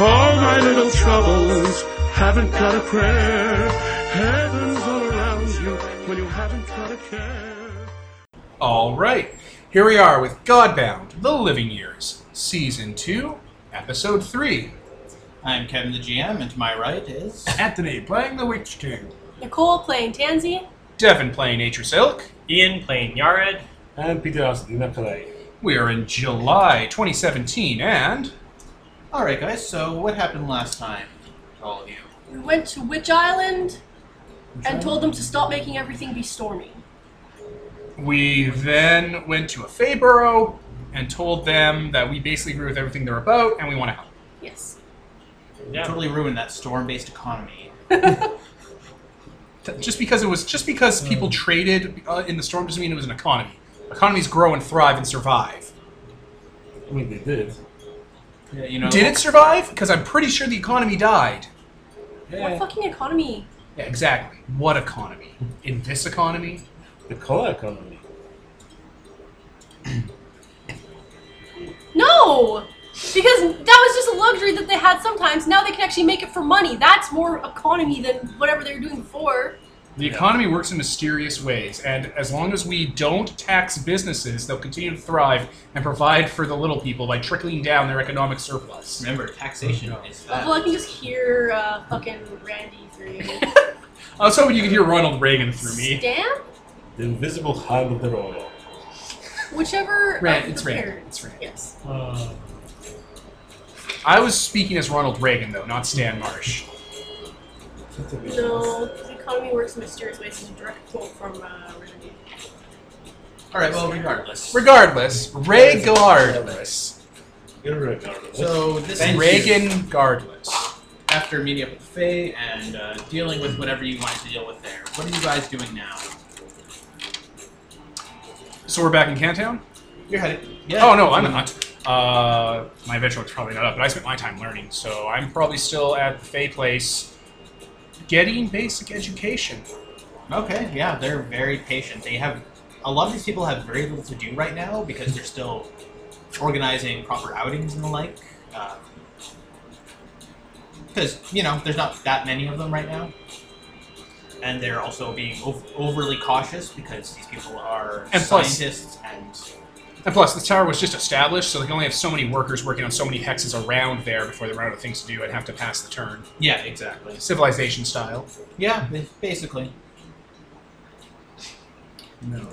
All my little troubles haven't got a prayer. Heaven's all around you when you haven't got a care. All right, here we are with Godbound: The Living Years, Season Two, Episode Three. I'm Kevin the GM, and to my right is. Anthony playing the Witch King. Nicole playing Tansy. Devin playing Nature Silk. Ian playing Yared. And Peter Austin, not today. We are in July 2017, and Alright, guys, so what happened last time to all of you? We went to Witch Island and told them to stop making everything be stormy. we then went to a Fey burrow and told them that we basically agree with everything they're about, and we want to help. Yes. Yeah. Totally ruined that storm based economy. Th- Just because it was just because people traded uh, in the storm doesn't mean it was an economy. Economies grow and thrive and survive. I mean, they did. Yeah, you know, Did it survive? Because I'm pretty sure the economy died. What fucking economy? Yeah, exactly. What economy? In this economy? The color economy. No! Because that was just a luxury that they had sometimes. Now they can actually make it for money. That's more economy than whatever they were doing before. The economy works in mysterious ways, and as long as we don't tax businesses, they'll continue to thrive and provide for the little people by trickling down their economic surplus. Remember, taxation is Well, I that. can just hear uh, fucking Randy through you. I was hoping you could hear Ronald Reagan through me. Stamp? The invisible hand of the robot. Whichever. Rand, of it's the Rand, pair. it's Rand. Yes. I was speaking as Ronald Reagan, though, not Stan Marsh. No, the economy works in mysterious ways. Is a direct quote from uh, Randy. Alright, well, regardless. Regardless, regardless, You're regardless. so, this is Reagan, regardless. after meeting up with Faye and uh, dealing with whatever you wanted to deal with there. What are you guys doing now? So we're back in Cantown. You're headed. Oh no, I'm not. Uh, my eventual's probably not up, but I spent my time learning, so I'm probably still at the Fay place, getting basic education. Okay, yeah, they're very patient. They have a lot of these people have very little to do right now because they're still organizing proper outings and the like. Because you know, there's not that many of them right now, and they're also being ov- overly cautious because these people are And plus- scientists and And plus, the tower was just established, so they can only have so many workers working on so many hexes around there before they run out of things to do and have to pass the turn, yeah, exactly. civilization style. Yeah, ba- basically. No.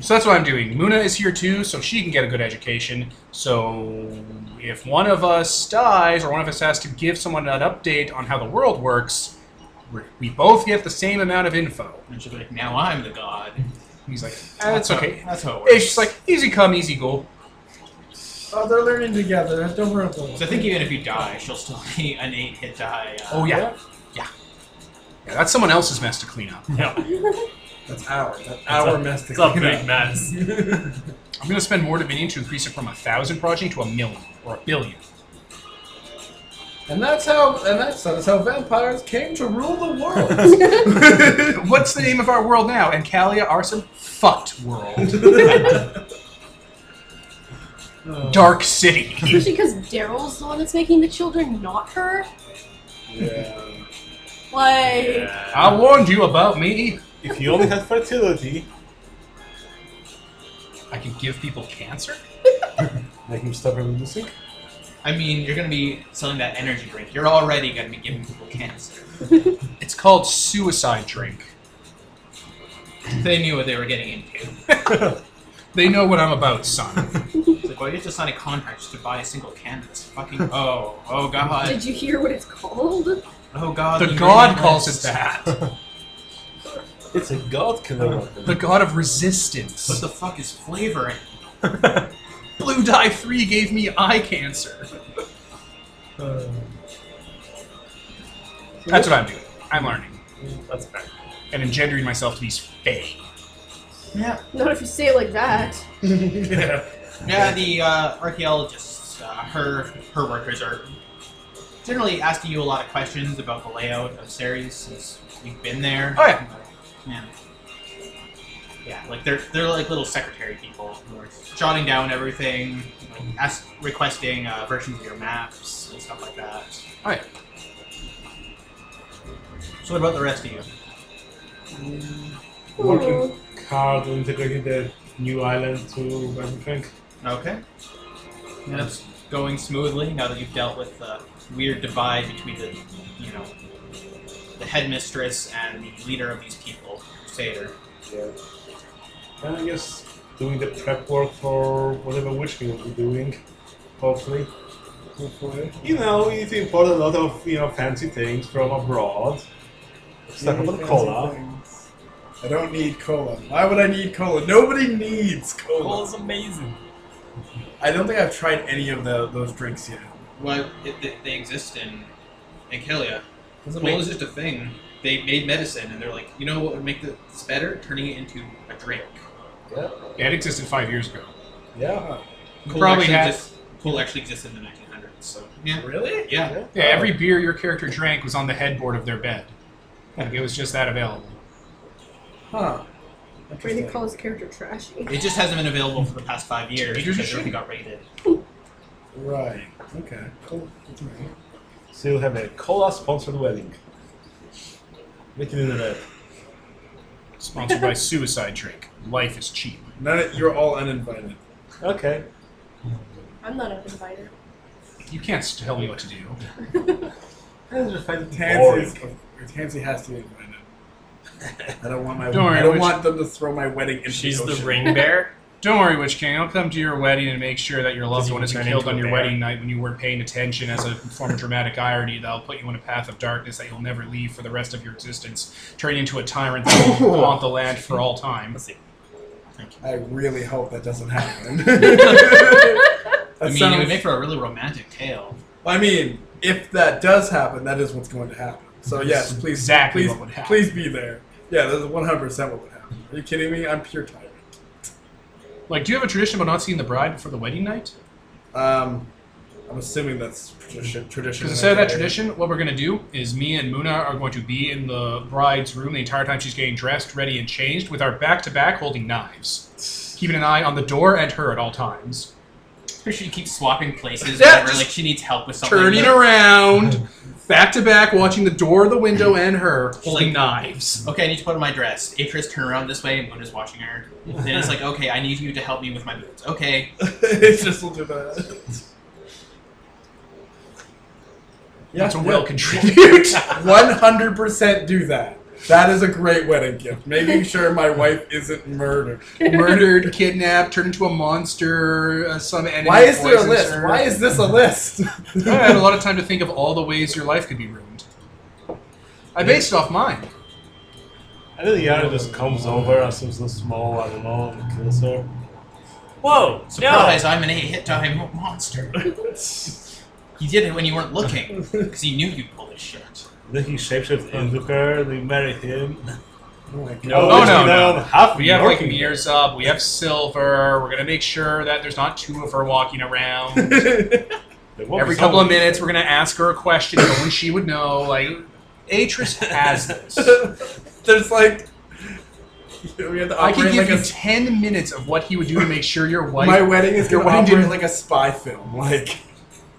So that's what I'm doing. Muna is here too, so she can get a good education. So if one of us dies, or one of us has to give someone an update on how the world works, we're- we both get the same amount of info. And she's like, now I'm the god. He's like, "Ah, that's how- okay. That's how it works. It's just like easy come, easy go. Oh, they're learning together. Don't worry about So I think even if you die, she'll still be an eight hit die. Uh, Oh yeah, yeah, yeah. That's someone else's mess to clean up. That's our, that's our a- mess to It's a clean big up. mess. I'm gonna spend more dominion to increase it from a thousand progeny to a million or a billion. And that's how, and that's, that's how vampires came to rule the world. What's the name of our world now? And Kalia Arson fucked world, Dark City. Especially because Daryl's the one that's making the children, not her. yeah. Like, Yeah. I warned you about me. if you only had fertility, I can give people cancer. make him stop reproducing. I mean, you're gonna be selling that energy drink. You're already gonna be giving people cancer. It's called suicide drink. they knew what they were getting into. They know what I'm about, son. It's like, well, you have to sign a contract just to buy a single can. It's fucking oh, oh god, did you hear what it's called? oh god. The you god really calls it missed. that. It's a god killer weapon. The god of What resistance. the fuck is flavoring? Blue dye three gave me eye cancer. Uh, That's what I'm doing. I'm learning That's bad. and engendering myself to be fey. Yeah, Not if you say it like that. yeah. The uh, archaeologists, uh, her her workers are generally asking you a lot of questions about the layout of Ceres since you've been there. Oh, yeah. yeah. Yeah, like they're they're like little secretary people who are jotting down everything, you know, ask, requesting uh, versions of your maps and stuff like that. Oh, yeah. So what about the rest of you? Working hard on integrating the new island to everything. Okay. And it's going smoothly now that you've dealt with the weird divide between the, you know, the headmistress and the leader of these people, Crusader. Yeah. And I guess doing the prep work for whatever witch we will be doing, hopefully. Hopefully. You know, we need to import a lot of you know fancy things from abroad. Stuck up with Fancy cola. things. I don't need cola. Why would I need cola? Nobody needs cola. Cole's amazing. I don't think I've tried any of the, those drinks yet. Well, it, they, they exist in Ankylia. Does it Cola make- is just a thing. They made medicine, and they're like, you know what would make this better? Turning it into a drink. Yeah. Yeah, it existed five years ago. Yeah. Cool Probably actually had- exist- cool actually existed in the 1900s. So yeah, Really? yeah. Yeah, every beer your character drank was on the headboard of their bed. Like, it was just that available. Huh. Really Interesting. calls character trashy. It just hasn't been available for the past five years Teenagers are because shitty. everything got raided. Right. Okay. Cool. That's all right. So you'll have a cola sponsored wedding. Make it in the red. Sponsored by Suicide Drink. Life is cheap. None of, you're all uninvited. Okay. I'm not an inviter. You can't tell me what to do. That's just fucking Tansy's, boring. Tansy has to be invited. I don't want my Don't worry, I don't which- want them to throw my wedding into She's the, the ocean. ring bearer. Don't worry, Witch King. I'll come to your wedding and make sure that your loved Does he one isn't turn killed into on a your bear? wedding night when you weren't paying attention as a form of dramatic irony that'll put you in a path of darkness that you'll never leave for the rest of your existence, turning into a tyrant that will haunt the land for all time. Let's see. I really hope that doesn't happen. I That mean, it sounds- would make for a really romantic tale. I mean, if that does happen, that is what's going to happen. So yes, That's please, exactly please, what would happen. please be there. Yeah, that's one hundred percent what would happen. Are you kidding me? I'm pure tyrant. Like, do you have a tradition about not seeing the bride before the wedding night? Um, I'm assuming that's tradition. Tradition. Because in instead of that Nigeria. tradition, what we're going to do is me and Muna are going to be in the bride's room the entire time she's getting dressed, ready, and changed, with our back to back holding knives, keeping an eye on the door and her at all times. She keeps swapping places Yeah, whenever just like she needs help with something. Turning but- around, back to back, watching the door, the window, and her holding like- knives. Okay, I need to put on my dress. Atris, turn around this way, and Mona's watching her. Then it's like, okay, I need you to help me with my boots. Okay, it's just legitimate. Yeah, That's what will contribute. One hundred percent do that. That is a great wedding gift. Making sure my wife isn't murdered. Murdered, kidnapped, turned into a monster, uh, some enemy. Why is there a poisons list? her. Why is this a list? I had a lot of time to think of all the ways your life could be ruined. I based it off mine. I think Yara just comes over and seems a small animal and kills her. Whoa! surprise! I'm an eight-hit time monster. he did it when you weren't looking because he knew you'd pull this shit. Then he shapeshifts into her, they marry him. Oh my god. No, it's no, no. been around Half We have like Yorkie. mirrors up. We have silver. We're gonna make sure that there's not two of her walking around. There won't be Every couple someone. of minutes, we're gonna ask her a question. No one she would know. Like, Atris has this. There's like we have to I could operate give like you a ten minutes of what he would do to make sure your wife. my wedding is your gonna wedding operate didn't- like a spy film. Like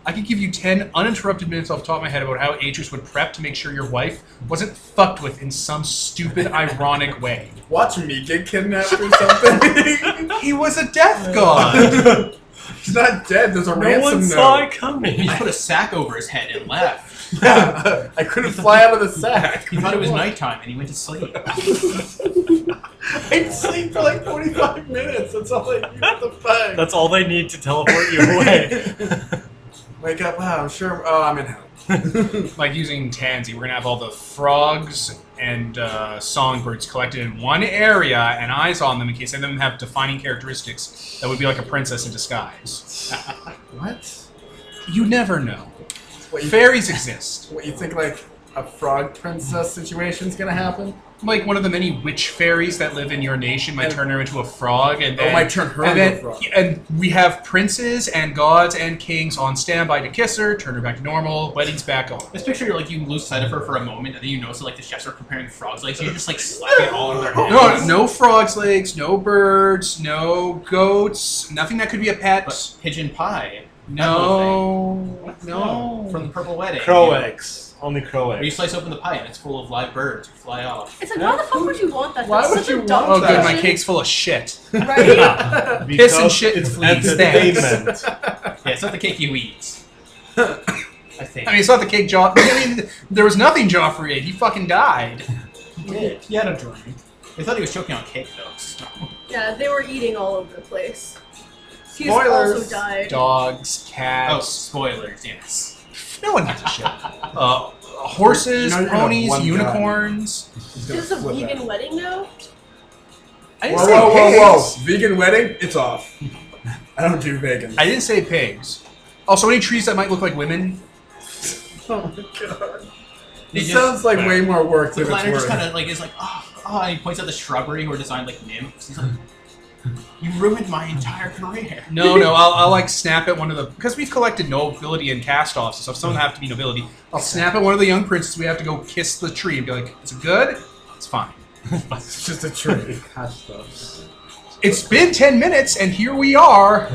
I could give you ten uninterrupted minutes off the top of my head about how Atris would prep to make sure your wife wasn't fucked with in some stupid, ironic way. watch me get kidnapped or something. He was a death god. He's not dead. There's a No one ransom saw it note. coming. I put a sack over his head and left. Yeah, I couldn't fly out of the sack. He thought it was nighttime and he went to sleep. I'd sleep for like 45 minutes. That's all I need. What the fuck? That's all they need to teleport you away. Wake up. Wow, I'm sure. Oh, I'm in hell. like using Tansy, we're gonna have all the frogs and uh, songbirds collected in one area and eyes on them in case any of them have defining characteristics that would be like a princess in disguise. What? You never know. What you, Fairies exist. what you think, like, a frog princess situation's gonna happen? like one of the many witch fairies that live in your nation might And- turn her into a frog, and Oh, then might turn her and into then- a frog. yeah, And we have princes and gods and kings on standby to kiss her, turn her back to normal, weddings back on. This picture, you're like you lose sight of her for a moment, and then you notice that like the chefs are comparing frogs legs. You're just like slapping all over their hands. No, no frogs' legs, no birds, no goats, nothing that could be a pet. But pigeon pie. no, no. From the purple wedding. Crow you know, eggs. Only crow Where you eggs. slice open the pie and it's full of live birds who fly off. It's like, why the fuck would you want that? Why That's would such you a want dumb Oh, good, my decision. cake's full of shit. Right? Piss and Because shit and It's fleas, entertainment. Yeah, it's not the cake you eat. I think. I mean, it's not the cake Joff. I mean, there was nothing Joffrey ate. He fucking died. he did. He had a drink. They thought he was choking on cake though. So. yeah, they were eating all over the place. He's Spoilers. also died. Dogs, Oh, cats. spoilers. Yes. No one gives a shit. Uh, horses, You're not gonna ponies, one guy. unicorns. He's gonna This is a flip vegan out. wedding now? I didn't Whoa, say whoa, pigs. whoa, whoa! Vegan wedding? It's off. I don't do vegan. I didn't say pigs. Also, any trees that might look like women. oh my god! They This just- sounds like way more work The than it's planner just worth. kind of like is like, oh, oh, and he points out the shrubbery who are designed like nymphs. He's like, you ruined my entire career. No, no, I'll, I'll like snap at one of the because we've collected nobility and cast-offs, so if someone have to be nobility, I'll snap at one of the young princes. We have to go kiss the tree and be like, "It's good, it's fine." It's just a tree. It's been ten minutes, and here we are,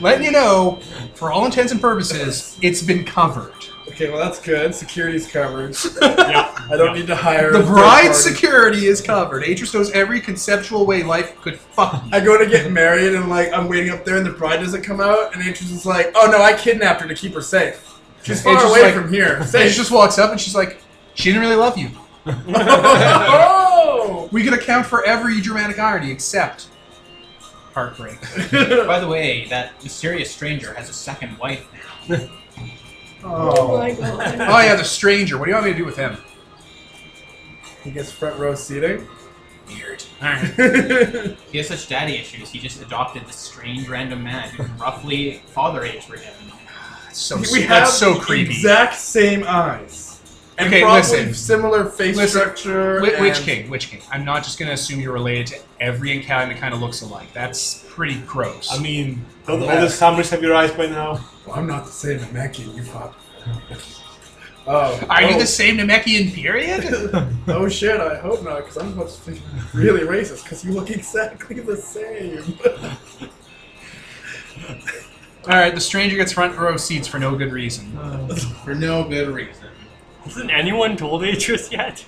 letting you know, for all intents and purposes, it's been covered. okay, well that's good. Security's covered. I don't need to hire The a third bride's party. security is covered. Atris knows every conceptual way life could fuck you. I go to get married and like I'm waiting up there and the bride doesn't come out and Angel's just like, oh no, I kidnapped her to keep her safe. She's far It's just away like- from here. And Safe. she just walks up and she's like, "She didn't really love you." oh! We could account for every dramatic irony except heartbreak. Oh. By the way, that mysterious stranger has a second wife now. Oh oh. my god. Oh yeah, the stranger. What do you want me to do with him? He gets front row seating. Weird. He has such daddy issues. He just adopted this strange random man who's roughly father age for him. That's so we have that's so the creepy. exact same eyes. And Okay, probably listen. similar face Listen. structure. Wh- Witch and- King, Witch King. I'm not just gonna assume you're related to every Italian that kind of looks alike. That's pretty gross. I mean, don't all Mac. the summers have your eyes by now? Well, I'm not the same Namekian, you fuck. Oh, Are oh, you the same Namekian period? oh shit, I hope not, because I'm about to think you're really racist, because you look exactly the same. All right, the stranger gets front row seats for no good reason. For no good reason. Hasn't anyone told Atris yet?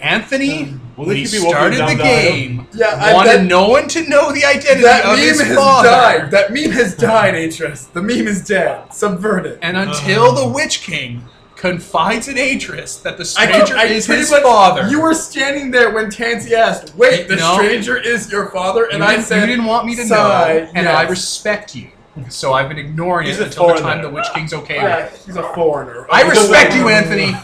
Anthony, Will they we keep me walking started down the the aisle? game. Yeah, I- wanted that- no one to know the identity That of his meme has father. died. That meme has died, Atris. The meme is dead. Subverted. And until the Witch King confides in Atris that the I can, stranger I is pretty his much- father, You were standing there when Tansy asked, "Wait, the No. stranger is your father," and you I didn't- said, you didn't want me to "Sigh, know, and yes." I respect you. So I've been ignoring He's it a until the time foreigner. the Witch King's okay with Yeah, it. he's a foreigner. I Okay. respect you, Anthony.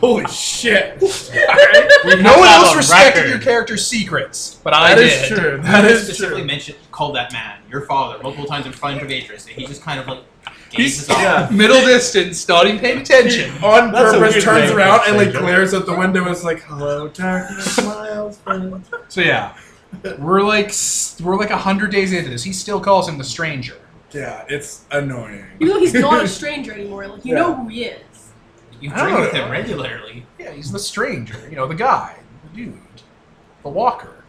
Holy shit! No one that else on respected record. your character's secrets, but I That did. is true. That is Specifically true. mentioned, called that man, your father, multiple times in front of Adris, and he just kind of like He's gazes off. yeah. middle distance, not even paying He attention. on That's a purpose weird turns name, around and like stranger. glares at the window and is like, "Hello, darkness, miles." friend." So yeah, we're like s- we're like hundred days into this. He still calls him the stranger. Yeah, it's annoying. You know he's not a stranger anymore. Like you Yeah. know who he is. You I don't drink with know. him regularly. Yeah, he's the stranger. You know, the guy, the dude, the walker,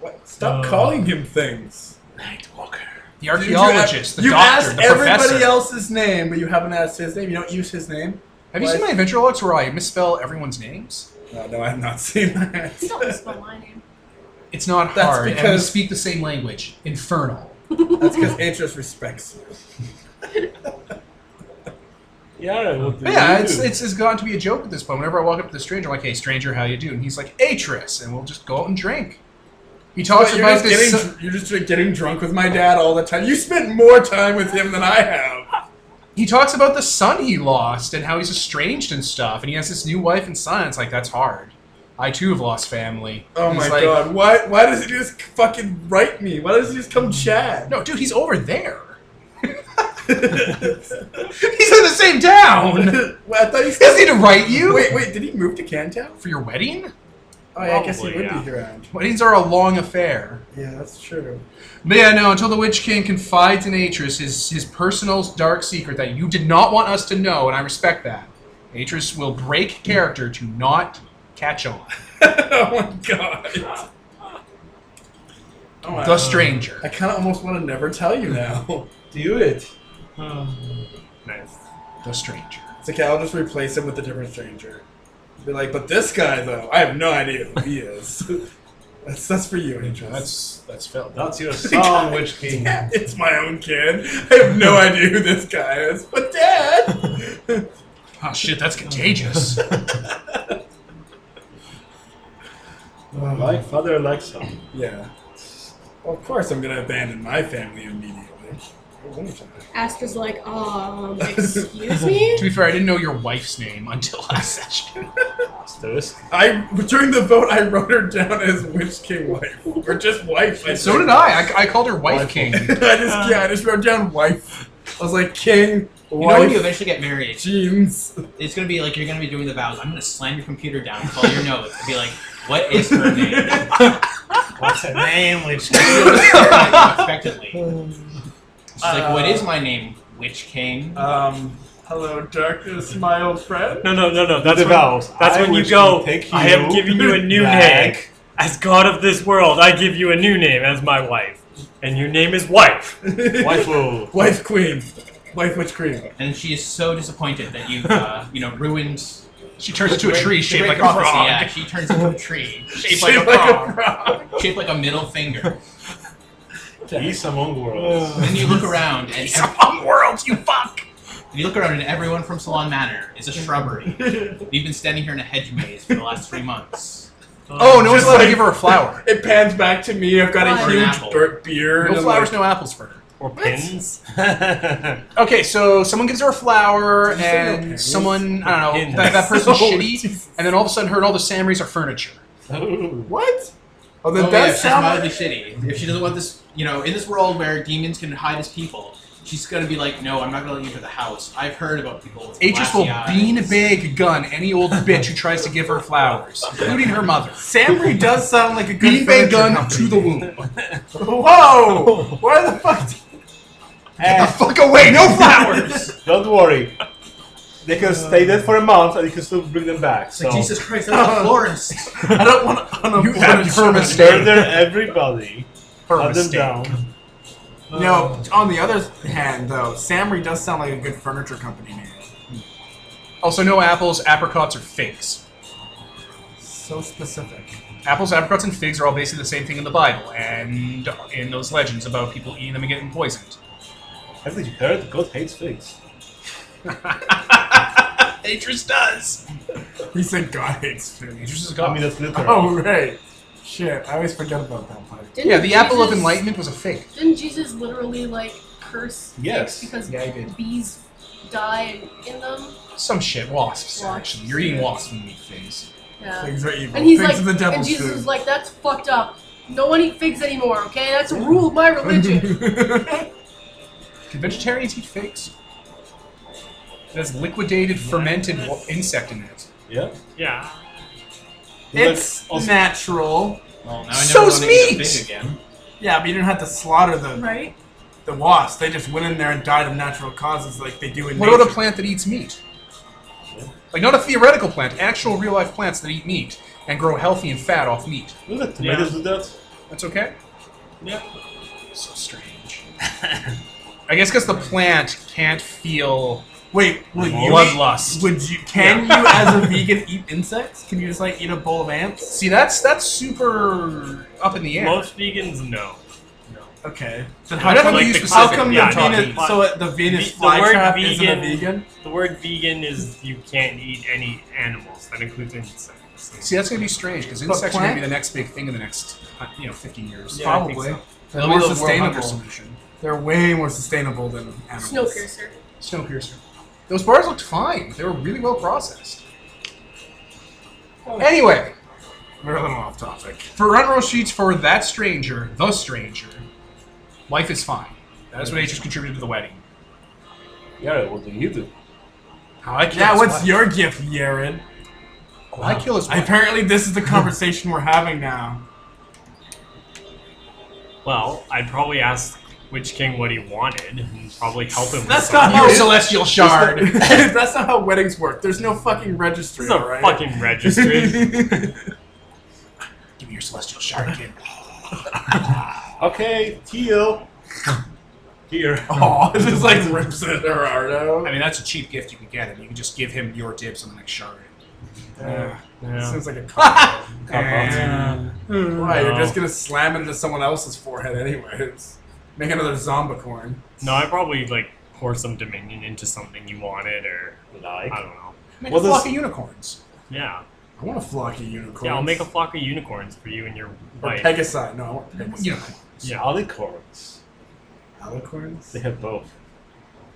What? Stop Oh. calling him things. the Did you- archaeologist, the you doctor, asked the everybody professor. else's name, but you haven't asked his name. You don't use his name. Have you seen my adventure logs where I misspell everyone's names? No, no, I have not seen that. He don't spell my name. It's not That's hard. and we because- speak the same language. Infernal. That's because Atris respects you. Yeah, well, But yeah, it's, it's it's gone to be a joke at this point. Whenever I walk up to the stranger, I'm like, "Hey, stranger, how you do?" And he's like, "Atris," and we'll just go out and drink. He talks But you're, about just this. uh, getting, dr- you're just getting drunk with my dad all the time. You spent more time with him than I have. He talks about the son he lost and how he's estranged and stuff, and he has this new wife and son. It's like that's hard. I too have lost family. Oh He's my like, god, why why does he just fucking write me? Why does he just come chat? No, dude, he's over there. he's in the same town. Well, I thought Oh, he He doesn't said. need to write you Wait, wait, did he move to Cantown? for your wedding. Oh, yeah, I guess he Probably, would yeah. be around. Weddings are a long affair. Yeah, that's true. But yeah, no, until the Witch King confides in Atris his, his personal dark secret that you did not want us to know, and I respect that. Atris will break character to not catch on. oh my god. Oh, I- The stranger. I kind of almost want to never tell you now. Do it. Nice. The stranger. It's okay, I'll just replace him with a different stranger. Be like, but this guy though, I have no idea who he is. that's that's for you, Andrew. That's that's Phil. That's your song, Witch King. Yeah, it's my own kid. I have no idea who this guy is. But dad Oh shit, that's contagious. Like father, like son. Yeah. Well, of course I'm gonna abandon my family immediately. Oh, let me try. Astra's like, um, excuse me? to be fair, I didn't know your wife's name until last session. Asterisk. I during the vote I wrote her down as Witch King wife. Or just wife. I So think. did I. I, I called her Wife King. I just yeah, I just wrote down wife. I was like king, You know when wife, you eventually get married, jeans. it's gonna be like you're gonna be doing the vows. I'm gonna slam your computer down, call your nose, and be like, "What is her name?" What's her name? Which Unexpectedly, Uh, she's like, "What is my name, Witch King?" Um, hello, darkness, my old friend. No, no, no, no. That's The when, vows. That's I when you wish go. to take I am you giving you a new back." name. As god of this world, I give you a new name as my wife, and your name is wife. Waifu. Wife queen, wife witch queen. And she is so disappointed that you, uh, you know, ruined. She turns into a tree shaped like a prophecy. frog. Yeah, she turns into a tree, Shaped Shaped like a frog. frog. shaped like a middle finger. Peace among worlds. And you look around, and, It's ev- among worlds, you fuck! and you look around, and everyone from Salon Manor is a shrubbery. We've been standing here in a hedge maze for the last three months. Oh, no one's Just allowed to like- give her a flower. It pans back to me. I've got Or a an huge apple. burnt beard. No and flowers, like, no apples for her. Or pins. Okay, so someone gives her a flower, Did you say no and pins? someone, I don't know, Pins. that, that person's Oh, shitty, Jesus. and then all of a sudden her and all the Samries are furniture. What? Oh, that Oh, yeah, does she's sound. mildly shitty. If she doesn't want this, you know, in this world where demons can hide as people, she's gonna be like, "No, I'm not gonna let you into the house." I've heard about people with Atris will glassy bean eyes." big gun any old bitch who tries to give her flowers, including her mother. Samri does sound like a good Bean bag furniture gun company. to the womb. Whoa! Why the fuck? did- Get the fuck away, no flowers! Don't worry. They can stay dead for a month and you can still bring them back. It's like, So Jesus Christ, that's a florist. I don't want to You had her mistake. murder everybody. Her Cut them mistake. down. No, on the other hand, though, Samri does sound like a good furniture company name. Also, no apples, apricots, or figs. So specific. Apples, apricots, and figs are all basically the same thing in the Bible and in those legends about people eating them and getting poisoned. Haven't you heard? God hates figs. Atris does. He said God hates food. Atris is a I god. mean, that's literal. Oh, right. Shit, I always forget about that part. Didn't yeah, the apple of Jesus- enlightenment was a fake. Didn't Jesus literally, like, curse Yes. because Yeah, he did. bees die in them? Some shit, wasps. Wasps, Actually, you're eating wasp meat things. Yeah. Things are evil. And he's Things like, are the and devil's Jesus is food. like, that's fucked up. No one eat figs anymore, okay? That's a rule of my religion. Can vegetarians eat figs? It has liquidated, fermented wa- insect in it. Yeah. yeah. it's natural. Well, now I never So's want to eat a meat! fig again. Yeah, but you don't have to slaughter the right? the wasps. They just went in there and died of natural causes, like they do in What nature. about a plant that eats meat? Like, not a theoretical plant, actual real life plants that eat meat and grow healthy and fat off meat. Look at tomatoes do that. That's okay? Yeah. So strange. I guess because the plant can't feel Wait, would you? bloodlust. Would you? Can you, as a vegan, eat insects? Can you just like eat a bowl of ants? See, that's that's super up in the air. Most vegans, no. Okay. Then I'd how have come? to like be the How specific. come Yeah, the no, Venus? vegan. So uh, the Venus The word flytrap isn't a vegan- vegan? The word vegan is you can't eat any animals. That includes insects. See, that's going to be strange because But insects are going to be plant- the next big thing in the next, uh, you know, 50 years. Yeah, I think Probably. so. They're That'll more be the World Hunger sustainable. Solution. They're way more sustainable than animals. Snowpiercer. Snowpiercer. Those bars looked fine. They were really well processed. Oh. Anyway, We're a little off topic. for run roll sheets for that stranger, the stranger, life is fine. That is what H just contributed to the wedding. Yeah, what do you do? How I killed Yeah, his what's wife. your gift, Yaron? I kill his wife. Apparently, this is the conversation we're having now. Well, I'd probably ask Witch King what he wanted and probably help him. That's with not something. how celestial shard. That's not how weddings work. There's no fucking registry. This is a alright? fucking registry. Give me your celestial shard, kid. Okay, Teal. Here. Aw, it just like rips it, Gerardo. I mean, that's a cheap gift you can get him. You can just give him your dibs on the next shard. Yeah. yeah. Seems like a cop. Yeah. Why? You're No. just gonna slam it into someone else's forehead, anyways. Make another zomba coin. No, I probably like pour some Dominion into something you wanted, or Like. I don't know. Make Well, a flock this- of unicorns. Yeah, I want a flocky unicorn. yeah. I'll make a flock of unicorns for you and your or wife. Pegasi. No, I want Pegasi. Unicorn. Yeah. Alicorns. Alicorns? They have both.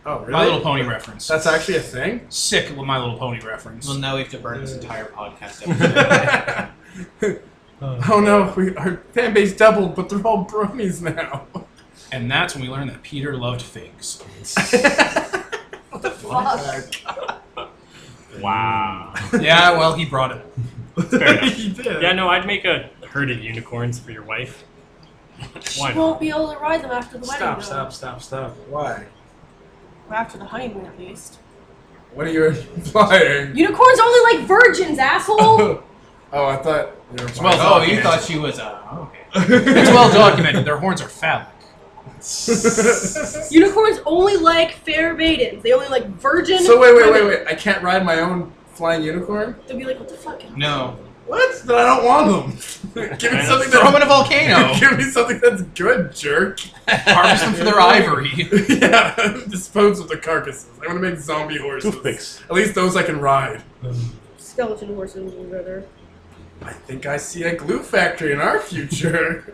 Oh, really? My Little Pony reference. That's actually a thing. sick with My Little Pony reference. Well, now we have to burn this entire podcast episode. oh no, we, our fan base doubled, but they're all bronies now. And that's when we learned that Peter loved figs. uh, Wow. yeah, well, he brought it. Fair enough. he did. Yeah, no, I'd make a herd of unicorns for your wife. Why She not? won't be able to ride them after the wedding. Stop, though. stop, stop, stop. Why? Or after the honeymoon, at least. What are you implying? Unicorns only like virgins, asshole. oh, I thought. you were well- implying- oh, you thought she was uh, oh, okay. It's well documented. Their horns are phallic. Unicorns only like fair maidens. They only like virgin. so wait, wait, wait, women. wait. I can't ride my own flying unicorn? They'll be like, what the fuck? am I- No, What? Then I don't want them. Give me Yeah, something Throw them in that. a volcano. Give me something that's good, jerk. Harvest them for their ivory. yeah, dispose of the carcasses. I want to make zombie horses. Toothpicks. At least those I can ride. Skeleton horses would be better. I think I see a glue factory in our future.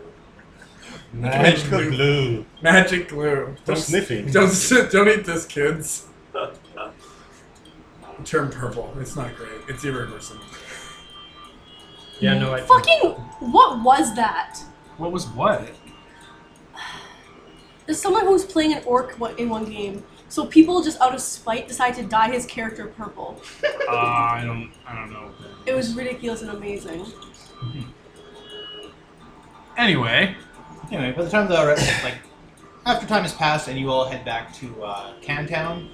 Magical glue. glue. Magic glue. They're Don't, sniffing. don't s- don't eat this, kids. Turn purple. It's not great. It's irreversible. Yeah, no, I. Fucking, what was that? What was what? There's someone who's playing an orc wa- in one game, so people just out of spite decide to dye his character purple. Uh, I don't. I don't know. It was ridiculous and amazing. Anyway, Anyway, by the time the like after time has passed and you all head back to uh, Cantown,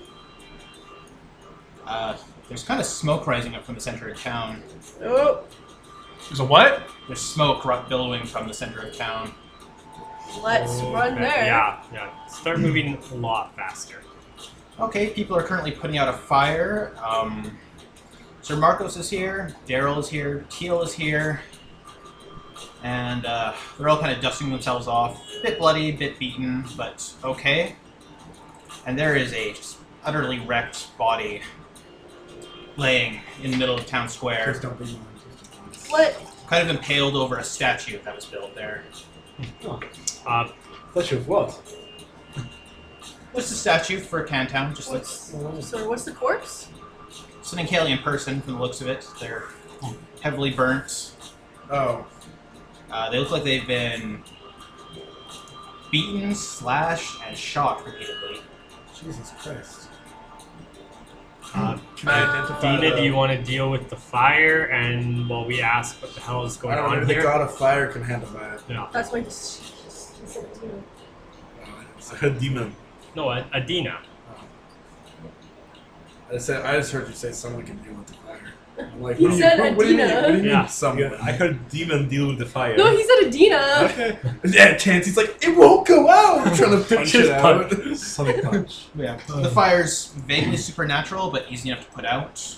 uh, there's kind of smoke rising up from the center of town. Oh, there's a what? There's smoke ru- billowing from the center of town. let's run Yeah, there. Yeah, yeah. Start moving a lot faster. Okay, people are currently putting out a fire. Um, Sir Marcos is here, Daryl is here, Teal is here, and uh, they're all kind of dusting themselves off. Bit bloody, bit beaten, but okay. And there is a utterly wrecked body laying in the middle of town square, Just don't be mine. What? kind of impaled over a statue that was built there. Uh, Oh. That's your what? What's the statue for Cantown? Just like What's, sorry, what's the corpse? it's an Incalian person from the looks of it. They're heavily burnt. Oh, Uh, they look like they've been beaten, slashed, and shot repeatedly. Jesus Christ. uh, Can I identify? Dina, the- do you want to deal with the fire? And while we ask what the hell is I going don't know. on The here, god of fire can handle that. Uh, no, That's my. Wait, A demon. no, Ad- Adina. I said. I just heard you say someone can deal with the fire. I'm like, He what do you- said what, what do you mean? Adina. What do you mean? Yeah. Someone. Yeah, I heard demon deal with the fire. No, he said Adina. Okay. Yeah, Chance. He's like, it won't go out. I'm trying to Punch pitch his it out. Sonic punch. Yeah. The fire's vaguely supernatural, but easy enough to put out.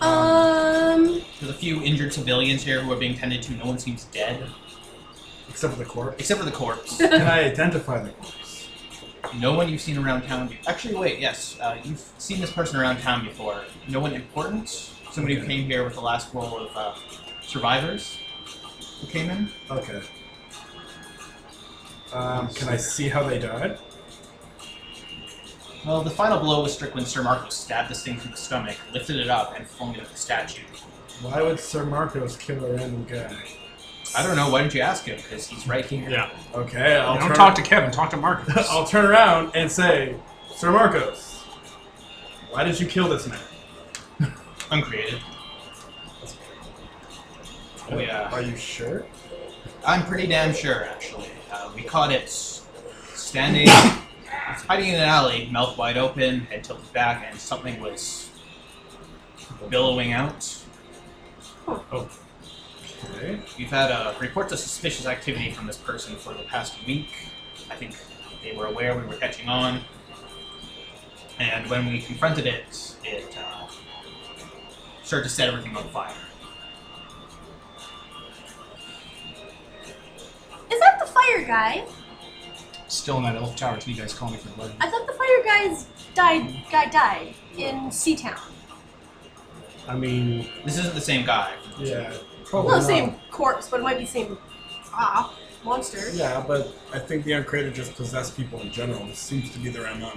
Um, There's a few injured civilians here who are being tended to. No one seems dead, Except for the corpse. except for the corpse. Can I identify the corpse? no one you've seen around town. Actually, wait, yes, uh, you've seen this person around town before. No one important. Somebody who came here with the last roll of uh, survivors who came in. Okay. Um, can I see how they died? Well, the final blow was struck when Sir Marcos stabbed this thing through the stomach, lifted it up, and flung it at the statue. Why would Sir Marcos kill a random guy? I don't know. Why didn't you ask him? Because he's right here. Yeah. Okay, I'll don't turn, talk to Kevin. Talk to Marcus. I'll turn around and say, Sir Marcos, why did you kill this man? Uncreated. Oh, yeah. Are you sure? I'm pretty damn sure, actually. Uh, we caught it standing, it's hiding in an alley, mouth wide open, head tilted back, and something was billowing out. Oh. Okay. We've had uh, reports of suspicious activity from this person for the past week. I think they were aware we were catching on. And when we confronted it, it uh, started to set everything on fire. Is that the fire guy? Still in that elf tower until you guys call me for the wedding. I thought the fire guy's died. Guy died in Seatown. I mean, This isn't the same guy. Yeah. Well, Probably the same corpse, but it might be the same ah monster. Yeah, but I think the uncreated just possess people in general. This seems to be their MO.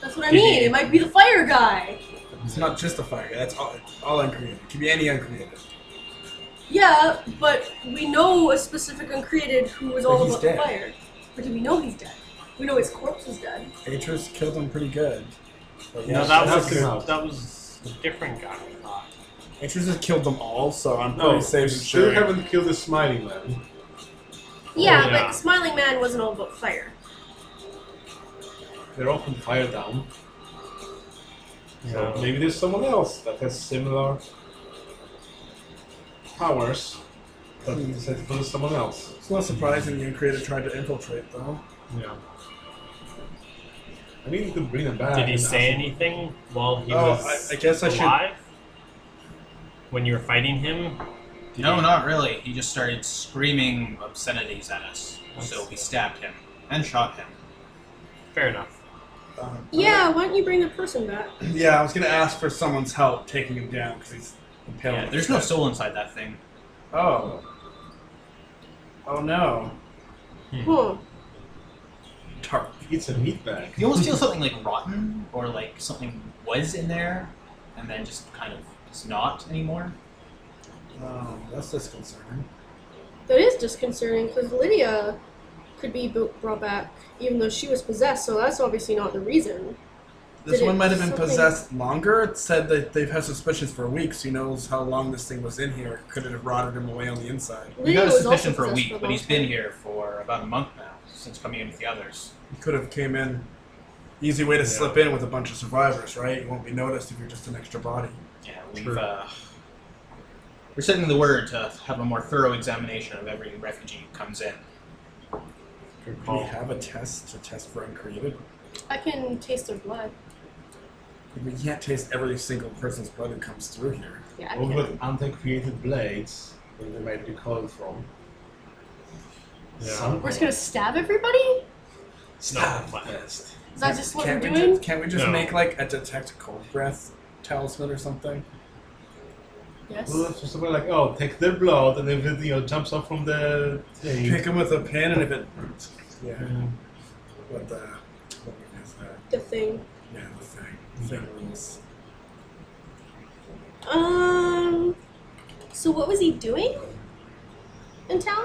That's what I mean. It might be the fire guy. It's not just a fire. That's all. All uncreated. It could be any uncreated. Yeah, but we know a specific uncreated who was all But he's about the dead. fire. But do we know he's dead? We know his corpse is dead. Atris killed them pretty good. But no, that that's was good. that was a different guy. I thought. Atris has killed them all, so I'm pretty no, we safe. and still sure. haven't killed the smiling man. Yeah, yeah. but Smiling Man wasn't all about fire. They're all from fire down. So Yeah. maybe there's someone else that has similar powers. That Hmm. is for someone else. It's not surprising the uncreated tried to infiltrate, though. Yeah. I need to bring them back. Did he and say ask him- anything while he Oh, was I- I guess I should- alive? When you were fighting him, No, not really. He just started screaming obscenities at us. So we stabbed him and shot him. fair enough. Um, Yeah, why don't you bring the person back? Yeah, I was gonna ask for someone's help taking him down because he's impaled. Yeah, there's no soul inside that thing. Oh. Oh no. Hmm. Tarp. It's a meat bag. You almost feel something like rotten, or like something was in there, and then just kind of it's not anymore. Oh, that's disconcerting. That is disconcerting because Lydia could be bo- brought back even though she was possessed, so that's obviously not the reason. This Did it- one might have been something- possessed longer. It said that they've had suspicions for weeks. Who knows how long this thing was in here? Could it have rotted him away on the inside? We Lydia got a was also suspicion for a possessed week, but long he's been time. here for about a month now since coming in with the others. He could have came in. Easy way to slip in with a bunch of survivors, right? You won't be noticed if you're just an extra body. Yeah, True. we've uh, we're sending the word to have a more thorough examination of every refugee who comes in. Could Oh. we have a test to test for uncreated? I can taste their blood. We can't taste every single person's blood that comes through here. Yeah, I Or can. with anti-created blades, where they might be called from. Yeah. Some We're just gonna stab everybody? No, but- best. Is that just what we're can't we doing? ju- can't we just No. make like a detect cold breath talisman or something? Yes. Well, that's just about like, oh, take their blood, and if it you know, jumps up from the Mm. thing, Pick him with a pin, and if it, yeah, Yeah. what the, what is that? The thing. Yeah, the thing. The thing rules. Um. So what was he doing in town?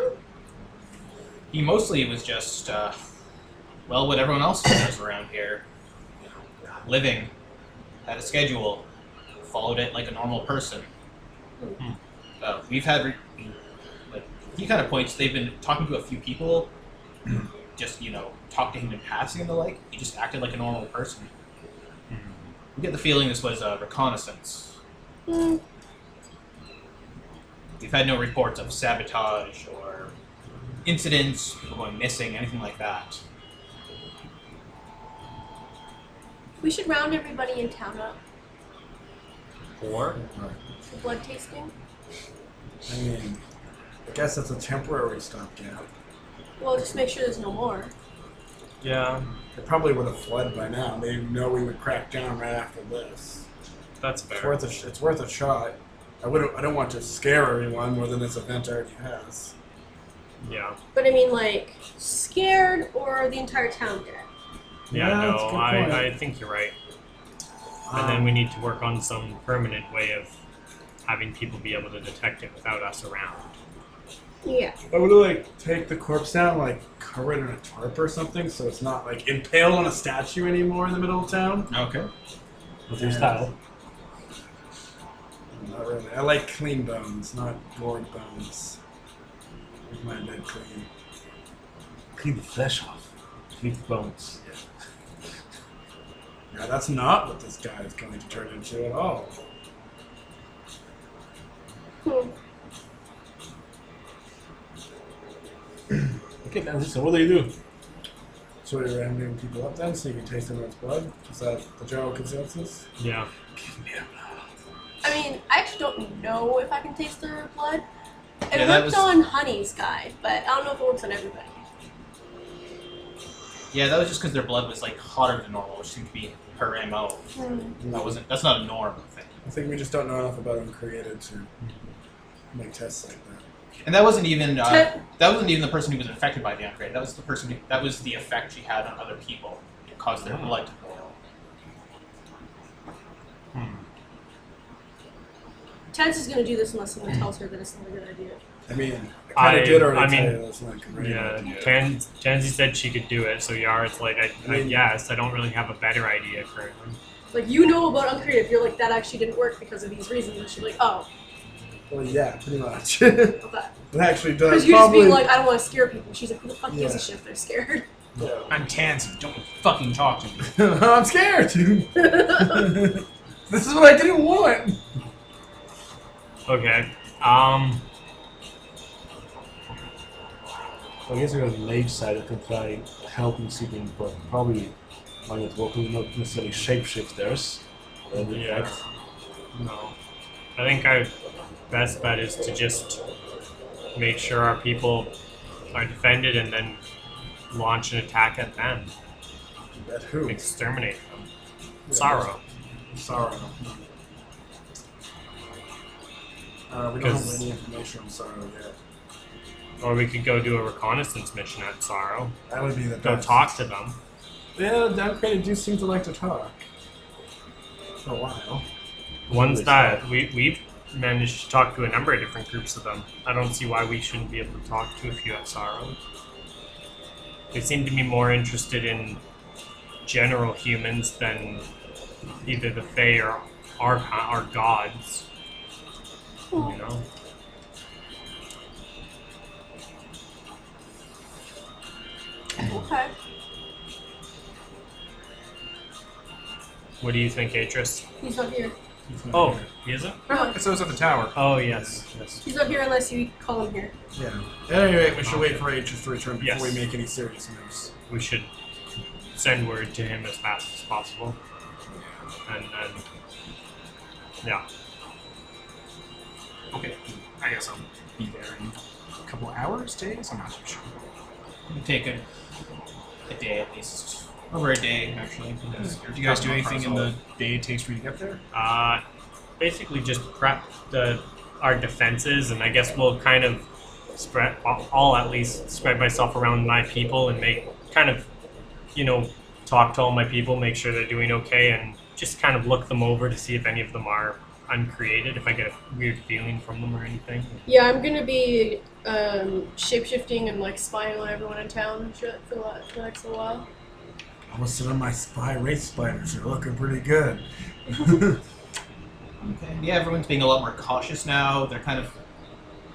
He mostly was just uh, well, what everyone else does around here, you know, living, had a schedule, followed it like a normal person. Hmm. Uh, we've had, re- like, he kind of points. They've been talking to a few people, just you know, talked to him in passing and the like. He just acted like a normal person. We get the feeling this was a reconnaissance. Hmm. We've had no reports of sabotage or incidents, people going missing, anything like that. We should round everybody in town up Or for blood tasting. I mean, I guess it's a temporary stopgap. Well, just make sure there's no more. yeah, It probably would have fled by now. They know we would crack down right after this. that's It's fair. worth a, sh- it's worth a shot. I would I don't want to scare everyone more than this event already has. Yeah, But I mean, like, scared or the entire town dead. yeah. Yeah, no, that's a good point. Um, I, I think you're right. and then we need to work on some permanent way of having people be able to detect it without us around. Yeah. I would like take the corpse down, like cover it in a tarp or something, so it's not like impaled on a statue anymore in the middle of town. Okay. With your style. Not really. I like clean bones, not gored bones. Like my dead clean. Clean the flesh off. Leave the bones. Yeah, that's not what this guy is going to turn into at all. Hmm. Okay, now listen, what do you do? So we were rounding people up then, so you can taste everyone's blood. Is that the general consensus? Yeah. I mean, I actually don't know if I can taste their blood. It Yeah, that worked was- on Honey's guy, but I don't know if it works on everybody. Yeah, that was just because their blood was like hotter than normal, which seemed to be her MO. Hmm. That wasn't. That's not a norm thing. I think we just don't know enough about them created to make tests like that. And that wasn't even uh, Ted- that wasn't even the person who was infected by the upgrade. That was the person. Who, that was the effect she had on other people. It caused their blood to boil. Chance is gonna do this unless someone tells her that it's not a good idea. I mean, I I- kind of did already I tell mean, you that's not great. Yeah. Tan Tansy said she could do it, so Yara's like, I, I guess. I don't really have a better idea currently. Like you know about uncreative, you're like that actually didn't work because of these reasons, and she's like, oh, Well, yeah, pretty much. it actually does. because you're just Probably. being like, I don't want to scare people. She's like, who the fuck gives a Yeah. shit if they're scared? I'm Tansy. Don't fucking talk to me. I'm scared. this is what I didn't want. Okay. Um. I guess we're on the mage side I can try helping sleeping, but probably might not work. We're not necessarily shapeshifters. But in Yeah. fact, No. I think our best bet is to just make sure our people are defended and then launch an attack at them. At who? Exterminate them. Sorrow. Sorrow. Uh, we don't have any information on Sorrow yet. Or we could go do a reconnaissance mission at Sorrow. That would be the Go best. talk to them. Yeah, the downgraded do seem to like to talk. For a while. Ones that we, we've managed to talk to a number of different groups of them. I don't see why we shouldn't be able to talk to a few at Sorrow. They seem to be more interested in general humans than either the Fae or our, our gods. You know? Okay. What do you think, Atris? He's not here. Oh, he is it? No, So it's at the tower. Oh, yes. yes. he's not here unless you call him here. Yeah. At any rate, we should wait for Aegis to return before Yes. we make any serious moves. We should send word to him as fast as possible. And then. Yeah. Okay. I guess I'll be there in a couple hours, days. I'm not too sure. It'd take a, a day at least, Hmm. over a day actually. because you're Do you guys do talking about anything in the Crossover. day it takes for you to get there? Uh, basically, just prep the our defenses, and I guess we'll kind of spread. I'll, I'll at least spread myself around my people and make kind of, you know, talk to all my people, make sure they're doing okay, and just kind of look them over to see if any of them are uncreated. If I get a weird feeling from them or anything. Yeah, I'm gonna be um, shapeshifting and like spying on everyone in town and shit for, the- for the next little while. All of a sudden, my spy race spiders are looking pretty good. Okay. Yeah, everyone's being a lot more cautious now. They're kind of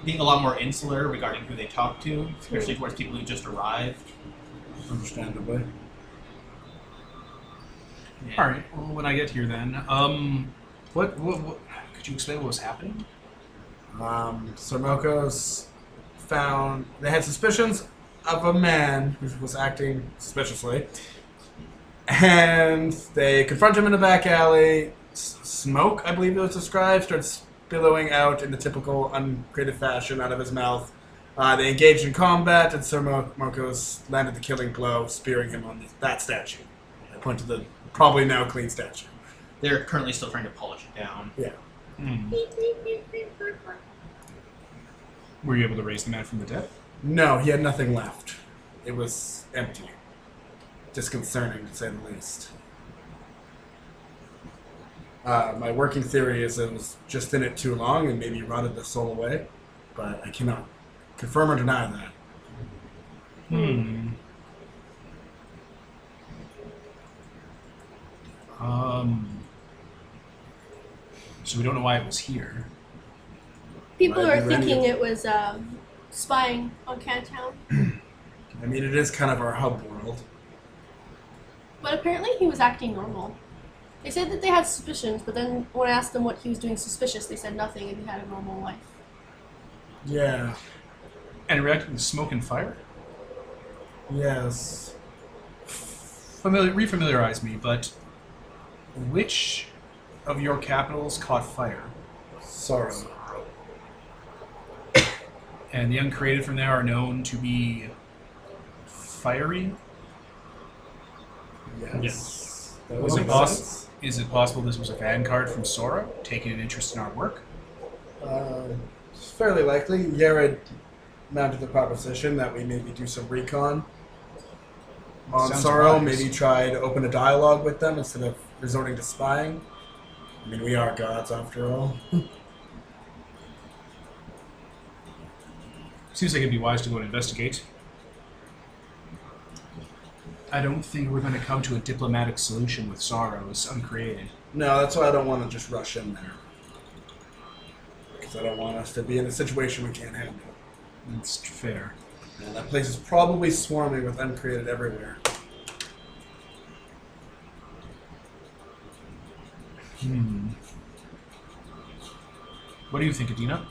being a lot more insular regarding who they talk to, especially towards people who just arrived. Understandably. Yeah. All right. Well, when I get here, then, um, what, what, what could you explain what was happening? Um, Sir Mokos found they had suspicions of a man who was acting suspiciously, and they confront him in a back alley. S- smoke, I believe it was described, starts billowing out in the typical uncreative fashion out of his mouth. Uh, they engaged in combat, and Sir Mo- Mokos landed the killing blow, spearing him on the, that statue. I point to the probably now clean statue. They're currently still trying to polish it down. Hmm. Were you able to raise the man from the dead? No, he had nothing left. It was empty. Disconcerting, to say the least. Uh, my working theory is it was just in it too long and maybe rotted the soul away, but I cannot confirm or deny that. Hmm. Um. So we don't know why it was here. People Might are be ready. thinking it was um, spying on Cantown, I mean, it is kind of our hub world. but apparently he was acting normal. They said that they had suspicions, but then when I asked them what he was doing suspicious, they said nothing and he had a normal life. Yeah. And reacting to smoke and fire? Yes. Familiar, refamiliarize me, but which of your capitals caught fire? Sorrow. And the uncreated from there are known to be fiery? Yes. Yes. That Was would it make boss? sense. Is it possible this was a vanguard from Sora taking an interest in our work? Uh, it's fairly likely. Yared mounted the proposition that we maybe do some recon on Sounds Sorrow, wise. maybe try to open a dialogue with them instead of resorting to spying. I mean, we are gods after all. Seems like it'd be wise to go and investigate. I don't think we're going to come to a diplomatic solution with Sorrow. It's uncreated. No, that's why I don't want to just rush in there. Because I don't want us to be in a situation we can't handle. That's fair. And that place is probably swarming with uncreated everywhere. Hmm. What do you think, Adina?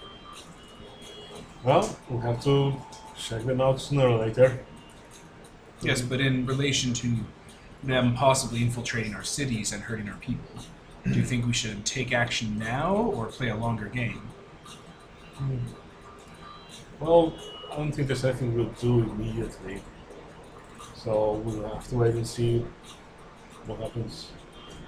Well, we'll have to check them out sooner or later. Yes, but in relation to them possibly infiltrating our cities and hurting our people, do you think we should take action now or play a longer game? Well, I don't think there's anything we'll do immediately. So we'll have to wait and see what happens.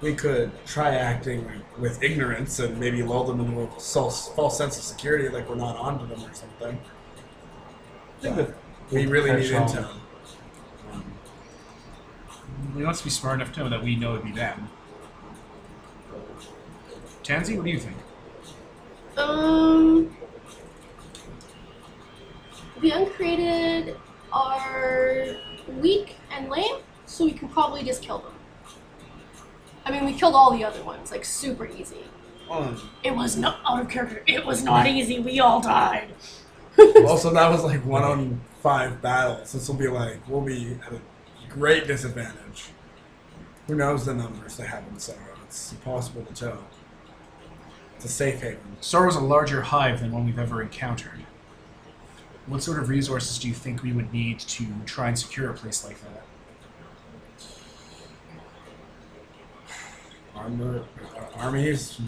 We could try acting with ignorance and maybe lull them into a false, false sense of security, like we're not onto them or something. I think that we really need Catch intel. on. We must be smart enough to know that we know it'd be them. Tansy, what do you think? Um, the uncreated are weak and lame, so we can probably just kill them. I mean, we killed all the other ones like super easy. Um, It was not out of character. It was not easy. We all died. also, that was like one on five battles. This will be like we'll be at a great disadvantage. Who knows the numbers they have in Sorrow? It's impossible to tell. It's a safe haven. Sorrow's a larger hive than one we've ever encountered. What sort of resources do you think we would need to try and secure a place like that? Armor, uh, armies,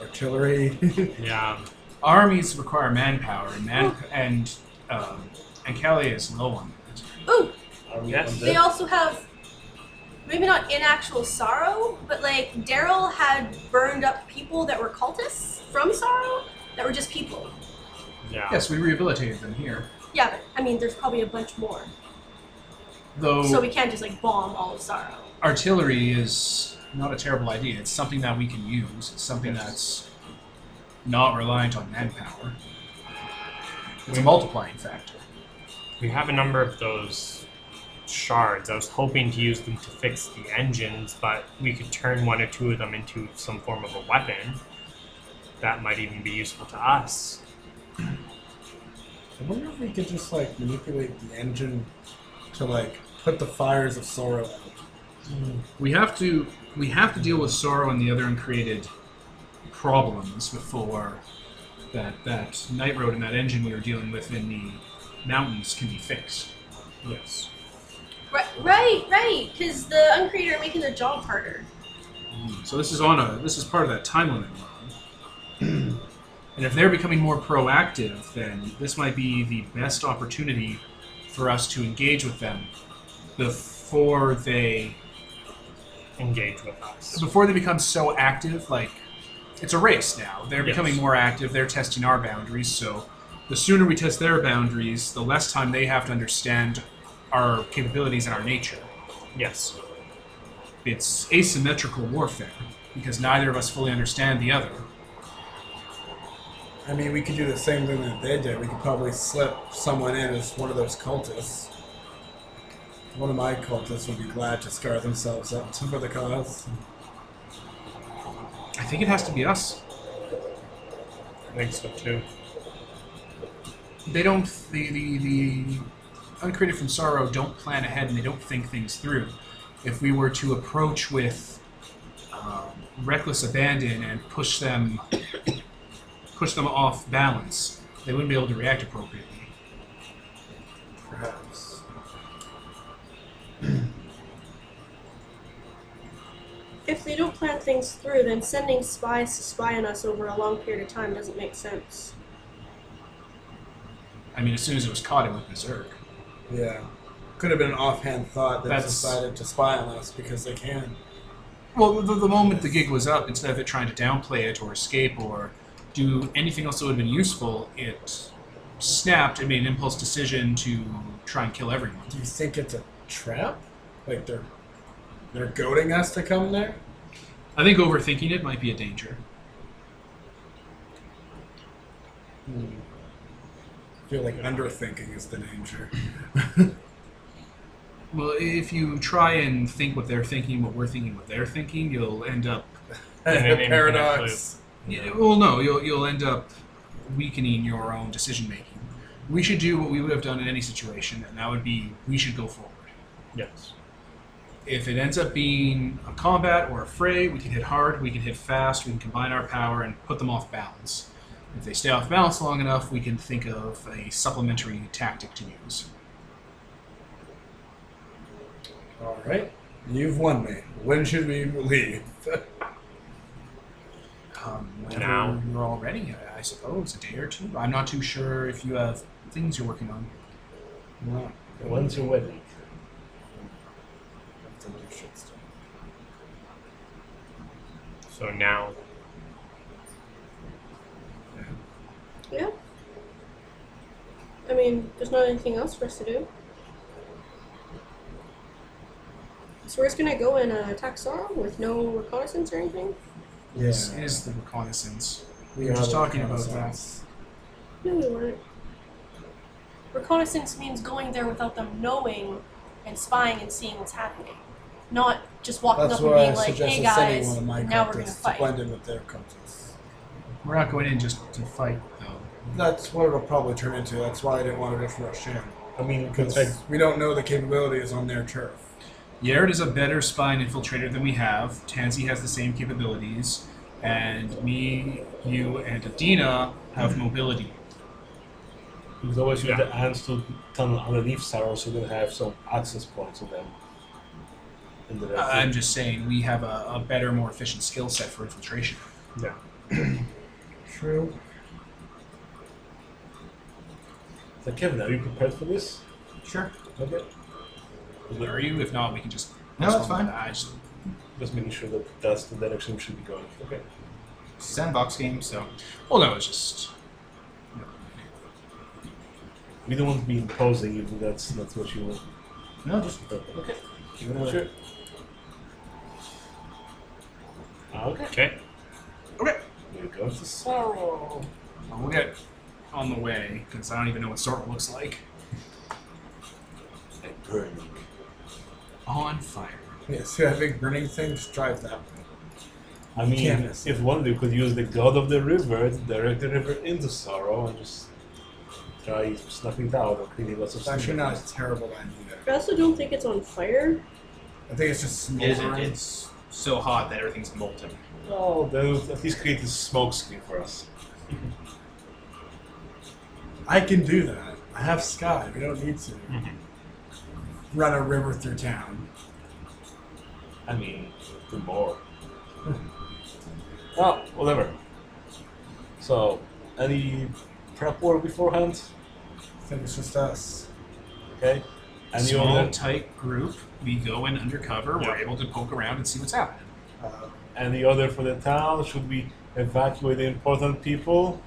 artillery. Yeah. Armies require manpower, and man and um, and Kalia is low on that. Ooh, Yes. they also have maybe not in actual sorrow, but like Daryl had burned up people that were cultists from sorrow that were just people. Yeah. Yes, we rehabilitated them here, Yeah, but I mean, there's probably a bunch more. though Oh. So we can't just like bomb all of sorrow. artillery is not a terrible idea. It's something that we can use. It's something that's not reliant on manpower. It's a multiplying factor. We have a number of those shards. I was hoping to use them to fix the engines, but we could turn one or two of them into some form of a weapon. That might even be useful to us. I wonder if we could just like manipulate the engine to like put the fires of sorrow out. We have to we have to deal with sorrow and the other uncreated problems before that that night road and that engine we were dealing with in the mountains can be fixed. Yes. Right, right, right. Because the uncreated are making their job harder. Mm, So this is on a this is part of that time limit model. and if they're becoming more proactive, then this might be the best opportunity for us to engage with them before they Engage with us. before they become so active, like it's a race now. They're Yes. becoming more active. They're testing our boundaries. So the sooner we test their boundaries, the less time they have to understand our capabilities and our nature. Yes. It's asymmetrical warfare because neither of us fully understand the other. I mean, we could do the same thing that they did. We could probably slip someone in as one of those cultists. One of my cultists would be glad to scar themselves up for the cause. I think it has to be us. I think so too. they don't the the, the uncreated from sorrow don't plan ahead and they don't think things through. If we were to approach with um, reckless abandon and push them push them off balance, they wouldn't be able to react appropriately. Perhaps. If they don't plan things through, then sending spies to spy on us over a long period of time doesn't make sense. I mean, as soon as it was caught, it went berserk. Yeah. Could have been an offhand thought that That's- decided to spy on us because they can. Well, the, the moment the gig was up, instead of it trying to downplay it or escape or do anything else that would have been useful, it snapped and made an impulse decision to try and kill everyone. Do you think it's a trap? Like they're they're goading us to come there? I think overthinking it might be a danger. I feel like underthinking is the danger. Well, if you try and think what they're thinking, what we're thinking, what they're thinking, you'll end up. And then maybe we can Paradox. Yeah, Well, no, you'll you'll end up weakening your own decision making. We should do what we would have done in any situation, and that would be we should go forward. Yes. If it ends up being a combat or a fray, we can hit hard, we can hit fast, we can combine our power and put them off balance. If they stay off balance long enough, we can think of a supplementary tactic to use. All right. You've won me. When should we leave? Um, whenever Now. you're all ready, I- I suppose, a day or two. I'm not too sure if you have things you're working on. No. Once you're ready. So now, Yeah? I mean, there's not anything else for us to do. So we're just gonna go and uh, attack Sorrow with no reconnaissance or anything? Yeah. This is the reconnaissance. we were are just the talking about Renaissance. No, we weren't. Reconnaissance means going there without them knowing and spying and seeing what's happening. Not just walking That's up and why I being like, suggested hey sending guys, one of my now we're going to cultists to fight. blend in with their cultists. We're not going in just to fight, though. That's what it'll probably turn into. That's why I didn't want to just rush in. I mean, Because contact. we don't know the capabilities on their turf. Yared is a better spy and infiltrator than we have. Tansy has the same capabilities. And me, you, and Adina have mobility. He's always with Yeah. the ants to tunnel underneath Sarah so you can have some access points on them. And the rest I- Uh, I'm is- just saying, we have a, a better, more efficient skill set for infiltration. yeah. True. So Kevin, are you prepared for this? Sure. Okay. Are you? If not, we can just. No, that's fine. I just- Just making sure that that's the direction we should be going. Okay. Sandbox game, so well, no, it's just. We don't want to be imposing if that's that's what you want. no, just Okay. give it away. Sure. Okay. Okay. Here goes the sorrow. Well, we'll get on the way, because I don't even know what Sort looks like. And burning. On fire. Yes, yeah, big burning things drive that way. I mean, Canvas. if one of you could use the god of the river to direct the river into sorrow and just try snuffing it out or creating lots of It's actually not smoke. a terrible idea. I also don't think it's on fire. I think it's just It is, smoldering. it's so hot that everything's molten. No, then we'll at least create a smoke screen for us. I can do that. I have sky. We don't need to Mm-hmm. run a river through town. I mean, the more. Hmm. oh, whatever. So, any prep work beforehand? I think it's just us. Okay. And you Small, all tight group. We go in undercover. We're able to poke around and see what's happening. Uh, and the other for the town? Should we evacuate the important people?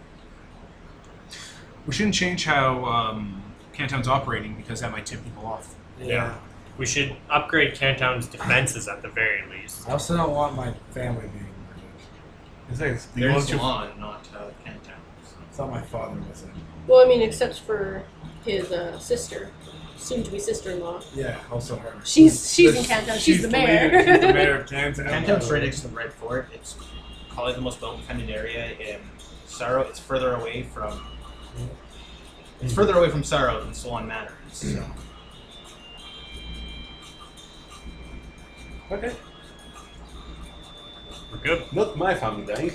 We shouldn't change how um, Canton's operating because that might tip people off. Yeah. We should upgrade Canton's defenses at the very least. I also don't want my family being murdered. Is that do you They're in want your, Salon, not uh, Canton. I thought my father was in. Well, I mean, except for his uh, sister, soon to be sister in law. Yeah, also her. She's she's in This- Canton. She's, the mayor. leader. She's the mayor of Canton. Canton's right next to the Red Fort. It's probably the most well defended area in Sorrow. It's further away from It's further away from sorrow than Solon Manor. So. Okay. We're good. Not my family dying.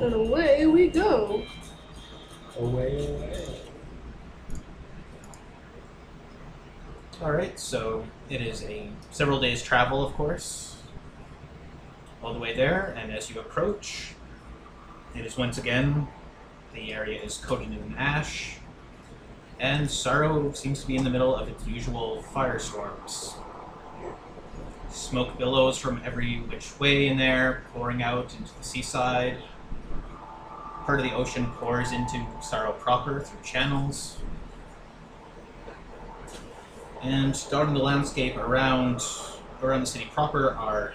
And away we go. Away, away. All right, so it is a several days travel, of course, all the way there. And as you approach, it is once again the area is coated in ash, and sorrow seems to be in the middle of its usual firestorms. Smoke billows from every which way in there, pouring out into the seaside. Part of the ocean pours into sorrow proper through channels and dotting the landscape around around the city proper are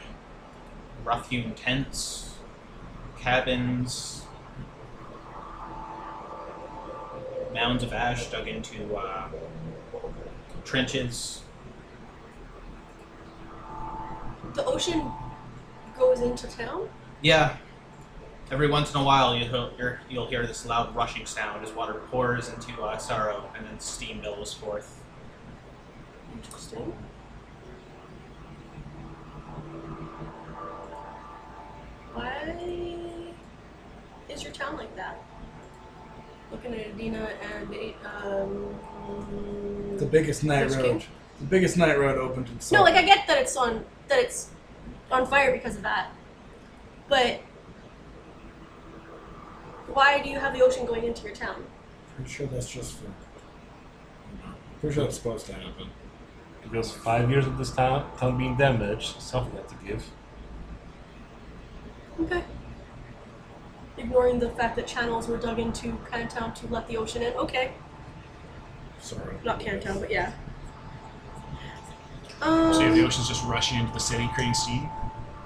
rough-hewn tents, cabins, mounds of ash dug into uh, trenches. The ocean goes into town. Yeah. Every once in a while, you'll hear, you'll hear this loud rushing sound as water pours into uh, sorrow, and then steam billows forth. Interesting. Why is your town like that? Looking at Adina and um. The biggest night Fish road. King? The biggest night road opened in No, like I get that it's on that it's on fire because of that, but why do you have the ocean going into your town? I'm sure that's just for. Pretty sure that's supposed to happen. Because five years of this town, town being damaged, something had to give. Okay. Ignoring the fact that channels were dug into Cantown to let the ocean in. Okay. Sorry. Not Canton, but yeah. Um, So the ocean's just rushing into the city, creating steam.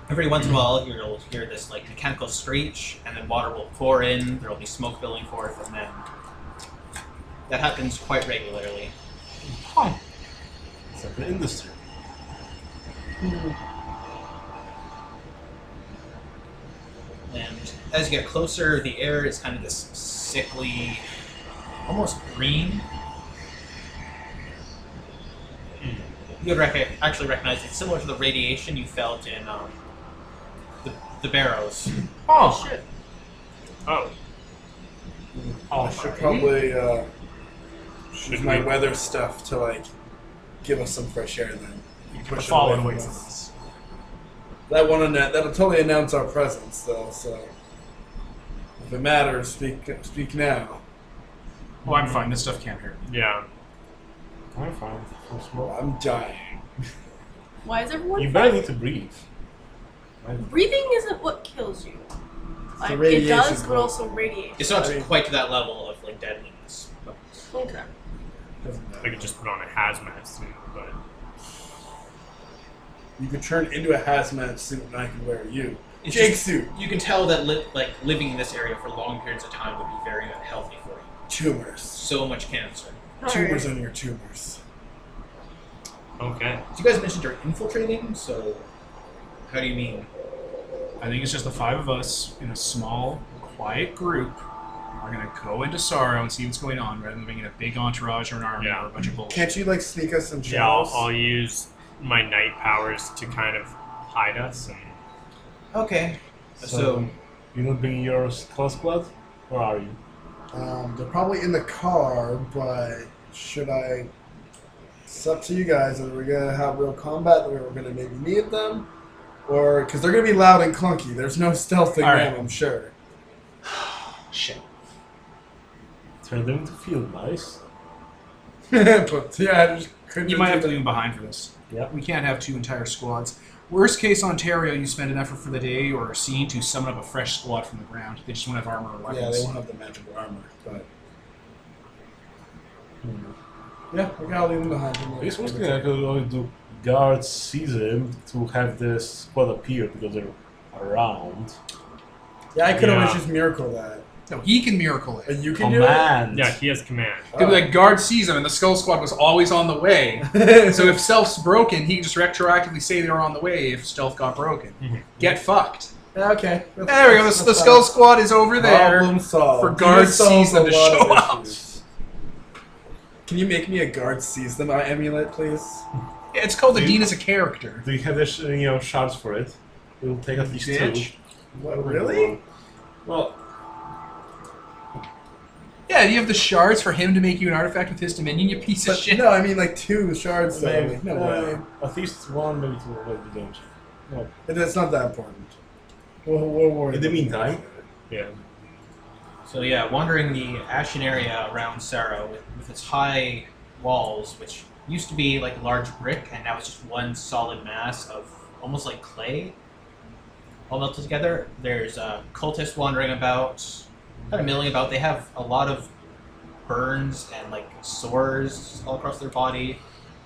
Every once in a while, you'll hear this like mechanical screech, and then water will pour in. There will be smoke billowing forth, and then that happens quite regularly. It's like an industry. And as you get closer, the air is kind of this sickly, almost green. You would rec- actually recognize it's similar to the radiation you felt in um, the, the barrows. Oh, Shit. Oh. oh, I should probably uh, use my weather stuff to like give us some fresh air then. and the Push it fallen away away from from us. us. That one annou- that'll totally announce our presence though. So if it matters, speak speak now. Oh, I'm fine. This stuff can't hurt me. Yeah. I'm fine. I'm small. I'm dying. Why is everyone You barely need to breathe. I'm breathing? Isn't what kills you. Like, it radiation does, but part. also radiation. It's not quite to that level of like deadliness. But Okay. Doesn't matter. I could just put on a hazmat suit, but You could turn into a hazmat suit and I could wear you. it's Jake just- suit. you can tell that li- like living in this area for long periods of time would be very unhealthy for you. Tumors. So much cancer. Tumors on your tumors. okay. You guys mentioned you're infiltrating, so how do you mean? I think it's just the five of us in a small, quiet group. We're gonna go into sorrow and see what's going on, rather than being in a big entourage or an army Yeah. or a bunch of bullshit. Can't you like sneak us in Yeah, I'll, shadows? I'll use my night powers to kind of hide us. And Okay. So, So- You're not bringing your skull squad? Or are you? Um, they're probably in the car, but should I? It's up to you guys. Are we gonna have real combat? Or we're gonna maybe meet them, or because they're gonna be loud and clunky. There's no stealthing All them, right. I'm sure. Shit. Turn them into field mice. but yeah, I just couldn't. You might have to do leave him behind for this. Yep. We can't have two entire squads. Worst case Ontario, you spend an effort for the day or a scene to summon up a fresh squad from the ground. They just won't have armor or that. weapons. Yeah, they won't have the magical armor, but. hmm. Yeah, we gotta leave them behind. I guess one thing I could only do guards season to have this squad appear because they're around. Yeah, I could always Yeah. just miracle that. No, he can miracle it. And you can Command. yeah, he has command. Oh, Could be like guard sees him, and the skull squad was always on the way. do it. so if stealth's broken, he can just retroactively say they were on the way if stealth got broken. Mhm. Get fucked. Yeah, okay. That's- There we go. that's The, the fine. Skull Squad is over there. Problem solved. for You guard just solved sees them a to lot of show up. issues. Can you make me a guard sees them amulet, please? It's called the Dean as a character. Do you have the sh- you know shards for it? It'll take at least Bitch. two. What, Oh, really? Well, Yeah, you have the shards for him to make you an artifact with his dominion, you piece of But, shit. no, I mean like two shards. maybe. Maybe. No way. uh, at least one, maybe two. Maybe we don't. No. It, it's not that important. We'll, we'll worry In the about it. meantime, Yeah. So yeah, wandering the ashen area around Sarrow with, with its high walls, which used to be like a large brick, and now it's just one solid mass of almost like clay, all melted together. There's uh, cultists wandering about, kind of milling about. They have a lot of burns and like sores all across their body.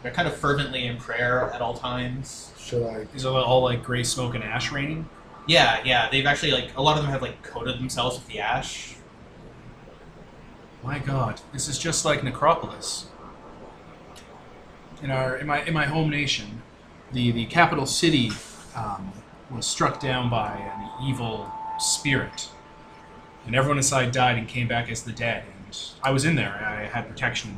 They're kind of fervently in prayer at all times. should I? Is it all like gray smoke and ash raining? Yeah, yeah. They've actually like a lot of them have like coated themselves with the ash. My God, this is just like Necropolis. In our in my in my home nation, the the capital city um, was struck down by an evil spirit, and everyone inside died and came back as the dead. And I was in there. I had protection,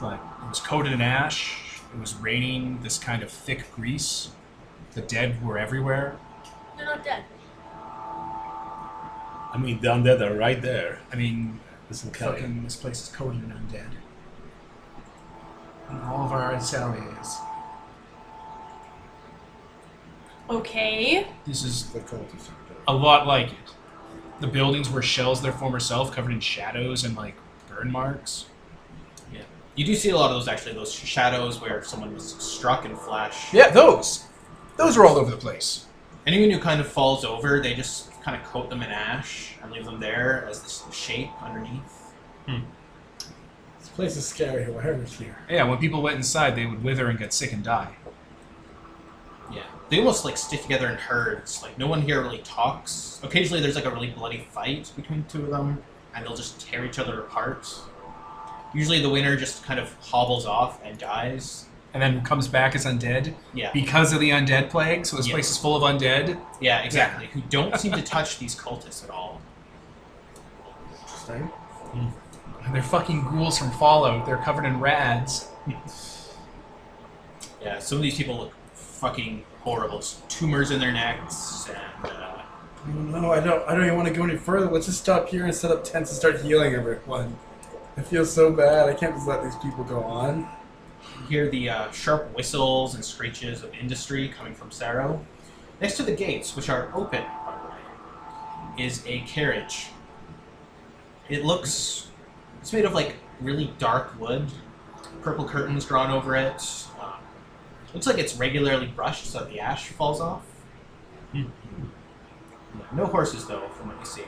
but it was coated in ash. It was raining this kind of thick grease. The dead were everywhere. They're not dead. I mean, the undead are right there. I mean, Listen, Kelly. Fucking, this place is coated in undead. And all of our is. Okay. This is The cultists. are dead. a lot like it. The buildings were shells of their former self, covered in shadows and like burn marks. You do see a lot of those actually, those shadows where someone was struck and flash. Yeah, those. Those were all over the place. Anyone who kind of falls over, they just kind of coat them in ash and leave them there as this shape underneath. This place is scary. Whatever here. Yeah, when people went inside, they would wither and get sick and die. Yeah. They almost like stick together in herds. Like no one here really talks. Occasionally there's like a really bloody fight between the two of them, and they'll just tear each other apart. Usually the winner just kind of hobbles off and dies. And then comes back as undead Yeah. because of the undead plague. So this Yeah. place is full of undead. Yeah, exactly. Who don't seem to touch these cultists at all. Interesting. And they're fucking ghouls from Fallout. They're covered in rads. Yeah, some of these people look fucking horrible. Just tumors in their necks, and uh, I don't know. I don't. I don't even want to go any further. Let's just stop here and set up tents and start healing everyone. I feel so bad. I can't just let these people go on. you hear the uh, sharp whistles and screeches of industry coming from Sarrow. Next to the gates, which are open, by the way, is a carriage. It looks. It's made of like really dark wood, purple curtains drawn over it. Um, looks like it's regularly brushed so the ash falls off. Yeah, No horses, though, from what you see.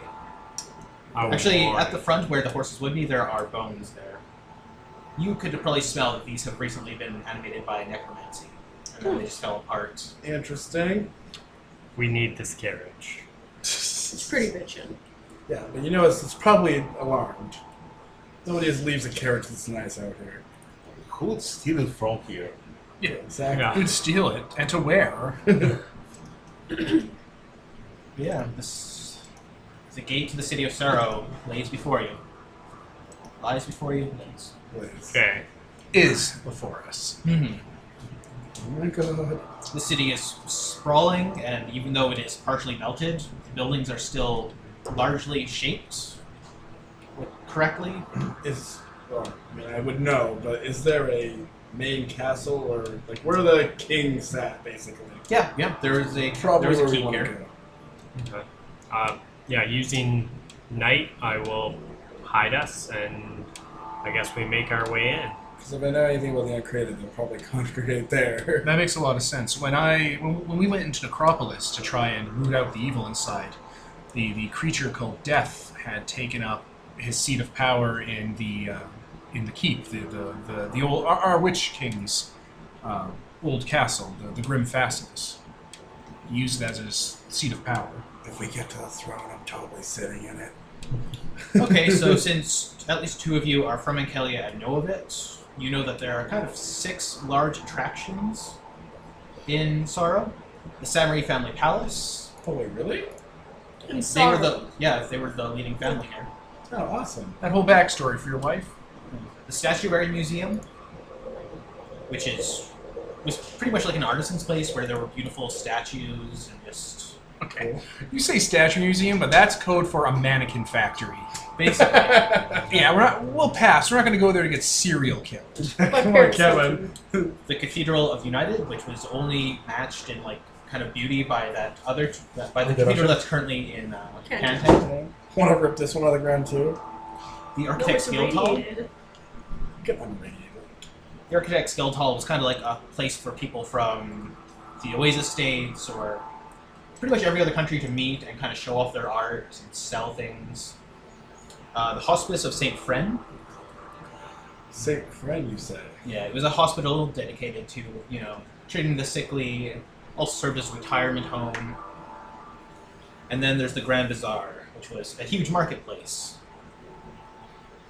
Oh, Actually, Lord. at the front where the horses would be, there are bones there. You could probably smell that these have recently been animated by necromancy, and then they just fell apart. Interesting. we need this carriage. It's pretty bitchin'. Yeah, but you know it's, it's probably alarmed. Nobody just leaves a carriage that's nice out here. Who would steal it from here? Exactly. Yeah. Who'd steal it and to where? Yeah, this the gate to the city of Sorrow lays before you. Lies before you. Lays. Please. Okay. is before us. Hmm. Oh my god. The city is sprawling, and even though it is partially melted, the buildings are still largely shaped correctly. Is well, I mean, I would know, but is there a main castle or like where the king sat basically? Yeah, yeah. There is a there Probably is a where we key want here. to go. Okay. Uh, yeah, using night, I will hide us, and I guess we make our way in. Because if I know anything about the uncreated, they'll probably congregate there. That makes a lot of sense. When I when, when we went into Necropolis to try and root out the evil inside, the the creature called Death had taken up his seat of power in the uh, in the keep, the the the, the old our, our witch king's uh, old castle, the, the Grim Fastness. He used it as his seat of power. If we get to the throne, I'm totally sitting in it. okay, so since at least two of you are from Ankelia and know of it, you know that there are kind of six large attractions in Sorrow. The Samurai Family Palace, Oh wait, really? and They were sorrow. the yeah, they were the leading family here. Oh, awesome. That whole backstory for your wife. The Statuary Museum, which is was pretty much like an artisan's place where there were beautiful statues and just Okay. You say statue museum, but that's code for a mannequin factory. basically Yeah, we're not. We'll pass. We're not going to go there to get serial killed. Come on, Kevin. the Cathedral of United, which was only matched in like kind of beauty by that other that, by the Okay, cathedral that's currently in uh, Canton. Canton, Want to rip this one out of the ground too? the No, it's Architects Guild Hall. irradiated. Get on the radio. The Architects Guild Hall was kind of like a place for people from the Oasis states or pretty much every other country to meet and kind of show off their art and sell things. Uh, the Hospice of St. Friend. Sick friend, you say. Yeah, it was a hospital dedicated to, you know, treating the sickly, also served as a retirement home. And then there's the Grand Bazaar, which was a huge marketplace.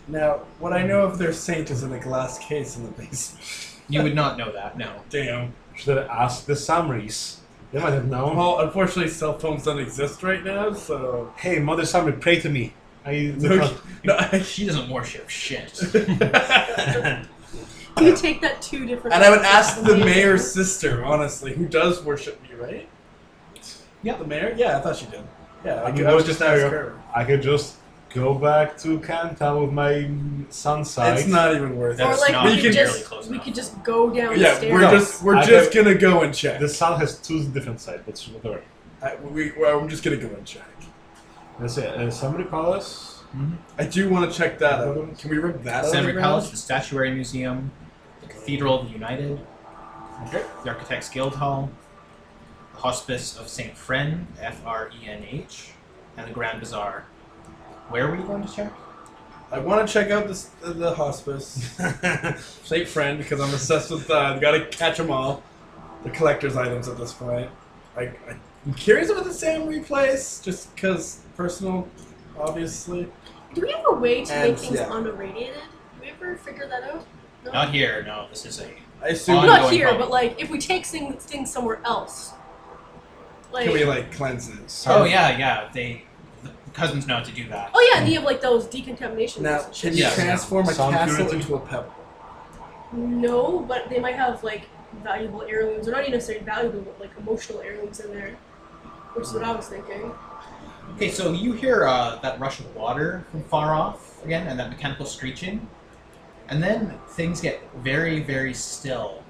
Now, what I know of their saint is in a glass case in the basement. You would not know that, no. Damn. Should have asked the Summaries. They might have known. Well, unfortunately, cell phones don't exist right now, so. Hey, Mother Summary, pray to me. I, No, no. She doesn't worship shit. You take that two different. And I would ask the mayor's sister, honestly, who does worship me, right? Yeah. The mayor? Yeah, I thought she did. Yeah, I could- mean, I was just ask there. her. I could just go back to Canton with my sun's It's not even worth That's or like not we really could just close we enough. could just go it. down the Yeah, stairs. we're No, just we're I just gonna go and check. The sun has two different sides, but whatever. I, we, well, I'm just gonna go and check. Let's say uh, Summary Palace. I do want to check that out. Can we rip that out? of the Sandry ground? Palace, the Statuary Museum, the Cathedral of the United, the Architects Guild Hall, the Hospice of St. Fren, F R E N H, and the Grand Bazaar. Where were you going to check? I want to check out this, uh, the hospice. Saint friend, because I'm obsessed with that. Uh, gotta catch them all. The collector's items at this point. I, I, I'm curious about the Samri place, just because personal, obviously. Do we have a way to And, make things yeah. unirradiated? Do we ever figure that out? No. Not here, no, this is a. I assume. On- Not Ongoing here, problem. but like if we take thing, things somewhere else, like Can we like cleanse it? Oh, yeah, yeah, they. The cousins know how to do that. oh yeah, and you have like those decontamination. Now, things can and you Yeah. shit. transform a Sound castle purity. into a pebble? No, Oh, but they might have like valuable heirlooms, or not even necessarily valuable, but like emotional heirlooms in there, which is what I was thinking. Okay, so you hear uh, that rush of water from far off again, and that mechanical screeching, and then things get very, very still.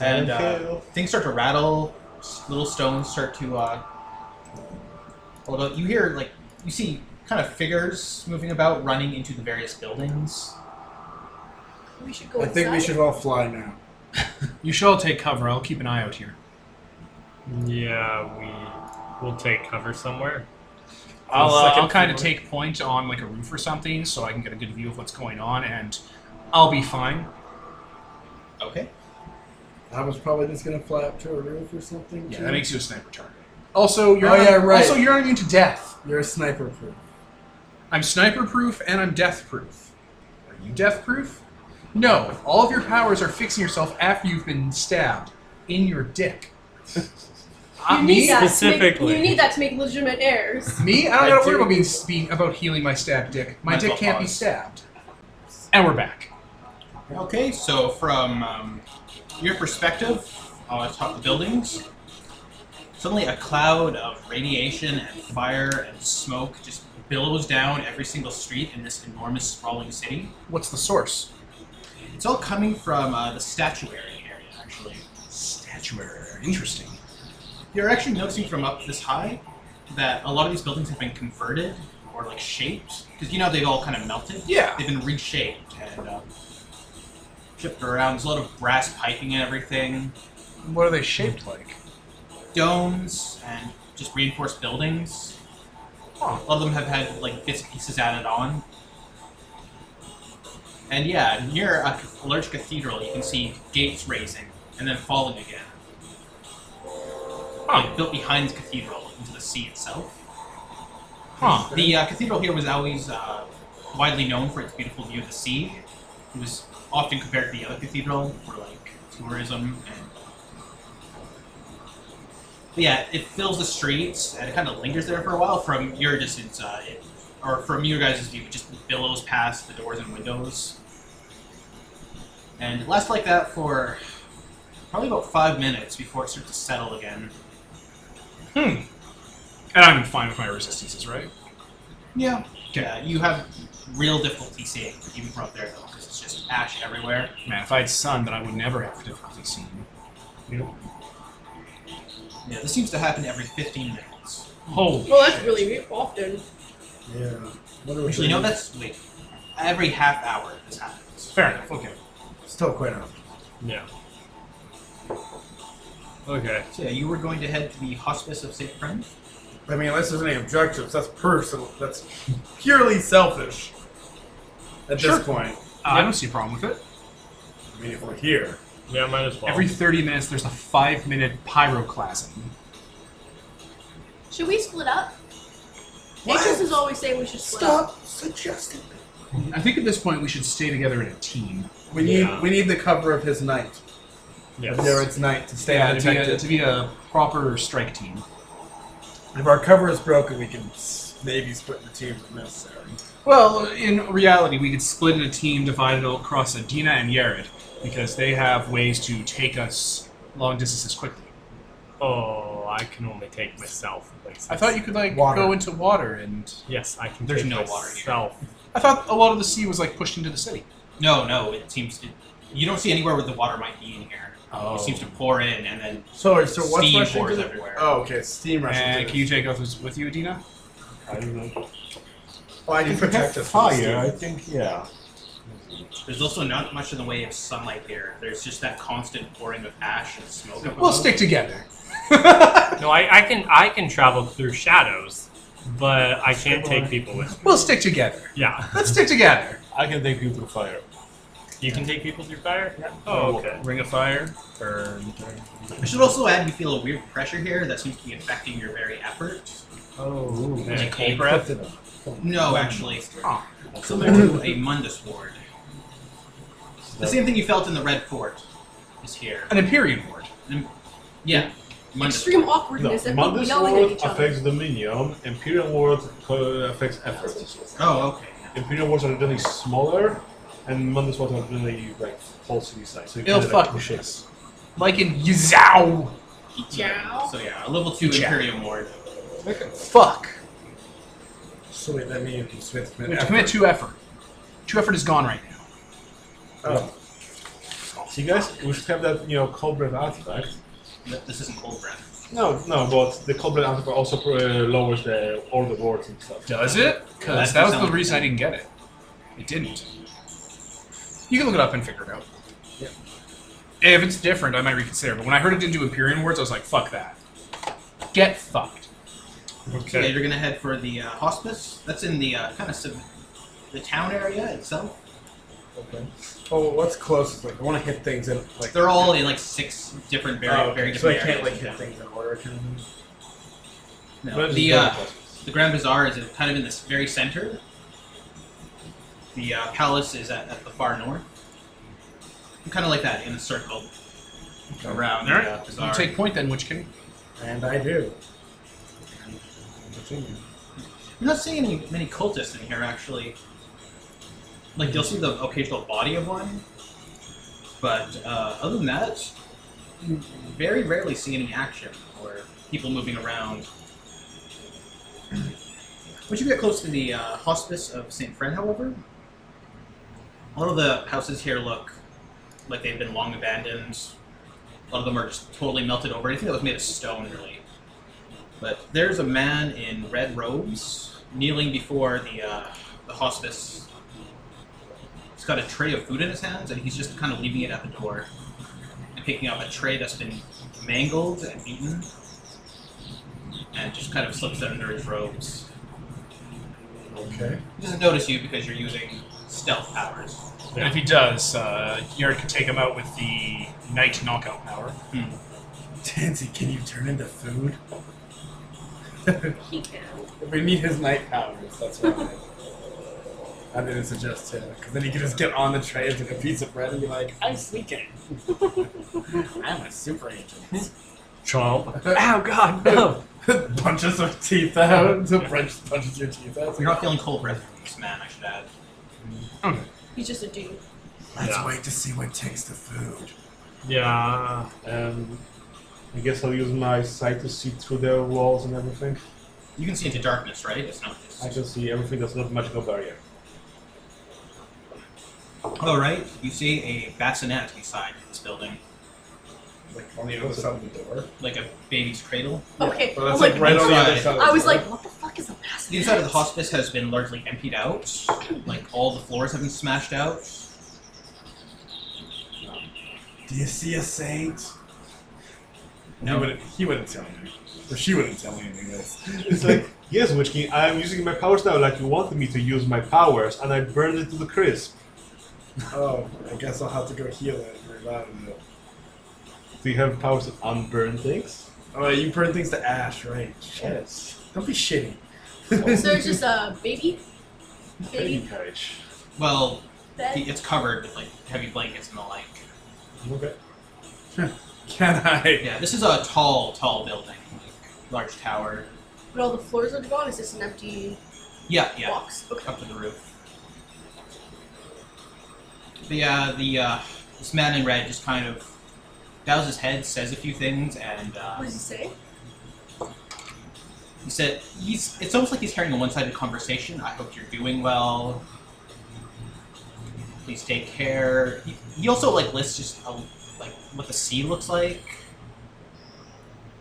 And uh, things start to rattle. s- Little stones start to. Uh, although you hear like you see kind of figures moving about, running into the various buildings. We should go. I think we inside. should all fly now. You shall take cover. I'll keep an eye out here. Yeah, we will take cover somewhere. I'll, the uh, second I'll kind of floor. take point on like a roof or something so I can get a good view of what's going on, and I'll be fine. Okay. I was probably just gonna fly up to a roof or something. Yeah, too. that makes you a sniper target. Also, you're Oh, not, yeah, right. also you're not immune to death. You're a sniper proof. I'm sniper proof and I'm death proof. Are you death proof? No. All of your powers are fixing yourself after you've been stabbed in your dick. Uh, You need me? that to make- specifically. you need that to make legitimate heirs. Me? I I don't gotta do. worry about being, being about healing my stabbed dick. My Mental dick can't be pause. stabbed. And we're back. Okay. So from um, your perspective, uh, atop the buildings, suddenly a cloud of radiation and fire and smoke just billows down every single street in this enormous sprawling city. What's the source? It's all coming from uh, the statuary area, actually. Statuary. Interesting. You're actually noticing from up this high that a lot of these buildings have been converted or like shaped because you know they've all kind of melted. Yeah. They've been reshaped and uh, shipped around. There's a lot of brass piping and everything, What are they shaped like? domes and just reinforced buildings. Huh. A lot of them have had like bits and pieces added on. And yeah, near a c- large cathedral, you can see gates raising and then falling again. Like, built behind the cathedral into the sea itself. Huh. The uh, cathedral here was always uh, widely known for its beautiful view of the sea. It was often compared to the other cathedral for like tourism and But yeah, it fills the streets and it kind of lingers there for a while. From your distance, uh, it, or from your guys' view, it just billows past the doors and windows, and it lasts like that for probably about five minutes before it starts to settle again. And I'm fine with my resistances, right? Yeah. Yeah, you have real difficulty seeing even from up there though, because it's just ash everywhere. Man, if I had sun, then I would never have difficulty seeing. Yeah, this seems to happen every 15 minutes. Holy. Well, that's really often. Yeah. What are we Actually, no, doing? that's wait. Every half hour this happens. Fair enough. Okay. Uh, Still quite often. Yeah. Okay. So yeah, you were going to head to the Hospice of Saint Friend. I mean, unless there's any objectives, that's personal. That's purely selfish. At Sure. this point, Uh, I don't see a problem with it. I mean, if we're here, Yeah, might as well. Every 30 minutes, there's a five minute pyroclasm. Should we split up? Anxious is always saying we should split up. suggesting. I think at this point, we should stay together in a team. we need Yeah. we need the cover of his night. yes. Of Jared's night to stay Yeah, to be, a, undetected. to be a proper strike team. If our cover is broken, we can s- maybe split the teams if necessary. Well, in reality, we could split in a team divided across Adina and Yared because they have ways to take us long distances quickly. Oh, I can only take myself places. I thought you could like Water. go into water, and Yes, I can. There's take no water here. myself. I thought a lot of the sea was like pushed into the city. No, no, it seems it, you don't see anywhere where the water might be in here. Oh. It seems to pour in and then Sorry, so what's steam rushing pours to the- everywhere. Oh, okay, steam rushing. And to can you take us with you, Adina? I don't know. oh, I can If we have protect us from the steam. fire, I think, yeah. There's also not much in the way of sunlight here. There's just that constant pouring of ash and smoke. We'll stick together. No, I, I can. I can travel through shadows, but I can't take people with. me. we'll stick together. Yeah, Let's stick together. I can take you through fire. you can take people through fire. Oh, okay. Ring of fire. Burn. I should also add you feel a weird pressure here that seems to be affecting your very effort. Oh, Yeah. cold breath? No, actually. Oh. Similar to a Mundus ward. The same thing you felt in the Red Fort is here. An Empyrean ward. Yeah. Mundus. Extreme awkwardness No, and people Mundus yelling at World each other. affects Dominion, Imperial World uh, affects effort. Oh, okay. Imperial Worlds are generally smaller, and Mundus Worlds are generally like whole city size. So you It'll kinda, like, fuck push with it. us. Like in Yazao. Yeah. So yeah, a level two Yeah. Imperium ward. Fuck. So wait, that means we have to We commit have to commit effort. two effort. Two effort is gone right now. Oh, See, guys, we should have that you know cold breath artifact. Th- This isn't cold breath. No, no, but the cold breath artifact also uh, lowers the all the wards and stuff. Does it? Because That that was sounds- the reason I didn't get it. It didn't. You can look it up and figure it out. If it's different, I might reconsider. But when I heard it didn't do Empyrean wards, I was like, fuck that. Get fucked. So yeah, Okay. you're gonna head for the uh, hospice. That's in the uh, kind of sub- the town area itself. okay. Oh, what's closest? Like, I want to hit things in like. They're all in like six different, very, Oh, very okay, different so I can't areas. like hit things in order. Kind of thing. No, But it's the very uh, close. the Grand Bazaar is in- kind of in this very center. The uh, palace is at, at the far north. kind of like that in a circle around Alright, the uh, bazaar. You take point then, which can. And I do. You're not seeing any many cultists in here, actually. Like you'll see the occasional body of one, but uh, other than that, you very rarely see any action or people moving around. Once you get close to the uh, hospice of Saint Fran, however, all of the houses here look like they've been long abandoned. A lot of them are just totally melted over. Anything that was made of stone, really. But there's a man in red robes kneeling before the uh, the hospice. He's got a tray of food in his hands, and he's just kind of leaving it at the door and picking up a tray that's been mangled and eaten, and just kind of slips it under his robes. Okay. He doesn't notice you because you're using stealth powers. And if he does, uh, Yared can take him out with the Knight knockout power. Tansy, can you turn into food? He can. we need his night powers. That's why. I didn't suggest him because then he could just get on the tray and take a piece of bread and be like, "I'm sneaking. I'm a super agent." chomp. Oh God, no! punches her teeth out. The French punches your teeth out. You're not feeling cold breath from this man, I should add. He's just a dude. Let's Yeah. wait to see what takes the food. Yeah, Um, I guess I'll use my sight to see through the walls and everything. You can see into darkness, right? It's not just. I can see everything. That's not magical barrier. All Oh, right, you see a bassinet beside this building, Like, on the other side of the door. like a baby's cradle. Okay. But I that's was like, like, right on the other inside. side. of I the was door. like, what the fuck is a massive? The inside of the hospice has been largely emptied out, like all the floors have been smashed out. Do you see a saint? No. He wouldn't, he wouldn't tell me. Or she wouldn't tell me anything else. It's like, yes, Witch King, I'm using my powers now like you wanted me to use my powers, and I burned it to the crisp. oh, I guess I'll have to go heal it and revive it. Do you have powers to unburn things? Oh, you burn things to ash, right? Yes. Don't be shitty. So it's just a baby. Baby Baby carriage. Well, the- bed. it's covered with like heavy blankets and the like. Okay. Can I? Yeah, this is a tall, tall building, like large tower. But all the floors are gone. It's just an empty Yeah, yeah. box. Okay. up to the roof. The uh, the uh, this man in red just kind of bows his head, says a few things, and What uh, does he say? he said he's. It's almost like he's carrying a one-sided conversation. I hope you're doing well. Please take care. He, he also like lists just how, like what the sea looks like.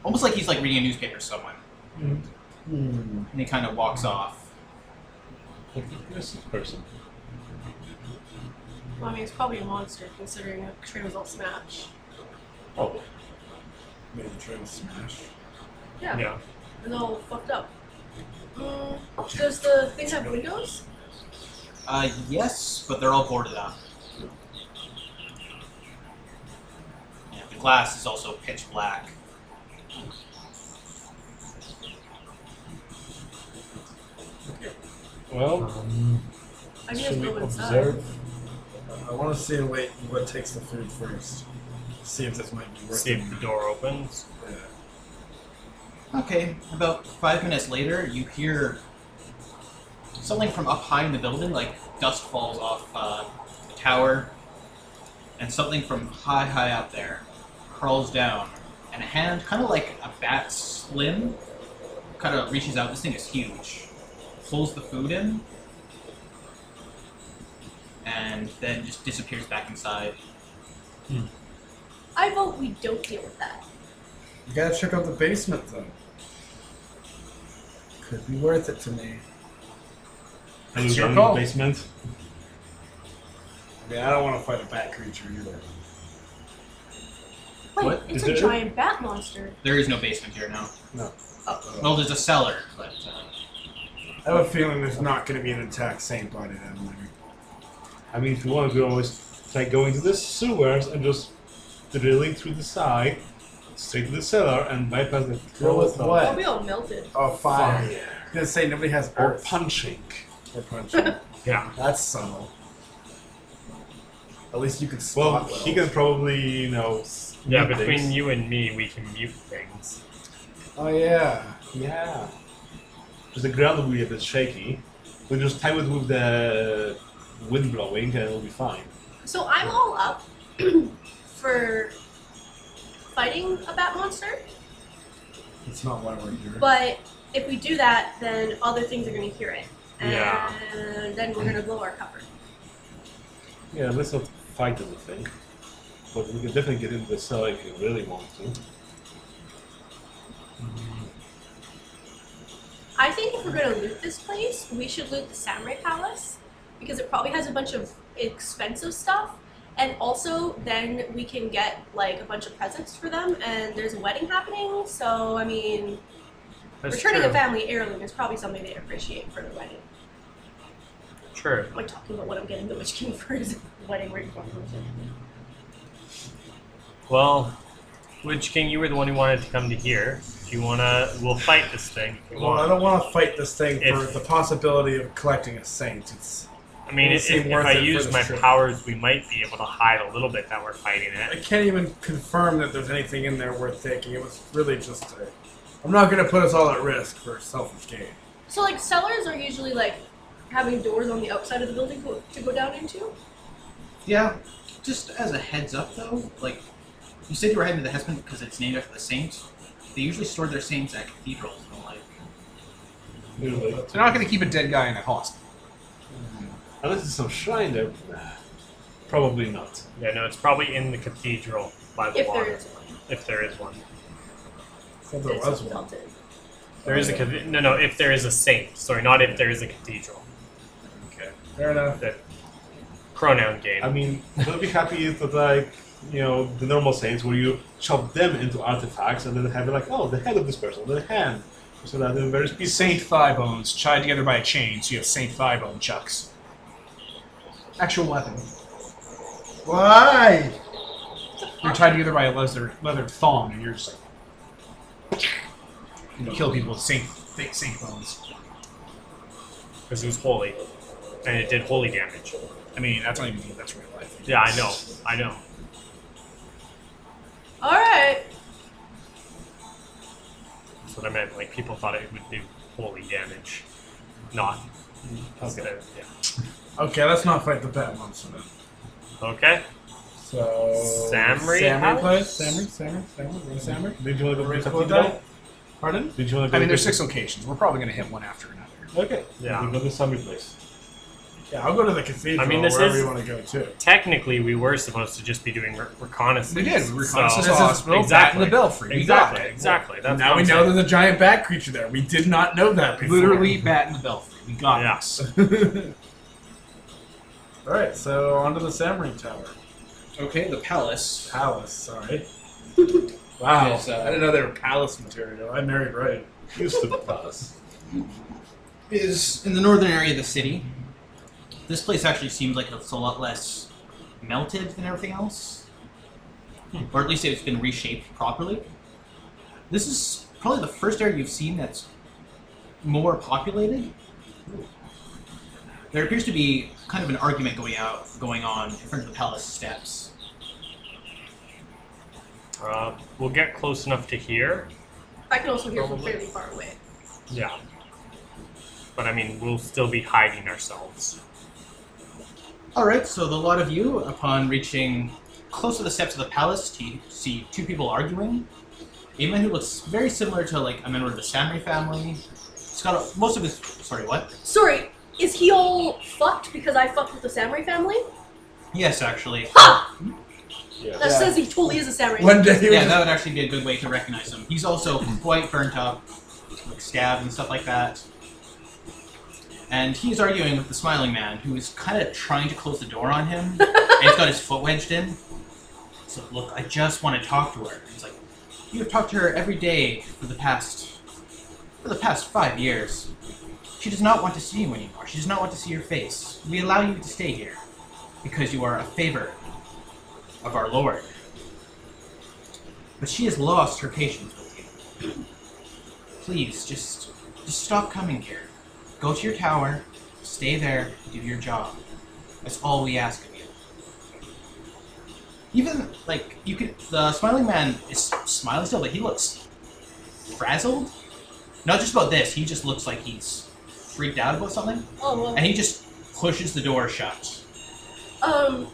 Almost like he's like reading a newspaper to someone, Hmm. and he kind of walks off. This person. Well, I mean, it's probably a monster considering the tray was all smashed. Oh, Maybe the trail smash. Yeah. yeah. It's all fucked up. Mm, does the thing have windows? Uh, yes, but they're all boarded up. Yeah, the glass is also pitch black. well, Um, I mean, there's should we no one inside. observe? I want to see and wait what takes the food first. See if this might be worth See it. if the door opens. Okay, about five minutes later, you hear something from up high in the building, like dust falls off uh, the tower, and something from high, high up there crawls down, and a hand, kind of like a bat's limb, kind of reaches out. This thing is huge. Pulls the food in, and then just disappears back inside. I vote we don't deal with that. You gotta check out the basement though. Could be worth it to me. I It's was your in call. the basement. I mean, I don't want to fight a bat creature either. Wait, What? it's Is a there- giant bat monster. There is no basement here now. No. Well, there's a cellar, but uh, I have a feeling there's not gonna be an attack saint by then. I mean, if you want, we always try going to the sewers and just drilling through the side, straight to the cellar, and bypass the Drill with throat. what? Oh, we all melted. Oh, fire! Gonna say nobody has Or earth punching. or punching. Yeah. That's subtle. At least you can spot Well, he can probably, you know. s- Yeah, mute between things. you and me, we can mute things. Oh yeah. Yeah. Because the ground will be a bit shaky. We just time it with the wind blowing and it'll be fine. So I'm all up for fighting a bat monster, That's not why we're here. but if we do that, then other things are going to hear it. And Yeah. then we're going to blow our cover. Yeah, let's not fight anything. But we can definitely get into the cellar if you really want to. I think if we're going to loot this place, we should loot the Samurai Palace because it probably has a bunch of expensive stuff. And also, then we can get like a bunch of presents for them. And there's a wedding happening, so I mean, That's returning true. a family heirloom is probably something they appreciate for the wedding. True. Am I talking about what I'm getting the Witch King for his wedding ring from? Well, Witch King, you were the one who wanted to come to here. If you wanna, we'll fight this thing. If you Well, I want. don't want to fight this thing If- for the possibility of collecting a saint. It's I mean, Doesn't if, seem if worth I it for use this my trip. powers, we might be able to hide a little bit that we're fighting I it. can't even confirm that there's anything in there worth taking. It was really just a. I'm not going to put us all at risk for selfish gain. So like cellars are usually like having doors on the outside of the building go- to go down into. Yeah. Just as a heads up, though, like you said, you were heading to the Hespen because it's named after the saint. They usually store their saints at cathedrals and the like. Usually. They're not going to keep a dead guy in a hospital. Unless it's some shrine there. Probably not. Yeah, no, it's probably in the cathedral by the If water, there is one, if there is one. So there it's was not one. built in. There is a cathe- no, no. If there is a saint, sorry, not if there is a cathedral. Okay. Fair enough. Pronoun game. I mean, I'd be happy if, like, you know, the normal saints where you chop them into artifacts and then have it like, oh, the head of this person, the hand. So that the various pieces. Saint thigh bones, tied together by a chain, so you have Saint thigh bone chucks. Actual weapon. Why? You're tied together by a leather leather thong, and you're just like you know, kill people with Saint thick Saint bones. because it was holy, and it did holy damage. I mean, that's not even that's real life. Yeah, I know, I know. All right. That's what I meant. Like people thought it would do holy damage, not. Okay. Yeah. Okay, let's not fight the bat monster then. okay. So. Samri Samri House? play? Samri? Samri? Samri? Samri? Samri? Did you want to go to Raise the the blood cathedral? Pardon? Did you want to go I mean, to there's six locations. We're probably going to hit one after another. Okay. Yeah. We'll go to some place. Yeah, I'll go to the cathedral I mean, this wherever is- you want to go to. Technically, we were supposed to just be doing re- reconnaissance. They did. We reconnaissance so- the hospital, bat in Exactly. the belfry. We got Exactly. it. Exactly. That's now what we I'm know saying. there's a giant bat creature there. We did not know that before. Literally bat in the belfry. We got Yeah. this. Alright, so onto the Samri Tower. Okay, the palace. Palace, sorry. wow. Yes, uh, I didn't know they were palace material. I married right. Used to pass. is in the northern area of the city. This place actually seems like it's a lot less melted than everything else, Hmm, or at least it's been reshaped properly. This is probably the first area you've seen that's more populated. There appears to be kind of an argument going out, going on in front of the palace steps. Uh, we'll get close enough to here. I can also hear from Probably. fairly far away. Yeah. But I mean, we'll still be hiding ourselves. All right, so the lot of you, upon reaching close to the steps of the palace, you see two people arguing. A man who looks very similar to like a member of the Samri family. He's got a, most of his. Sorry, what? Sorry, is he all fucked because I fucked with the samurai family? Yes, actually. Ha! Yeah. That Yeah. says he totally is a samurai. One day he was Yeah, that would actually be a good way to recognize him. He's also quite burnt up, like stabbed and stuff like that. And he's arguing with the smiling man, who is kind of trying to close the door on him. and he's got his foot wedged in. So look, I just want to talk to her. He's like, you've talked to her every day for the past, for the past five years. She does not want to see you anymore. She does not want to see your face. We allow you to stay here because you are a favor of our Lord but she has lost her patience with you. Please, just just stop coming here. Go to your tower, stay there, do your job. That's all we ask of you. Even like you could, the smiling man is smiling still, but he looks frazzled. Not just about this; he just looks like he's freaked out about something, Oh, well. and he just pushes the door shut. Um,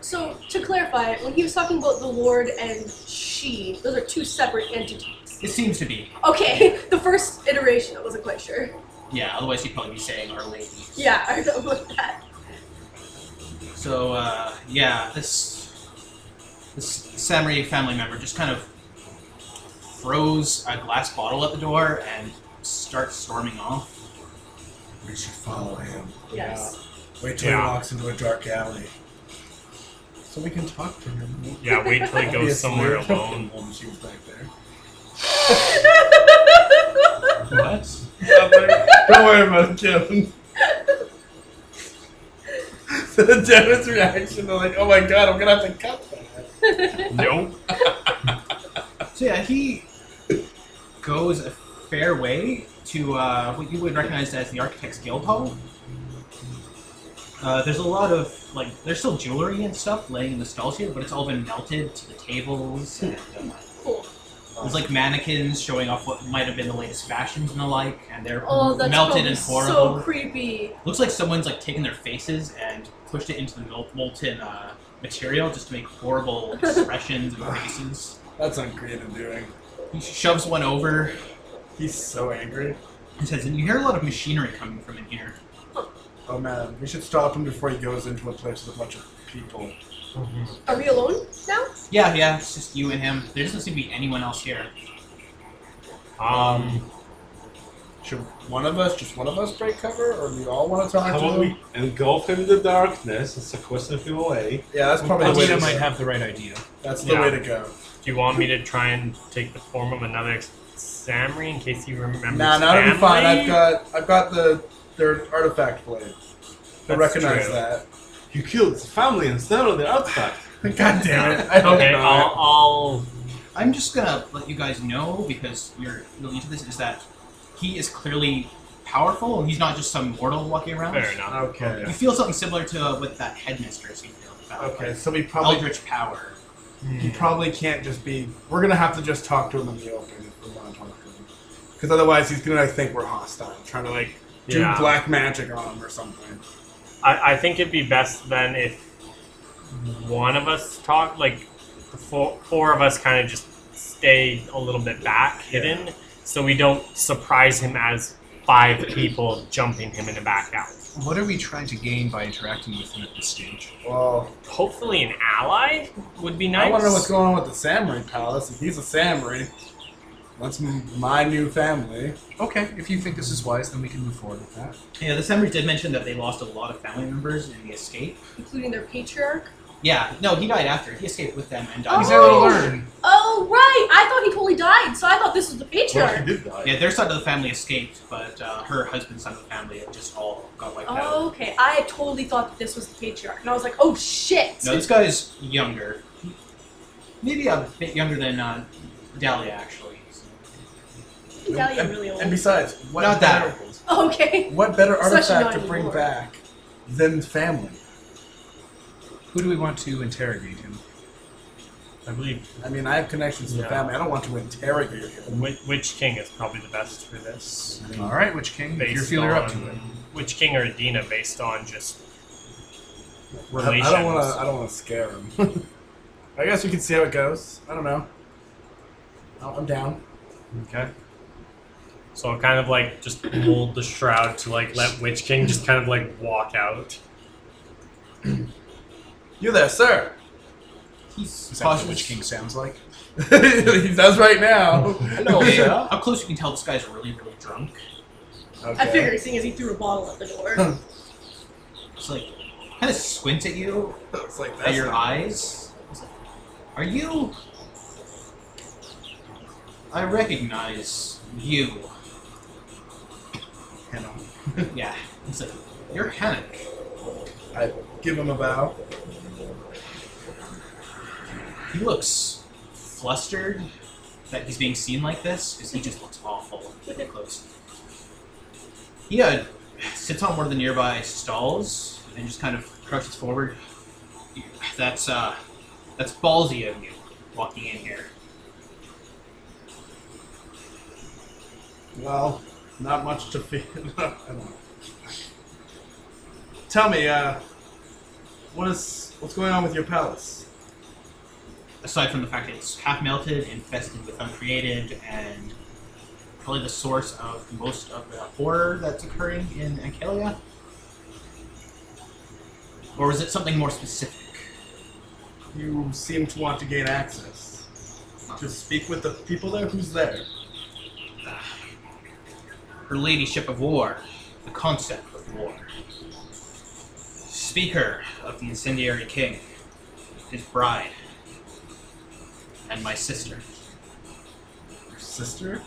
so to clarify, when he was talking about the Lord and she, those are two separate entities. It seems to be, Okay, the first iteration, I wasn't quite sure. yeah. Otherwise, he'd probably be saying "Our Lady." Yeah, I know about that. So uh, yeah, this this Samri family member just kind of throws a glass bottle at the door and starts storming off. We should follow him. Yes. Wait till Yeah. he walks into a dark alley. So we can talk to him. Yeah, wait till he goes somewhere Obviously, alone. When she was back there. What? Don't worry about it, Kevin. the Dennis reaction. They're like, oh my god, I'm gonna have to cut that. Nope. So yeah, he goes a fair way to uh, what you would recognize as the Architects Guild Hall. Uh, there's a lot of like there's still jewelry and stuff laying in the stalls here, but it's all been melted to the tables. And, uh, Cool. there's like mannequins showing off what might have been the latest fashions and the like, and they're Oh, that's melted probably and horrible. so creepy. Looks like someone's like taken their faces and pushed it into the mol- molten uh, material just to make horrible expressions and faces. That's uncreative doing. He shoves one over He's so angry. and says, "And you hear a lot of machinery coming from in here." Oh man, we should stop him before he goes into a place with a bunch of people. Are we alone now? Yeah, yeah, it's just you and him. There doesn't seem to be anyone else here. Um, Should one of us, just one of us, break cover, or we all want to talk How to about him? we engulf him in the darkness and sequester him away? Yeah, that's probably the way Alina to might go. have the right idea. That's the Yeah. way to go. do you want me to try and take the form of another ex- Samri in case he remembers? Nah, that'll be fine. family? I've got, I've got the their artifact blade. I That's recognize true. that. You killed his family instead of the outside. God damn it! I don't Okay, know I'll, I'll I'm just gonna let you guys know because you're really into this. Is that he is clearly powerful, and he's not just some mortal walking around. fair enough. Okay. You feel something similar to uh, what that headmistress you feel about. Okay, like, so we probably eldritch power. You probably can't just be. We're gonna have to just talk to him in the open if we want to talk to him, because otherwise he's gonna like, think we're hostile, trying to like do Yeah. black magic on him or something. I, I think it'd be best then if one of us talk, like the four, four of us kind of just stay a little bit back, hidden, so we don't surprise him as five people jumping him in the back out. What are we trying to gain by interacting with him at this stage? Well, Hopefully, an ally would be nice. I want to know what's going on with the Samurai Palace. If he's a Samurai, that's m- my new family. Okay, if you think this is wise, then we can move forward with that. Yeah, the Sembers did mention that they lost a lot of family members in the escape. Including their patriarch. Yeah, no, he died after. He escaped with them and died. He's Oh. able to learn. Oh right! I thought he totally died, so I thought this was the Well, he patriarch. did die. Yeah, their side of the family escaped, but uh, her husband's side of the family just all got wiped out. Oh, okay, I totally thought that this was the patriarch, and I was like, oh shit! No, this guy's younger. Maybe a bit younger than uh, Dahlia, actually. Dahlia really old. And besides, what Not better, that okay. What better Such artifact naughty to bring lord. back than family? Who do we want to interrogate him? I believe I mean, I have connections with Yeah. family. I don't want to interrogate him. Wh- Witch King is probably the best for this. Uh, All right, Witch King, make your Based feeler up to on- it. Witch King or Adina, based on just I, relations. I don't want to. I don't want to scare him. I guess we can see how it goes. I don't know. Oh, I'm I'm down. Okay. So I'll kind of like just hold the shroud to like let Witch King just kind of like walk out. You there, sir? He's Is that what cautious. Witch King sounds like? he does right now. No, yeah. Up close, you can tell this guy's really, really drunk. Okay. I figured, seeing as he threw a bottle at the door. It's like kind of squints at you It's like at that's your not- eyes. He's like, Are you? I recognize you. Hannah. Yeah. He's like, you're Hennick. I give him a bow. He looks flustered that he's being seen like this because he just looks awful really close. He uh, sits on one of the nearby stalls and just kind of crouches forward. That's uh, that's ballsy of you walking in here. Well, not much to fear. I don't know. Tell me, uh, what is what's going on with your palace? aside from the fact that it's half melted, infested with uncreated, and probably the source of most of the horror that's occurring in Ancalia? Or was it something more specific? You seem to want to gain access. To speak with the people there. Who's there? Her ladyship of war, the concept of war. Speaker of the incendiary king, his bride, and my sister. Your sister?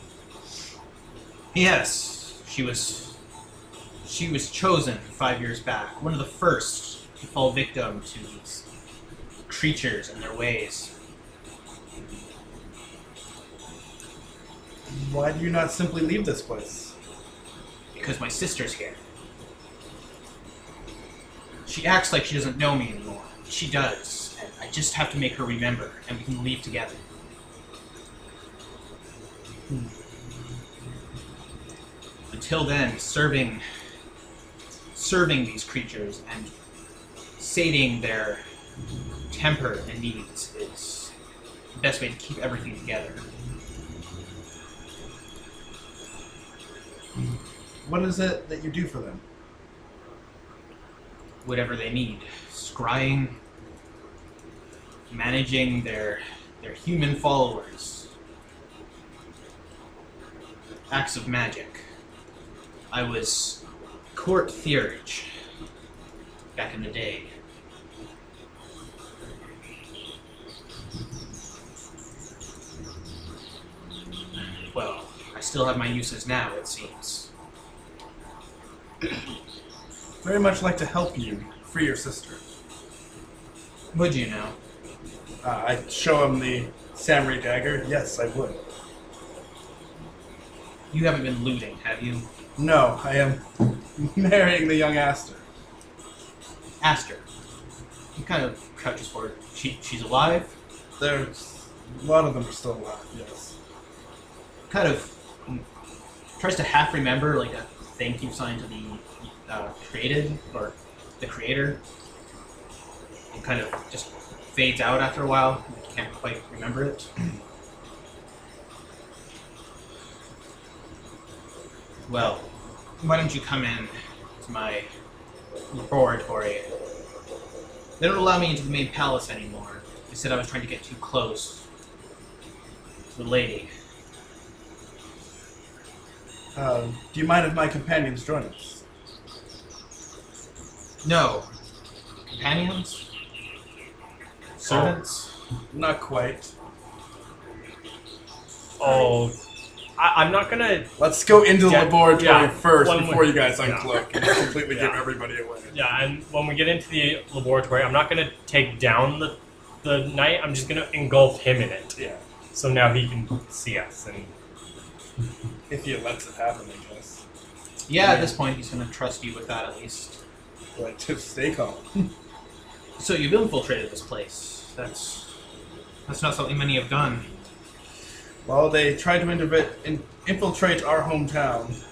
Yes, she was. She was chosen five years back, one of the first to fall victim to these creatures and their ways. Why do you not simply leave this place? Because my sister's here. She acts like she doesn't know me anymore. She does. And I just have to make her remember, and we can leave together. Hmm. Until then, serving, serving these creatures and sating their temper and needs is the best way to keep everything together. What is it that you do for them? whatever they need. Scrying, managing their their human followers. Acts of magic. I was court theurge back in the day. Well, I still have my uses now, it seems. Very much like to help you free your sister. Would you know? Uh, I show him the samurai dagger. Yes, I would. You haven't been looting, have you? No, I am marrying the young Aster. asked her. He kind of crouches forward. She, she's alive. There's a lot of them are still alive. Yes. Kind of mm, tries to half remember like a thank you sign to the uh, created or the creator. And kind of just fades out after a while. Like, Can't quite remember it. well, why don't you come in to my laboratory They don't allow me into the main palace anymore. They said I was trying to get too close to the lady. Um, do you mind if my companions join us? No. Oh. Companions? Servants? Not quite. Oh, I, I'm not gonna. Let's go into the Yeah, laboratory yeah. first One before would- you guys yeah. uncloak and just completely give Yeah. everybody away. Yeah, and when we get into the laboratory, I'm not gonna take down the the knight. I'm just gonna engulf him in it, Yeah. so now he can see us. And If he lets it happen, I guess. Yeah, at this point, he's going to trust you with that at least. Like, just stay calm. So you've infiltrated this place. That's that's not something many have done. Well, they tried to intervi- in- infiltrate our hometown.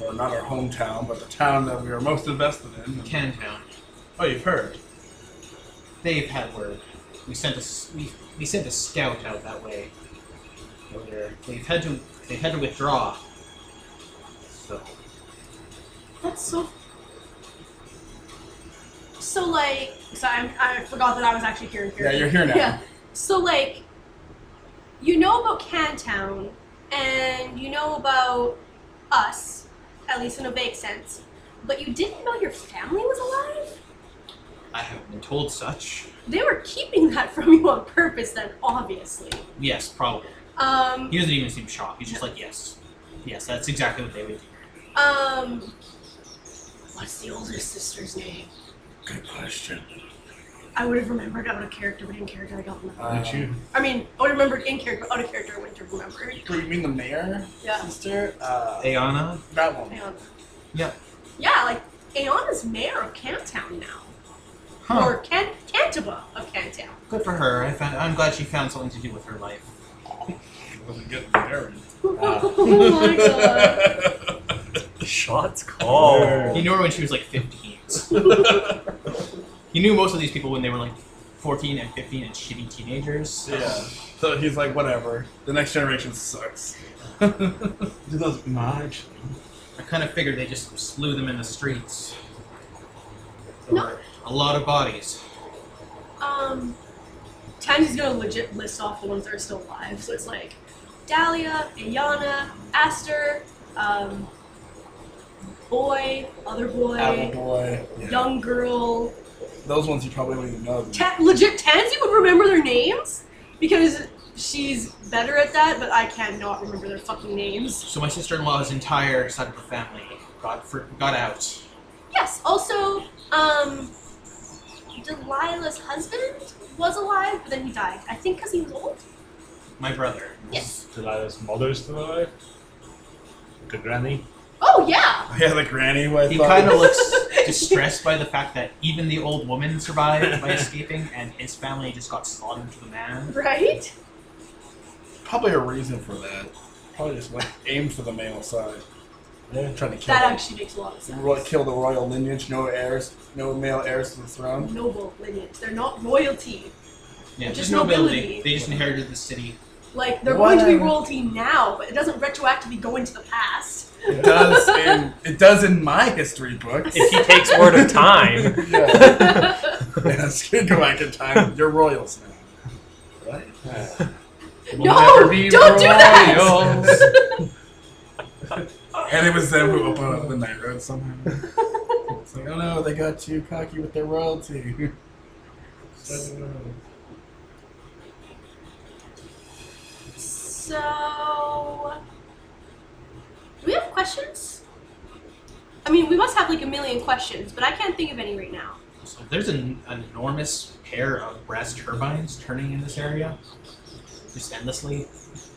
Or not our hometown, but the town that we are most invested in. Cantown. Oh, you've heard. They've had word. We sent a s- we, we sent a scout out that way. Over there. They've had to they've had to withdraw. So That's so. So like, so I, I forgot that I was actually here. and here. Yeah, you're here now. Yeah. So like, you know about Cantown, and you know about us, at least in a vague sense, but you didn't know your family was alive. I have been told such. They were keeping that from you on purpose, then obviously. Yes, probably. Um, He doesn't even seem shocked. He's just like, yes, yes, that's exactly what they would do. um, what's the older sister's name? Good question. I would have remembered out of character, but in character I don't remember. Aren't you? I mean, I would have remembered in character, but out of character I wouldn't have remembered. Oh, you mean the mayor? Yeah. Sister? Uh, Ayana, that one. Aeon. Yeah. Yeah, like Aeonna's mayor of Cantown now. huh? Or Can Cantiba of Cantown. Good for her. I found. I'm glad she found something to do with her life. Wasn't getting married. oh my god. shots called. He knew her when she was like 15. he knew most of these people when they were like 14 and 15 and shitty teenagers. Yeah. So he's like, whatever. The next generation sucks. This does Marge. I kind of figured they just slew them in the streets. There No. were a lot of bodies. Um Tanya's gonna legit list off the ones that are still alive. So it's like Dahlia, Aeonna, Aster, um Boy, other boy, Apple boy. young girl. Those ones you probably don't even know. Ta- legit Tansy would remember their names because she's better at that, but I cannot remember their fucking names. So my sister-in-law's entire side of her family got for, got out. Yes. Also, um, Delilah's husband was alive, but then he died. I think because he was old. My brother. Yes. Delilah's mother's still alive. The granny. Oh yeah. Oh, Yeah, the granny. What I He thought kind of was- looks. distressed by the fact that even the old woman survived by escaping, and his family just got slaughtered to the man. Right? Probably a reason for that. Probably just like aimed for the male side. Yeah. Trying to kill That them. actually makes a lot of sense. Ro- kill the royal lineage, no heirs, no male heirs to the throne. Noble lineage. They're not royalty. Yeah, Just just nobility. nobility. They just inherited the city. Like they're going to be Whatever. royalty now, but it doesn't retroactively go into the past. It does in it does in my history books. If he takes word of time, yeah. yes, you go back in time. You're royals now. Right? We'll No, never be don't do that! royals. And it was them who opened up the night road somehow. It's like, oh no, they got too cocky with their royalty. So, do we have questions? I mean, we must have like a million questions, but I can't think of any right now. So there's an, an enormous pair of brass turbines turning in this area, just endlessly.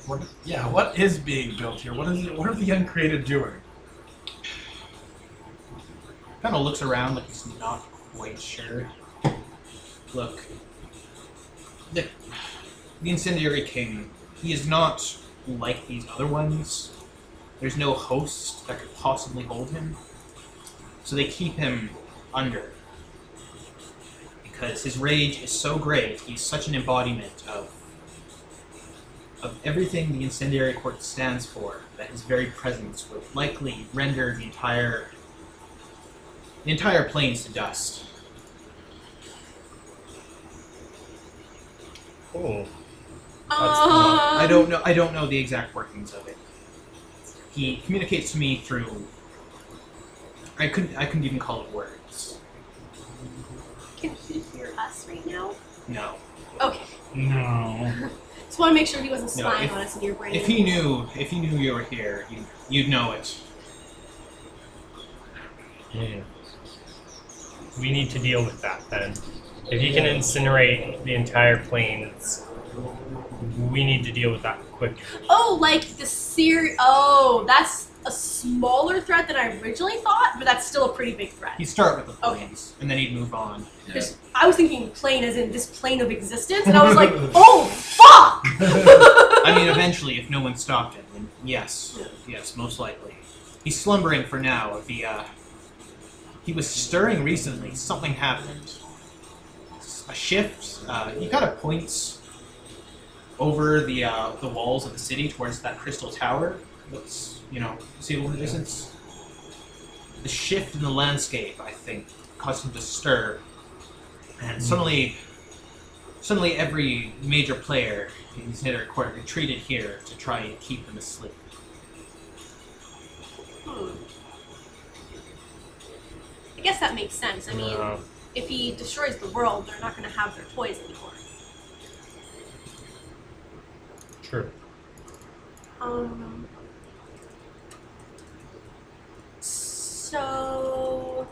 What, yeah, what is being built here? What is it, what are the uncreated doing? Kind of looks around like he's not quite sure. Look, the, the incendiary king. He is not like these other ones. There's no host that could possibly hold him, so they keep him under. Because his rage is so great, he's such an embodiment of of everything the incendiary court stands for that his very presence would likely render the entire the entire plains to dust. cool. um, I don't know. I don't know the exact workings of it. He communicates to me through. I couldn't. I couldn't even call it words. Can he hear us right now? No. Okay. No. Just want to make sure he wasn't No, spying if- on us in your brain. If he knew, if he knew you were here, you, you'd know it. Yeah. We need to deal with that then. If he can incinerate the entire plains, we need to deal with that quick. oh, like the seer. Oh, that's a smaller threat than I originally thought, but that's still a pretty big threat. He'd start with the Okay. plains, and then he'd move on. Because I was thinking plane as in this plane of existence, and I was like, oh fuck! I mean, eventually, if no one stopped him, then yes, yes, most likely. He's slumbering for now. If he, uh, he was stirring recently. Something happened. A shift. Uh, he kind of points over the uh, the walls of the city towards that crystal tower. That's you know seeable in the distance. The shift in the landscape, I think, caused him to stir, and suddenly suddenly every major player in this inner court retreated here to try and keep them asleep. Hmm. I guess that makes sense. I mean, Uh, if he destroys the world, they're not going to have their toys anymore. true. Um. So.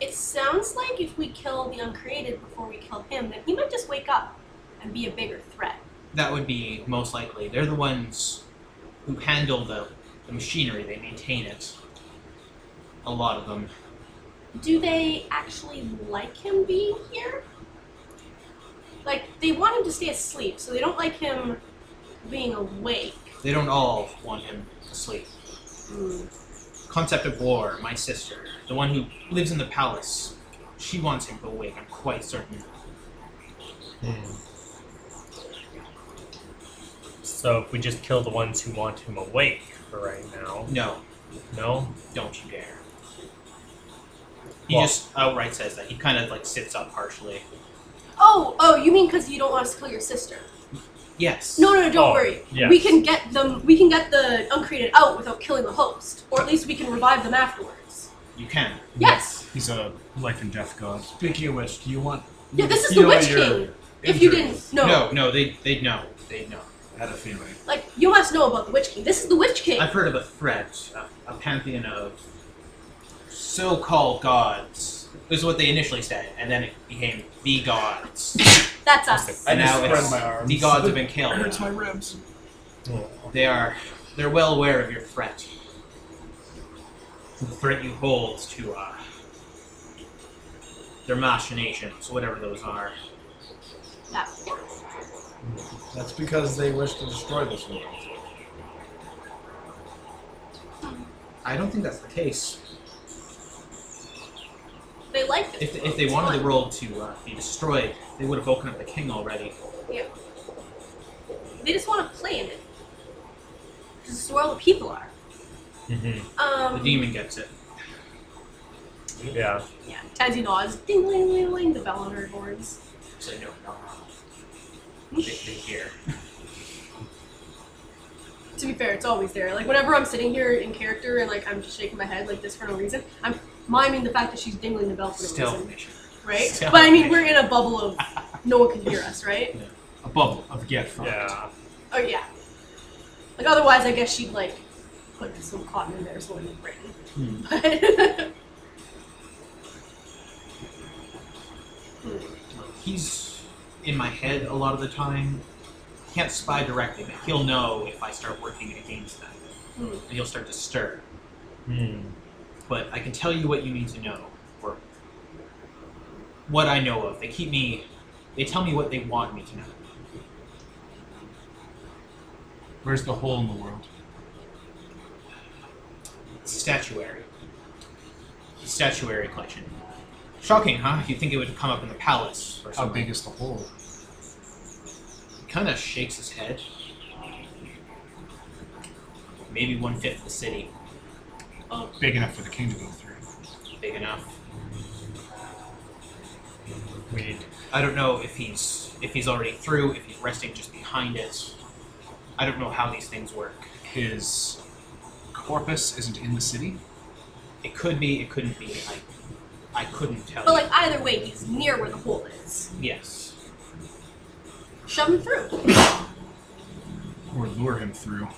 It sounds like if we kill the uncreated before we kill him, then he might just wake up and be a bigger threat. That would be most likely. They're the ones who handle the, the machinery, they maintain it. A lot of them. Do they actually like him being here? Like, they want him to stay asleep, so they don't like him being awake. They don't all want him asleep. Concept of War, my sister, the one who lives in the palace, she wants him awake, I'm quite certain. So if we just kill the ones who want him awake for right now, No, no? don't you dare. He Well- just outright says that. He kind of like sits up partially. Oh, oh, you mean because you don't want us to kill your sister? Yes. No, no, no, don't Oh, worry. yes. We can get them. We can get the uncreated out without killing the host, or at least we can revive them afterwards. You can. Yes. He's a life and death god. Speaking of which, do you want Yeah, this is the Heal Witch your King. If you injuries. didn't know, No, no, they they know. They know. Had a feeling. like you must know about the Witch King. This is the Witch King. I've heard of a threat, a, a pantheon of so-called gods. This is what they initially said, and then it became the gods. That's us. And now spread it's my arms. the gods have been killed. hurts my ribs. They are they're well aware of your threat. The threat you hold to uh, their machinations, whatever those are. That That's because they wish to destroy this world. I don't think that's the case. they like it. If, if they wanted the world to uh, be destroyed, they would have woken up the king already. Yeah. They just want to play in it. 'Cause This is where all the people are. The Um, demon gets it. Yeah. yeah, Tazzy nods. Ding, ling, ling, ling. The bell on her boards. So no, no, no. They, they hear. To be fair, it's always there. Like whenever I'm sitting here in character and like I'm just shaking my head like this for no reason, I'm miming the fact that she's dingling the bell for no Stealth reason, mission. right? still. But I mean, we're in a bubble of no one can hear us, right? A bubble of get fucked. Yeah. Oh yeah. Like otherwise, I guess she'd like put some cotton in there so it would Hmm. rain. But He's in my head a lot of the time. Can't spy directly, but he'll know if I start working against them. Hmm. And he'll start to stir. Hmm. But I can tell you what you need to know, or what I know of. They keep me, they tell me what they want me to know. Where's the hole in the world? Statuary. Statuary collection. Shocking, huh? You'd think it would come up in the palace or How something. big is the hole? kind of shakes his head. Maybe one fifth the city. Big enough for the king to go through. Big enough. We need. I don't know if he's if he's already through, if he's resting just behind it. I don't know how these things work. His corpus isn't in the city. It could be, it couldn't be. I, I couldn't tell. but like either way, he's near where the hole is. you. Yes. Shove him through. Or lure him through.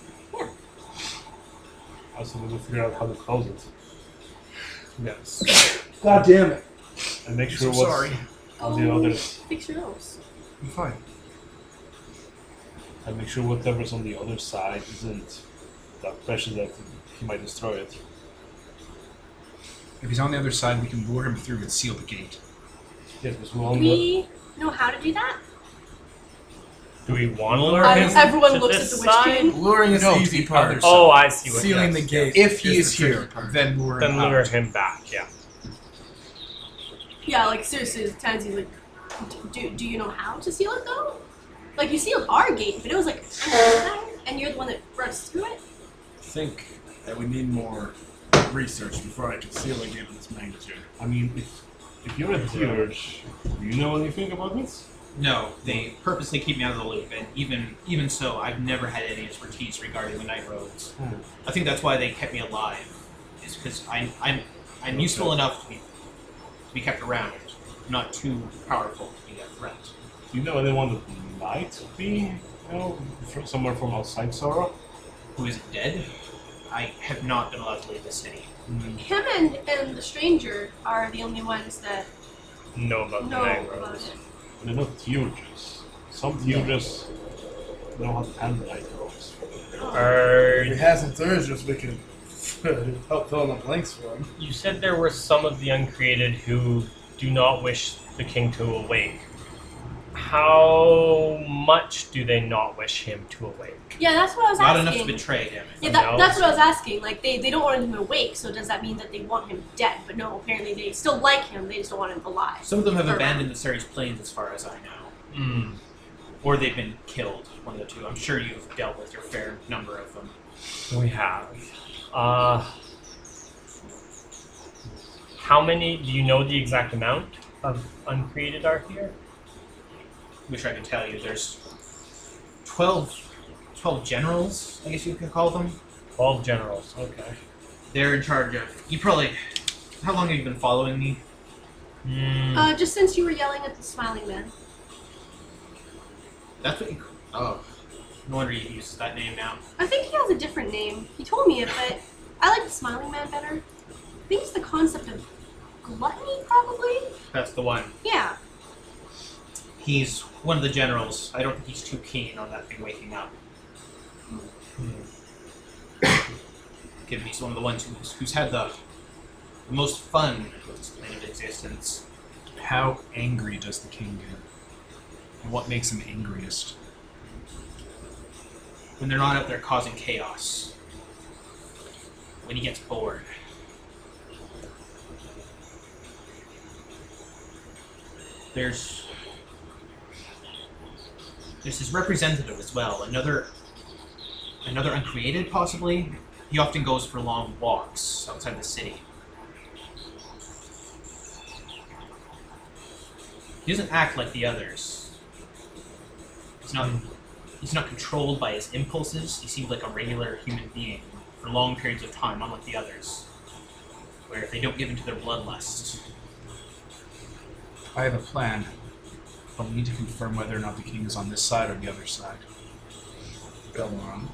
Also, we will figure out how to close it. Yes. God damn it. And make sure So what's sorry. on the others. Fix your nose. I'm fine. And make sure whatever's on the other side isn't that precious that he might destroy it. If he's on the other side, we can lure him through and seal the gate. Yes, because we all know. We know how to do that. Do we want to lure I- him? Um, everyone to looks this at the witch side? king. Luring is No, the to easy the part. other side. Oh, I see. What Sealing yes, the gate. If he is is the tricky here, part. then lure yes. him Then out. lure him back. Yeah. Yeah, like seriously, Tansy's like, "D- do, do you know how to seal it though? Like you sealed our gate, but it was like, and you're the one that brought us through it. I think that we need more research before I can seal a game of this magnitude. I mean, if, if you're a theurge, do you know anything about this? No, they purposely keep me out of the loop, and even even so, I've never had any expertise regarding the night roads. Hmm. I think that's why they kept me alive, is because I'm I'm I'm useful enough to be to be kept around, not too powerful to be a threat. Do you know anyone that might be, you know, from somewhere from outside Sora? Who is dead? I have not been allowed to leave the city. Him and, and the stranger are the only ones that Know about the know night about roads. it. They're not theurges. Some theurges don't have hand eye robes. Oh. If we Are had some Thursdays, we could help fill in the blanks for him. you said there were some of the uncreated who do not wish the king to awake. How much do they not wish him to awake? Yeah, that's what I was Not enough to asking. betray him. yeah, that, No. that's what I was asking. Like they, they don't want him awake, so does that mean that they want him dead? But no, apparently they still like him. They just don't want him alive. Some of them have Or- abandoned the Ceres Plains, as far as I know, Mm. or they've been killed. One of the two. I'm sure you've dealt with your fair number of them. We have. Uh, how many? Do you know the exact amount of uncreated are here? Wish I could tell you. There's 12, 12 generals, I guess you could call them. Twelve generals. Okay. They're in charge of. You probably. How long have you been following me? Mm. Uh, just since you were yelling at the smiling man. That's what you. Oh. No wonder you use that name now. I think he has a different name. He told me it, but I like the Smiling Man better. I think it's the concept of gluttony, probably. That's the one. Yeah. He's one of the generals. I don't think he's too keen on that thing waking up. Given he's one of the ones who's, who's had the, the most fun with this plane of existence. How angry does the king get? And what makes him angriest? when they're not up there causing chaos. When he gets bored. There's there's his representative as well, another another uncreated possibly. He often goes for long walks outside the city. He doesn't act like the others. He's not He's not controlled by his impulses. He seems like a regular human being for long periods of time, unlike the others, where if they don't give into their bloodlust. I have a plan, but we need to confirm whether or not the king is on this side or the other side. Go on.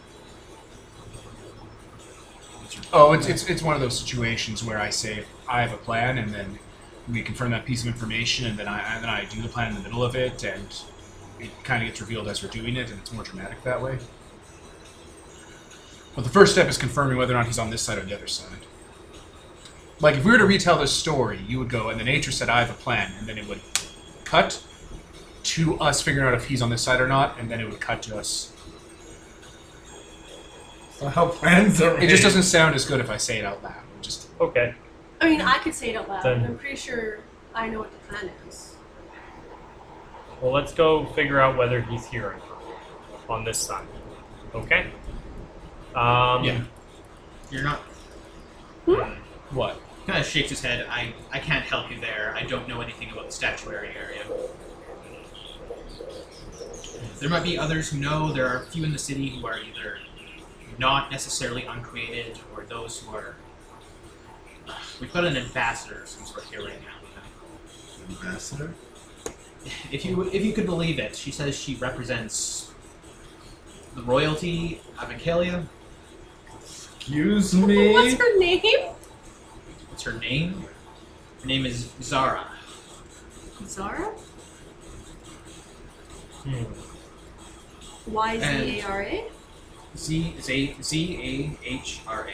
Oh, it's, it's, it's one of those situations where I say I have a plan, and then we confirm that piece of information, and then I and then I do the plan in the middle of it, and it kind of gets revealed as we're doing it, and it's more dramatic that way. But the first step is confirming whether or not he's on this side or the other side. Like if we were to retell this story, you would go, and the nature said, "I have a plan," and then it would cut to us figuring out if he's on this side or not, and then it would cut to us. So how plans are It just made. doesn't sound as good if I say it out loud. It just Okay. I mean, I could say it out loud. Then- I'm pretty sure I know what the plan is. Well, let's go figure out whether he's here or not on this side. Okay. Um, Yeah. You're not. what? Kind of shakes his head. I, I can't help you there. I don't know anything about the statuary area. There might be others who know. There are a few in the city who are either not necessarily uncreated or those who are. We've got an ambassador of some sort here right now. Ambassador? if you if you could believe it, she says she represents the royalty of Ancalia. Excuse me? What's her name? What's her name? Her name is Zara. Zara? Hmm. Y Z A R A? Z Z Z A H R A.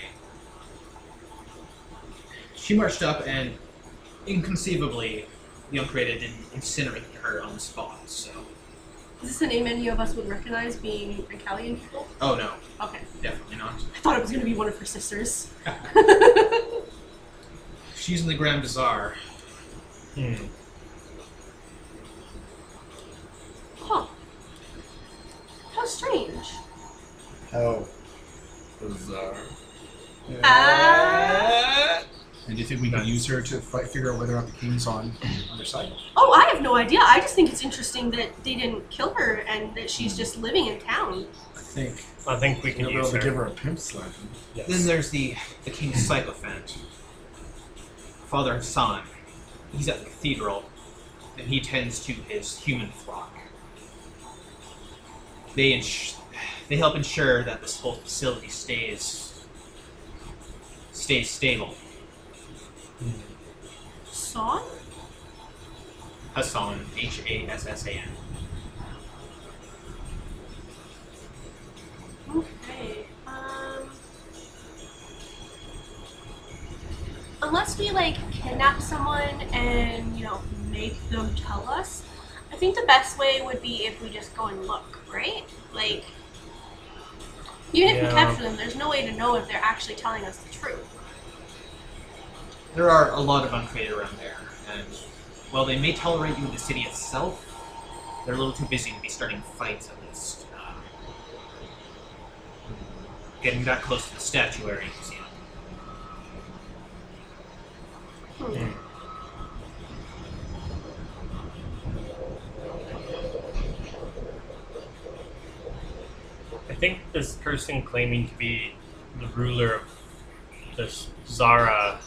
She marched up and inconceivably the uncreated and incinerated her on the spot, so Is this a name any of us would recognize being Italian people? oh no, Okay. definitely not. I thought it was going to be one of her sisters. She's in the Grand Bazaar. Hmm. Huh. How strange. How? Bizarre. Uh, And do you think we can use her to fight, figure out whether or not the king's on the other side? Oh, I have no idea. I just think it's interesting that they didn't kill her and that she's just living in town. I think. I think we We're can be able use to her. give her a pimp slap. Yes. Then there's the the king's sycophant, father and son. He's at the cathedral, and he tends to his human flock. They ins- they help ensure that this whole facility stays stays stable. Son? Hassan, H A S S A N. Okay. Um. Unless we like kidnap someone and you know make them tell us, I think the best way would be if we just go and look, right? Like, even if Yeah. we capture them, there's no way to know if they're actually telling us the truth. There are a lot of uncreated around there, and while they may tolerate you in the city itself, they're a little too busy to be starting fights at least. Um, getting that close to the statuary, you know. Hmm. I think this person claiming to be the ruler of this Zara.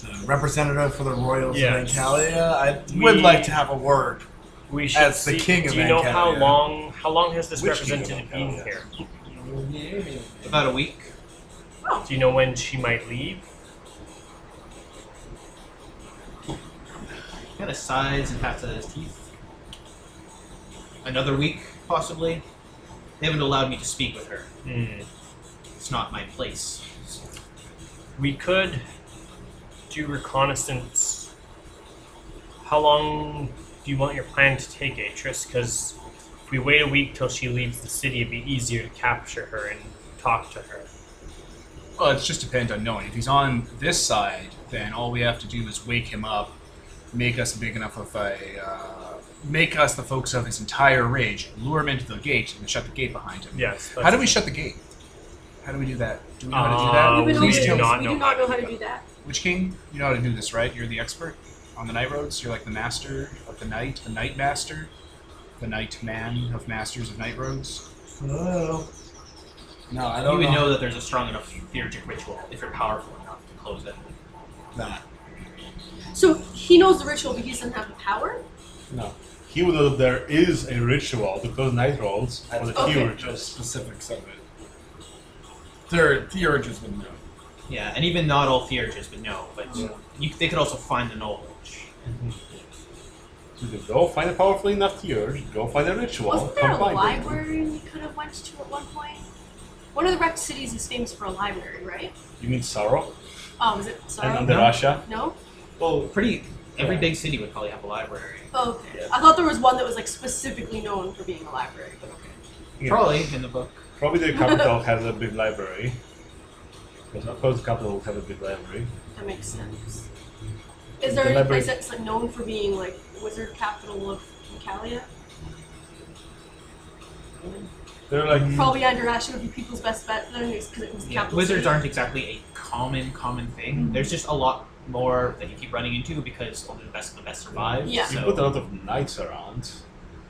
The representative for the royals of Yes. Ancalia. I We- would like to have a word. We should As the see- king of Do you know how Ancalia. long? How long has this Which king of representative been Ancalia? here? About a week. Do you know when she might leave? Kind of sighs and pats at his teeth. Another week, possibly. They haven't allowed me to speak with her. Hmm. It's not my place. We could do reconnaissance how long do you want your plan to take, Atris? Because if we wait a week till she leaves the city, it'd be easier to capture her and talk to her. Well, it's just depend on knowing. If he's on this side, then all we have to do is wake him up, make us big enough of a, uh, make us the focus of his entire rage, lure him into the gate, and shut the gate behind him. Yes. How do we shut the gate? How do we do that? Do we know Uh, how to we do that? Please do tell me. not we know do how not to know do how to that. do that. Witch King, you know how to do this, right? You're the expert on the night roads. You're like the master of the night, the night master, the night man of masters of night roads. Hello. No, I You don't would know. know that there's a strong enough theurgic ritual if you're powerful enough to close it. Nah, So he knows the ritual, but he doesn't have the power. No. He would know that there is a ritual because night rolls are the key Okay. the rituals. specifics of it. Third, theurgists would know. Yeah, and even not all theurgists would know, but you, they could also find the knowledge. So you go find a powerful enough theurge, go find a ritual. Wasn't there a combine them. library we could have went to at one point? One of the wrecked cities is famous for a library, right? You mean Sorrow? Oh, is it And sorry? under Russia? No? Well, pretty every Yeah. big city would probably have a library. Oh, okay. I thought there was one that was like specifically known for being a library, but okay. Yeah. Probably in the book. Probably the capital has a big library. Because of course the capital will have a big library. That makes sense. Is The there any library- place that's like known for being like wizard capital of Calia? They're like Probably Andorasha would be people's best bet then, because it was the Hmm. Yeah, capital. wizards city. aren't exactly a common common thing. There's just a lot more that you keep running into because only the best of the best survive. Yeah. you put a So lot of knights around.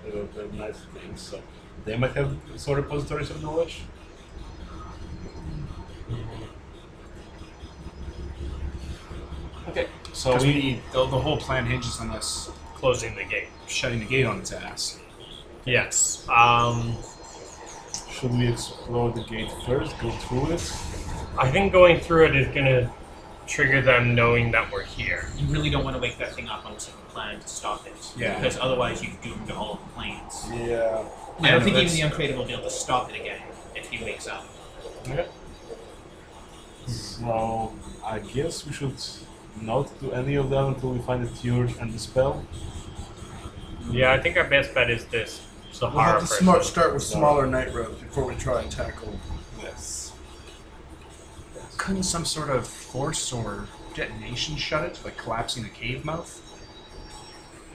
They do the knight things, so they might have sort of repositories of knowledge. Okay. So Because we we need the, the whole plan hinges on us Closing the gate. shutting the gate on its ass. Yes. Um, should we explore the gate first, go through it? I think going through it is gonna trigger them knowing that we're here. you really don't want to wake that thing up unless you have a plan to stop it. Yeah. Because otherwise you've doomed all of the planes. Yeah. I Yeah, don't think no, even the uncreative will be able to stop it again if he wakes up. Okay. So I guess we should not do any of them until we find the theurge and the spell. Yeah, I think our best bet is this We'll Sahara have to person. smart start with smaller night roads before we try and tackle this. Couldn't some sort of force or detonation shut it, like collapsing the cave mouth?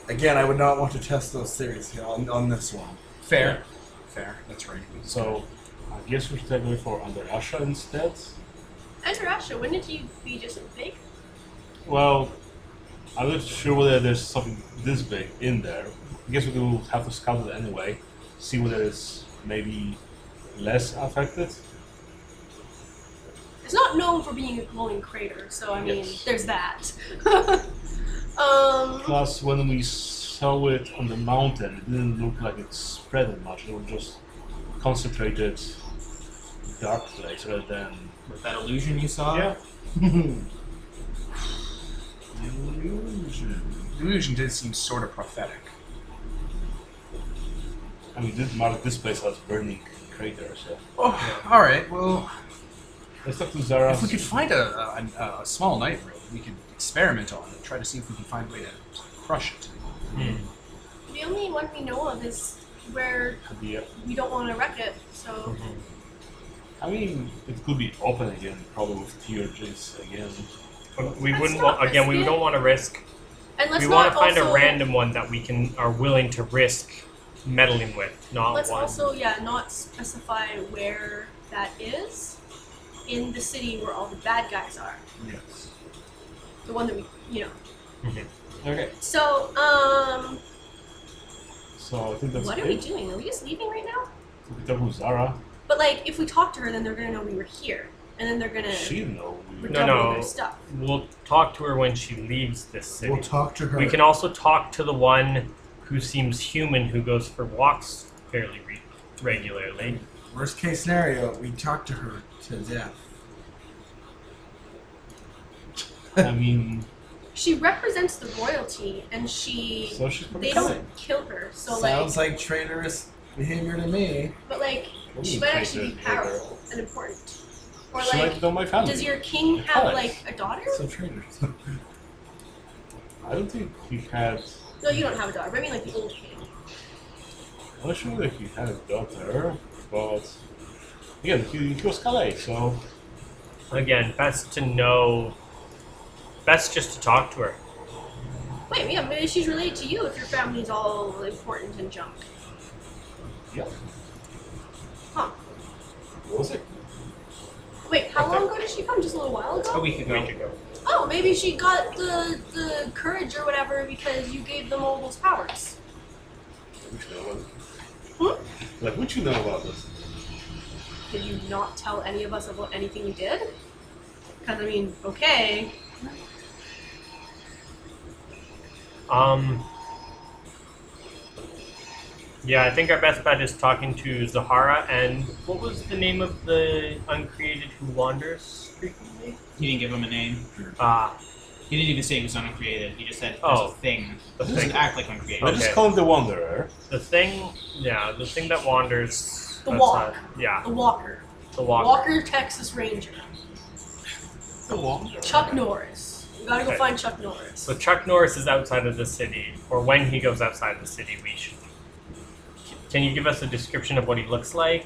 Again, I would not want to test those theories here on, on this one. Fair. Fair. That's right. So I guess we should take away for under Russia instead. Andorasha, wouldn't he be just big? Well, I'm not sure whether there's something this big in there. I guess we will have to scout it anyway, see whether it's maybe less affected. It's not known for being a glowing crater, so I mean, Yes. there's that. um, Plus, when we saw it on the mountain, it didn't look like it spread much. It was just concentrated dark place rather than With that illusion you saw? Yeah. Illusion. Illusion did seem sort of prophetic. I mean, this mark this place as burning crater. So Oh, all right. Well, let's talk to Zara. if we could find a, a, a- a small night road, we could experiment on it, try to see if we can find a way to crush it. Hmm, the only one we know of is where Could be, uh, we don't want to wreck it, so hmm. I mean, it could be open again, probably with TRGs again. But we Let's wouldn't not wa- again. We risk it. don't want to risk. and let's we not want to find also, a random one that we can are willing to risk meddling with, not Let's one. also, yeah, not specify where that is in the city where all the bad guys are. Yes. The one that we, you know. Mm-hmm. Okay. So, um, So I think that's what it. are we doing? Are we just leaving right now? We talk with Zara. But like, if we talk to her, then they're gonna know we were here, and then they're gonna She know. we- No, recover no. their stuff. We'll talk to her when she leaves this city. We'll talk to her. We can also talk to the one who seems human, who goes for walks fairly re- regularly. Worst case scenario, we talk to her to death. I mean, She represents the royalty, and she so she's they probably don't kill her. So Sounds like, like traitorous behavior to me. but like, Ooh, she might actually be traitor, traitor. powerful and important. Or "Oh, She might like, know my family. does your king have Because. like a daughter? So traitors. I don't think he had. No, you don't have a dog. but I mean, like the old king. I'm not sure that he had a daughter, but yeah, he, he was Calais, so Again, best to know. Best just to talk to her. Wait, yeah, maybe she's related to you if your family's all important and junk. yeah. Huh. What was it? Wait, how long ago did she come? Just a little while A ago? week ago. Oh, maybe she got the the courage or whatever because you gave them all those powers. Which you know about it? Hmm? Like, what you know about this? Did you not tell any of us about anything you did? Because, I mean, okay. Um. Yeah, I think our best bet is talking to Zahara and what was the name of the uncreated who wanders frequently? He didn't give him a name. Ah, He didn't even say he was uncreated. He just said there's Oh. a thing. The He doesn't thing. act like uncreated. I Okay. just call him the Wanderer. the thing. Yeah, the thing that wanders. The outside- walk. yeah, The Walker. the walk. Walker, Texas Ranger. The Wanderer. Chuck Norris. We gotta go Okay. find Chuck Norris. So Chuck Norris is outside of the city, or when he goes outside the city, we should. Can you give us a description of what he looks like?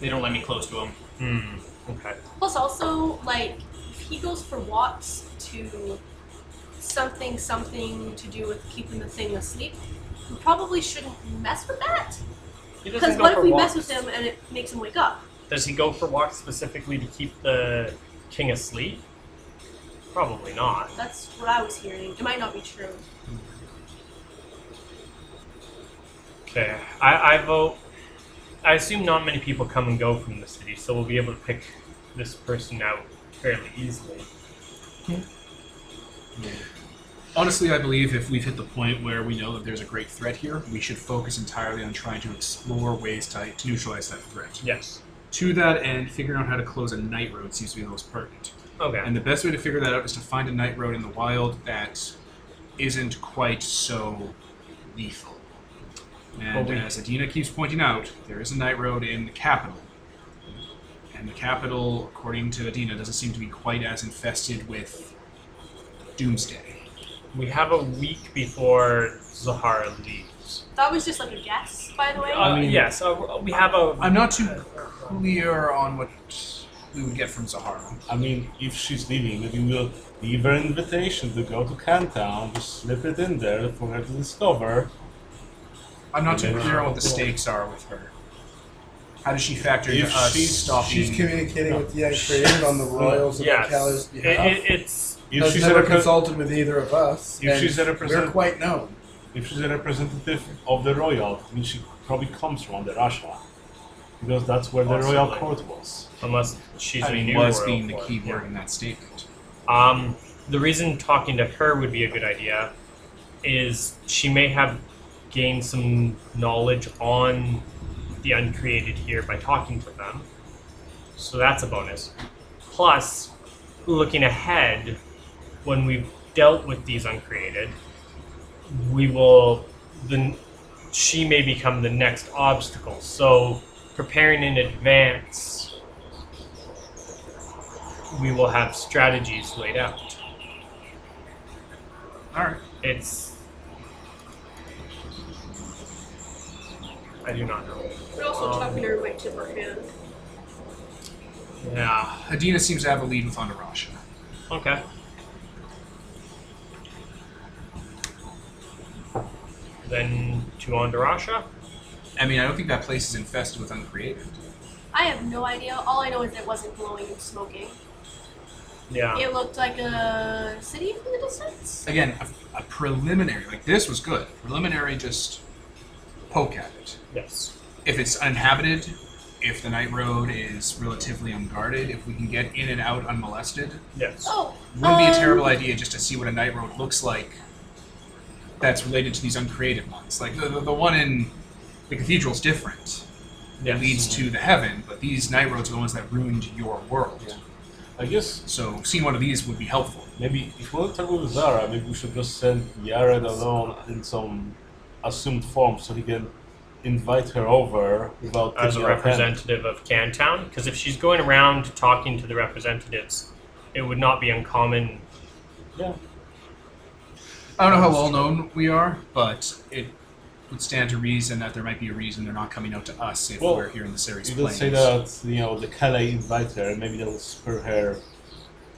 They don't let me close to him. Hmm. Okay. Plus, also, like, if he goes for Watts to something, something to do with keeping the thing asleep, we probably shouldn't mess with that. He doesn't Because go what if for we mess walks. with him and it makes him wake up? Does he go for walks specifically to keep the king asleep? Probably not. That's what I was hearing. It might not be true. Okay. I, I vote. I assume not many people come and go from the city, so we'll be able to pick this person out fairly easily. Honestly, I believe if we've hit the point where we know that there's a great threat here, we should focus entirely on trying to explore ways to, to neutralize that threat. Yes. To that end, figuring out how to close a night road seems to be the most pertinent. Okay. And the best way to figure that out is to find a night road in the wild that isn't quite so lethal. And Well, we- as Adina keeps pointing out, there is a night road in the capital. And the capital, according to Adina, doesn't seem to be quite as infested with doomsday. We have a week before Zahara leaves. That was just like a guess, by the way. Uh, yes. Uh, we have a. I'm not too clear on what we would get from Zahara. I mean, if she's leaving, maybe we'll leave her invitation to go to Cantown, just slip it in there for her to discover. I'm not too Yeah. clear on what the stakes are with her. How does she factor into If us she's- stopping? She's communicating with the uncreated on the royals of Mm. yes. Cali's It- behalf. it- it's If has she's, a never repre- consulted with either of us. if and she's a we're represent- quite known. if she's a representative of the royal, I mean, she probably comes from the Russia, because that's where the royal Possibly. court was. unless she's I a mean, new was royal being the court, key yeah. word in that statement. Um, the reason talking to her would be a good idea is she may have gained some knowledge on the uncreated here by talking to them. So that's a bonus. Plus, looking ahead, when we've dealt with these uncreated, we will then she may become the next obstacle. So preparing in advance, we will have strategies laid out. All right. It's. I do not know. We're also Um, talking her way to her hand. Yeah. Adina seems to have a lead with Andarasha. Okay. Then to Andarasha. I mean, I don't think that place is infested with uncreated. I have no idea. All I know is it wasn't glowing and smoking. Yeah. It looked like a city from the distance. Again, a, a preliminary, like this was good. Preliminary, just poke at it. Yes. If it's uninhabited, if the night road is relatively unguarded, if we can get in and out unmolested, Yes. Oh, wouldn't be a um, terrible idea just to see what a night road looks like that's related to these uncreated ones. Like the, the, the one in the cathedral's different. It Yes. leads to the heaven, but these night roads are the ones that ruined your world. I guess So seeing one of these would be helpful. maybe if we're not talking with Zara, maybe we should just send Jared alone in some assumed form so he can invite her over without as a taking her hand. representative of Cantown, because if she's going around talking to the representatives, it would not be uncommon Yeah. I don't know how well known we are, but it would stand to reason that there might be a reason they're not coming out to us if Well, we're here in the series. You could say that you know the Calais invites her, and maybe that will spur her.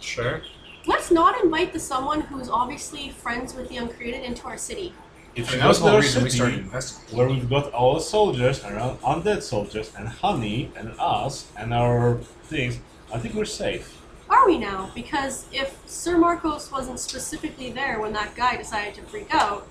Sure. Let's not invite the someone who's obviously friends with the uncreated into our city. It's And that was the whole another reason we city started investigating. where we've got all soldiers and our undead soldiers and honey and us and our things. I think we're safe. Are we now? Because if Sir Marcos wasn't specifically there when that guy decided to freak out,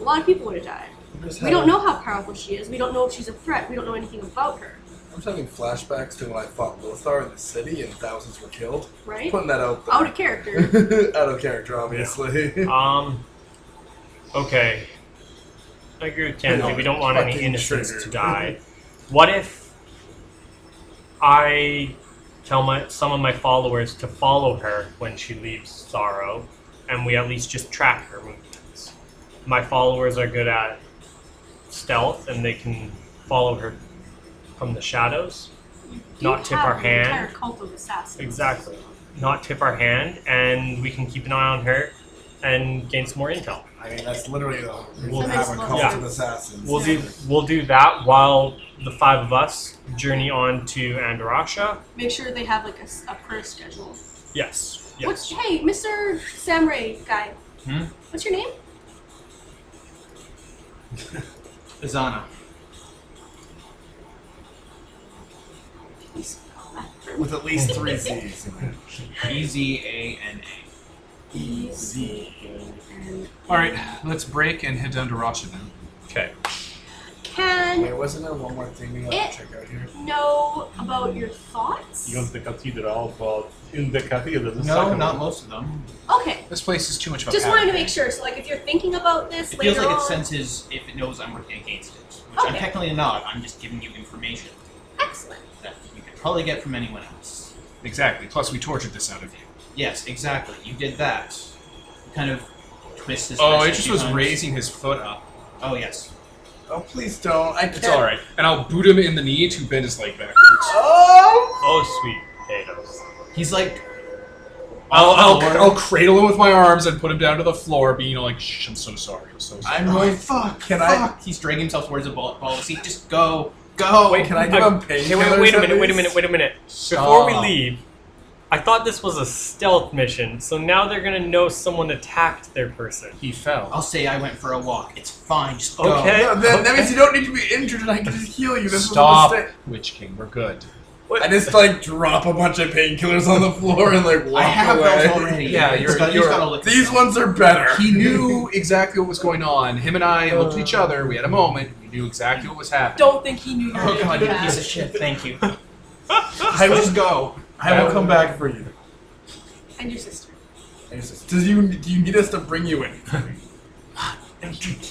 a lot of people would have died. I'm just We having, don't know how powerful she is. We don't know if she's a threat. We don't know anything about her, I'm just having flashbacks to when I fought Lothar in the city and thousands were killed. right? Putting that out Out there. of character. Out of character, obviously. Um. Okay. I agree with Kenzie. We don't want any Fucking innocents to triggered. die. What if I tell my some of my followers to follow her when she leaves Sorrow, and we at least just track her movements. My followers are good at stealth, and they can follow her from the shadows. Not You tip have our an hand. Entire cult of assassins. Exactly. Not tip our hand, and we can keep an eye on her and gain some more intel. I mean, that's literally the We'll- we'll have a cult Yeah. of assassins. We'll do we'll do that while the five of us journey on to Andarasha. Make sure they have like a, s- a prayer schedule. Yes. What's, Yes. hey, Mr. Samray guy. Hmm? What's your name? Izana. Please call that for With at least three Z's in it. E Z A N A. me. Z. All right, let's break and head down to Rasha then. Okay. Can Wait, wasn't there one more thing we wanted It- to check out here? know about your thoughts? You go to the cathedral, but in the cathedral, the No, second not one. most of them. Okay. This place is too much of a Just pattern. wanted to make sure. So, like, if you're thinking about this It later feels like it on, senses if it knows I'm working against it, which I'm Okay. technically not. I'm just giving you information excellent. that you could probably get from anyone else. Exactly. Plus, we tortured this out of you. Yes, exactly. You did that. You kind of twist this. Oh, wrist it a just few was times. raising his foot up. Oh yes. Oh, please don't. I can't. It's all right, and I'll boot him in the knee to bend his leg backwards. Oh! Oh sweet potatoes. He's like. I'll, I'll, Lord. I'll cradle him with my arms and put him down to the floor, being like, "Shh, I'm so sorry. I'm so sorry." I'm Oh, going. fuck. Can I- fuck. He's dragging himself towards a ball, ball of seat. Just go. Go. Wait, can I give I- him Hey, wait, painkillers? wait a at minute, wait a least? minute, wait a minute. Before we Stop. leave, I thought this was a stealth mission, so now they're gonna know someone attacked their person. He fell. I'll say I went for a walk. It's fine. Just go. Okay. No, that, that means you don't need to be injured, and I can just heal you. This Stop, was a mistake. Witch King. We're good. I just like drop a bunch of painkillers on the floor and like walk I have away. those already. Yeah, He's you're- got- he's you're- gotta look These ones are better. He knew exactly what was going on. Him and I looked at each Uh. other. We had a moment. We knew exactly what was happening. Don't think he knew your Oh name. god, you yeah. piece of shit. Thank you. I will Just go. I will come back for you. And your sister. And he says, Does you do you need us to bring you in?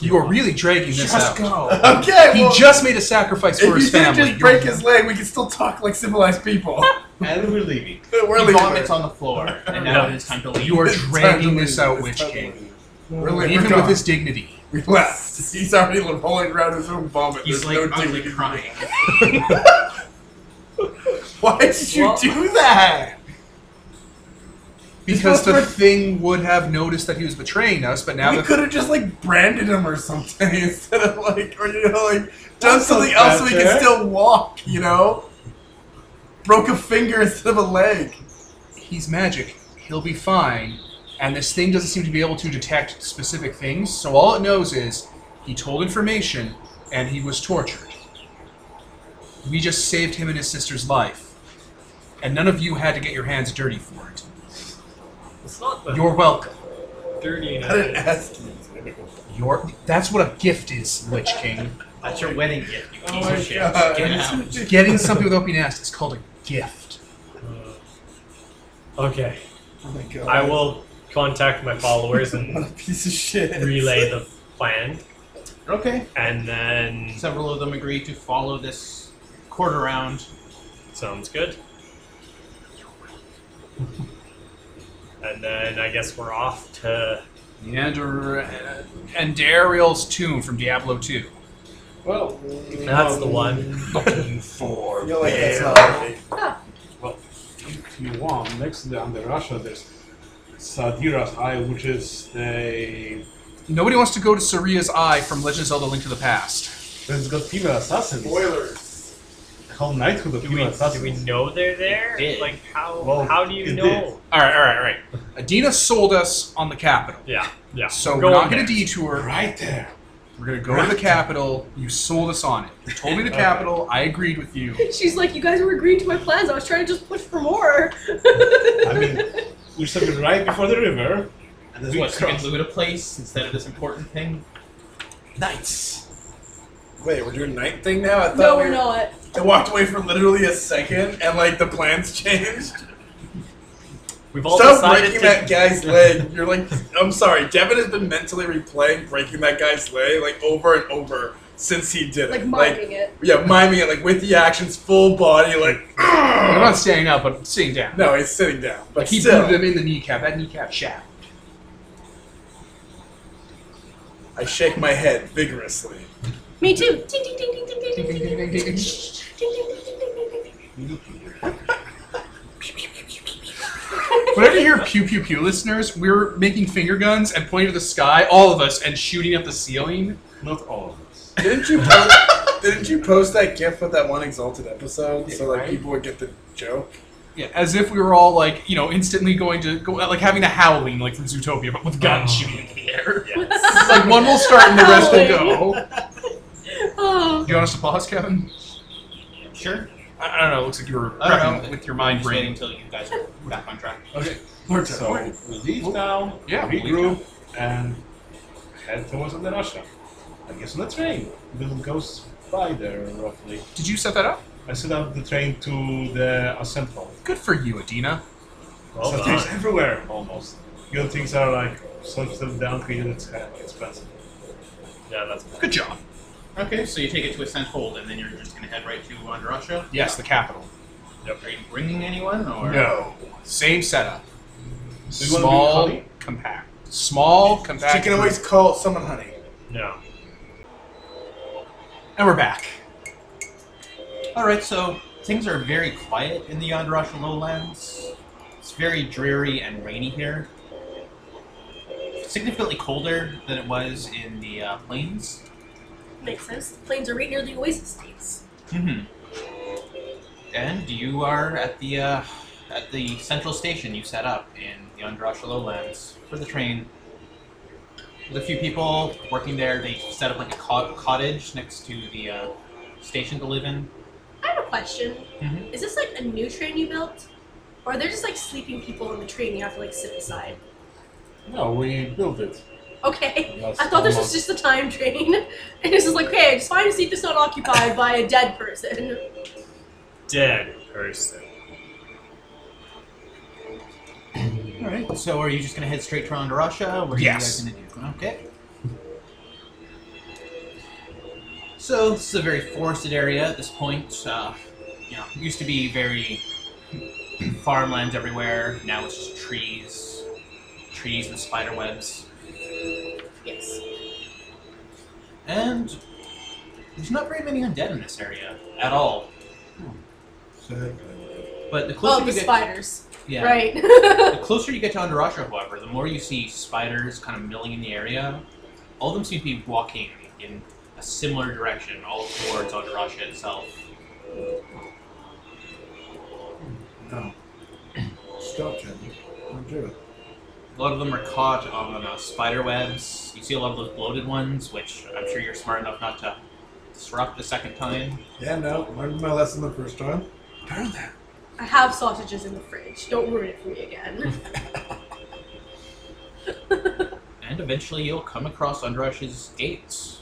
You are really dragging this Just out. go. Okay, He well, just made a sacrifice if for you his didn't family. just break his leg, we can still talk like civilized people. And we're leaving. We're He leaving. vomits on the floor, and now Yeah. it is time to leave. you are It's time to dragging leave. this out, It's Witch time to King. leave. Even We're leaving. We're with gone. his dignity. We left. He's already rolling around his own vomit. He's There's like no ugly dignity. crying. Why did you Well- do that? Because supposed the to- thing would have noticed that he was betraying us, but now we that could have just like branded him or something instead of like, or you know, like done That's something so else so he better. can still walk. You know, broke a finger instead of a leg. he's magic, he'll be fine. And this thing doesn't seem to be able to detect specific things, so all it knows is he told information and he was tortured. We just saved him and his sister's life. And none of you had to get your hands dirty for it. It's not the You're welcome. dirty I didn't ask you. to. You're that's what a gift is, Lich King. That's your wedding gift, you piece of shit. God. Get out. Getting something without being asked is called a gift. uh, Okay. Oh my god. I will contact my followers and What a piece of shit. relay the plan, Okay. and then Several of them agree to follow this quarter round. Sounds good. And then I guess we're off to. Neander uh, and Dariel's tomb from Diablo 2. Well, That's the one. looking for. You're like, that's Bale. not right. Well, if you want, next to the under Russia, there's Sadira's Eye, which is a. Nobody wants to go to Saria's Eye from Legend of Zelda Link to the Past. There's got female assassins. Spoilers. Whole knighthood of Do female we, do assassins. we know they're there? It did. Like how Well, how do you it know? All right, all right, all right. Adina sold us on the capital. Yeah, yeah. So Go we're not on going there. to detour. Right there. We're going to go to the capital. You sold us on it. You told me the Okay. capital. I agreed with you. She's like, you guys were agreeing to my plans. I was trying to just push for more. I mean, we're stopping right before the river. And this We what, you cross- can loot a place instead of this important thing? Nice. Wait, we're doing night thing now? I thought no, we we're not. I walked away for literally a second, and like the plans changed. We've all Stop decided breaking to that guy's leg. You're like, I'm sorry. Devin has been mentally replaying breaking that guy's leg like over and over since he did it. Like mocking it. yeah, miming it like with the actions, full body. Like, I'm not standing up, but sitting down. no, he's sitting down, but Like he still, booted him in the kneecap. That kneecap shaft. I shake my head vigorously. Me too. Ding, ding, ding, ding, ding, ding, ding, ding, ding, ding, ding, ding, ding, ding, ding, ding. Whenever you hear pew pew pew, listeners, we're making finger guns and pointing to the sky, all of us, and shooting at the ceiling. Not all of us. Didn't you? Post, didn't you post that gif with that one exalted episode so like right. people would get the joke? Yeah, as if we were all like, you know, instantly going to go, like having a howling like from Zootopia, but with Oh. guns shooting into the air. Yes. It's like one will start and the rest will go. Do Oh. you want us to pause, Kevin? Sure. I, I don't know. It looks like you were I don't prepping know. with your mind Just brain. waiting until you guys are back on track. Okay. Or So we leave now, Yeah, we leave regroup, and head towards the Russia. I guess on the train. We'll go by there roughly. Did you set that up? I set up the train to the uh, central. Good for you, Adina. Oh, Well so things done. everywhere almost. Good things are like some stuff down here that's kind of expensive. Yeah, that's Good job. Okay, so you take it to a centhold, and then you're just gonna head right to uh, Andrusha. Yes, the capital. Are you bringing anyone, or No. Same setup. So you wanna be Small, Holly? compact. Small, compact. She can always call someone honey. no. And we're back. All right, so things are very quiet in the Andrusha lowlands. It's very dreary and rainy here. Significantly colder than it was in the uh, plains. Makes sense. The planes are right near the oasis states. Mm-hmm. And you are at the uh, at the central station you set up in the Andrusha lowlands for the train. With a few people working there, they set up like a cot- cottage next to the uh, station to live in. I have a question. Mm-hmm. Mhm. Is this like a new train you built? Or are there just like sleeping people in the train you have to like sit beside? No, we built it. Okay. Last I thought this was month. just the time train. And this is like, okay, I just find a seat that's not occupied by a dead person. Dead person. All right. So, are you just gonna head straight to Andrusha? What are Yes. you guys gonna do? Okay. So this is a very forested area at this point. Uh, you know, it used to be very farmlands everywhere. Now it's just trees, trees and spider webs. Yes. And there's not very many undead in this area at all. But the closer Well, Oh, the you get, spiders. yeah, Right. the closer you get to Andorasha, however, the more you see spiders kind of milling in the area. All of them seem to be walking in a similar direction, all towards Andorasha itself. Stop, Jen. Don't do it. A lot of them are caught on uh, spider webs. You see a lot of those bloated ones, which I'm sure you're smart enough not to disrupt the second time. Yeah, no. Learned my lesson the first time. Darn that. I have sausages in the fridge. Don't ruin it for me again. And eventually you'll come across Underush's gates.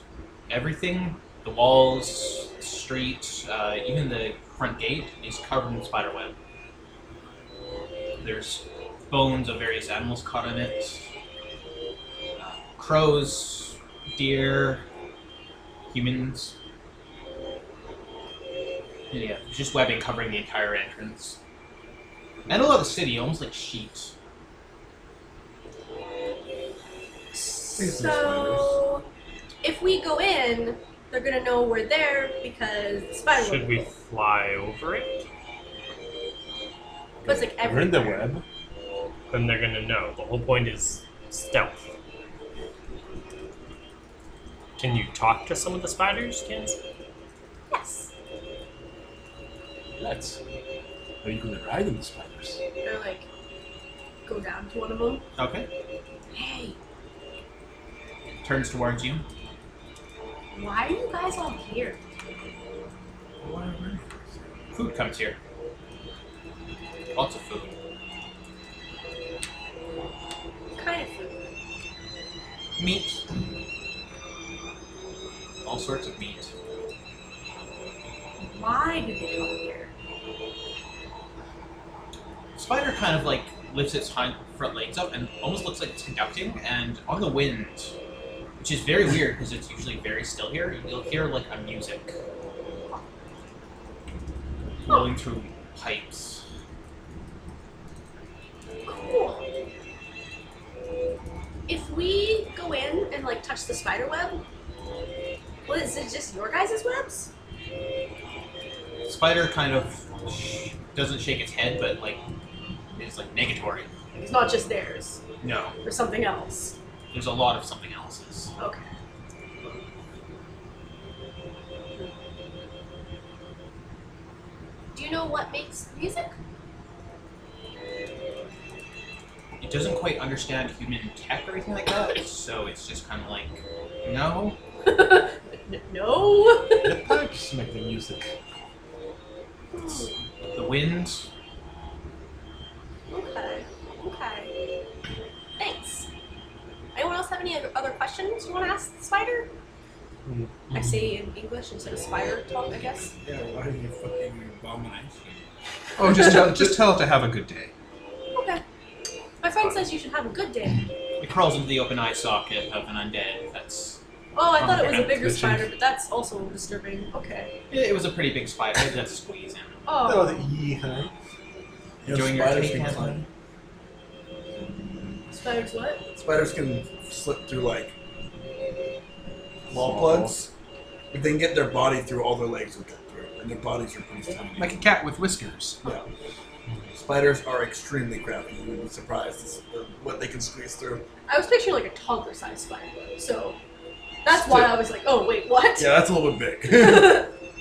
Everything, the walls, the street, uh, even the front gate is covered in spider web. There's bones of various animals caught in it. Uh, crows, deer, humans. And yeah, it's just webbing covering the entire entrance. And a lot of the city, almost like sheets. so, if we go in, they're gonna know we're there because the spider. Should we fly over it? But it's like We're in everywhere. the web. then they're gonna know. The whole point is stealth. Can you talk to some of the spiders, Kins? Yes. Let's. Are you gonna ride on the spiders? Or like go down to one of them. Okay. Hey, Turns towards you. why are you guys all here? Food comes here. Lots of food. What kind of food? Meat. All sorts of meat. Why did they come here? Spider kind of like lifts its hind front legs up and almost looks like it's conducting. And on the wind, which is very weird because it's usually very still here, you'll hear like a music blowing through pipes. Cool. If we go in and like touch the spider web, well, is it just your guys' webs? Spider kind of sh- doesn't shake its head, but like is like negatory. It's not just theirs, No, or something else. there's a lot of something else's. Okay. Do you know what makes music? It doesn't quite understand human tech or anything like that, so it's just kind of like, no, N- no. the pipes make the music. the wind. Okay. Okay. Thanks. Anyone else have any other questions you want to ask the spider? I say in English instead of spider talk, I guess. Yeah, why are you fucking abomination? Oh, just tell, just tell it to have a good day. Okay. My friend says you should have a good day. It crawls into the open eye socket of an undead. That's Oh, I thought it was a Okay. bigger spider, but that's also disturbing. Okay. it, it was a pretty big spider. It does squeeze in. Oh, Oh. the yeehaw. You know, Doing your spiders tape can handle. climb. Spiders what? Spiders can slip through like wall Small plugs. If they can get their body through, all their legs would go through, and their bodies are pretty tiny. Like a cat with whiskers. yeah. Spiders are extremely crafty. You would be surprised as- uh, what they can squeeze through. I was picturing like a toddler sized spider, so that's why I was like, oh, wait, what? Yeah, that's a little bit big.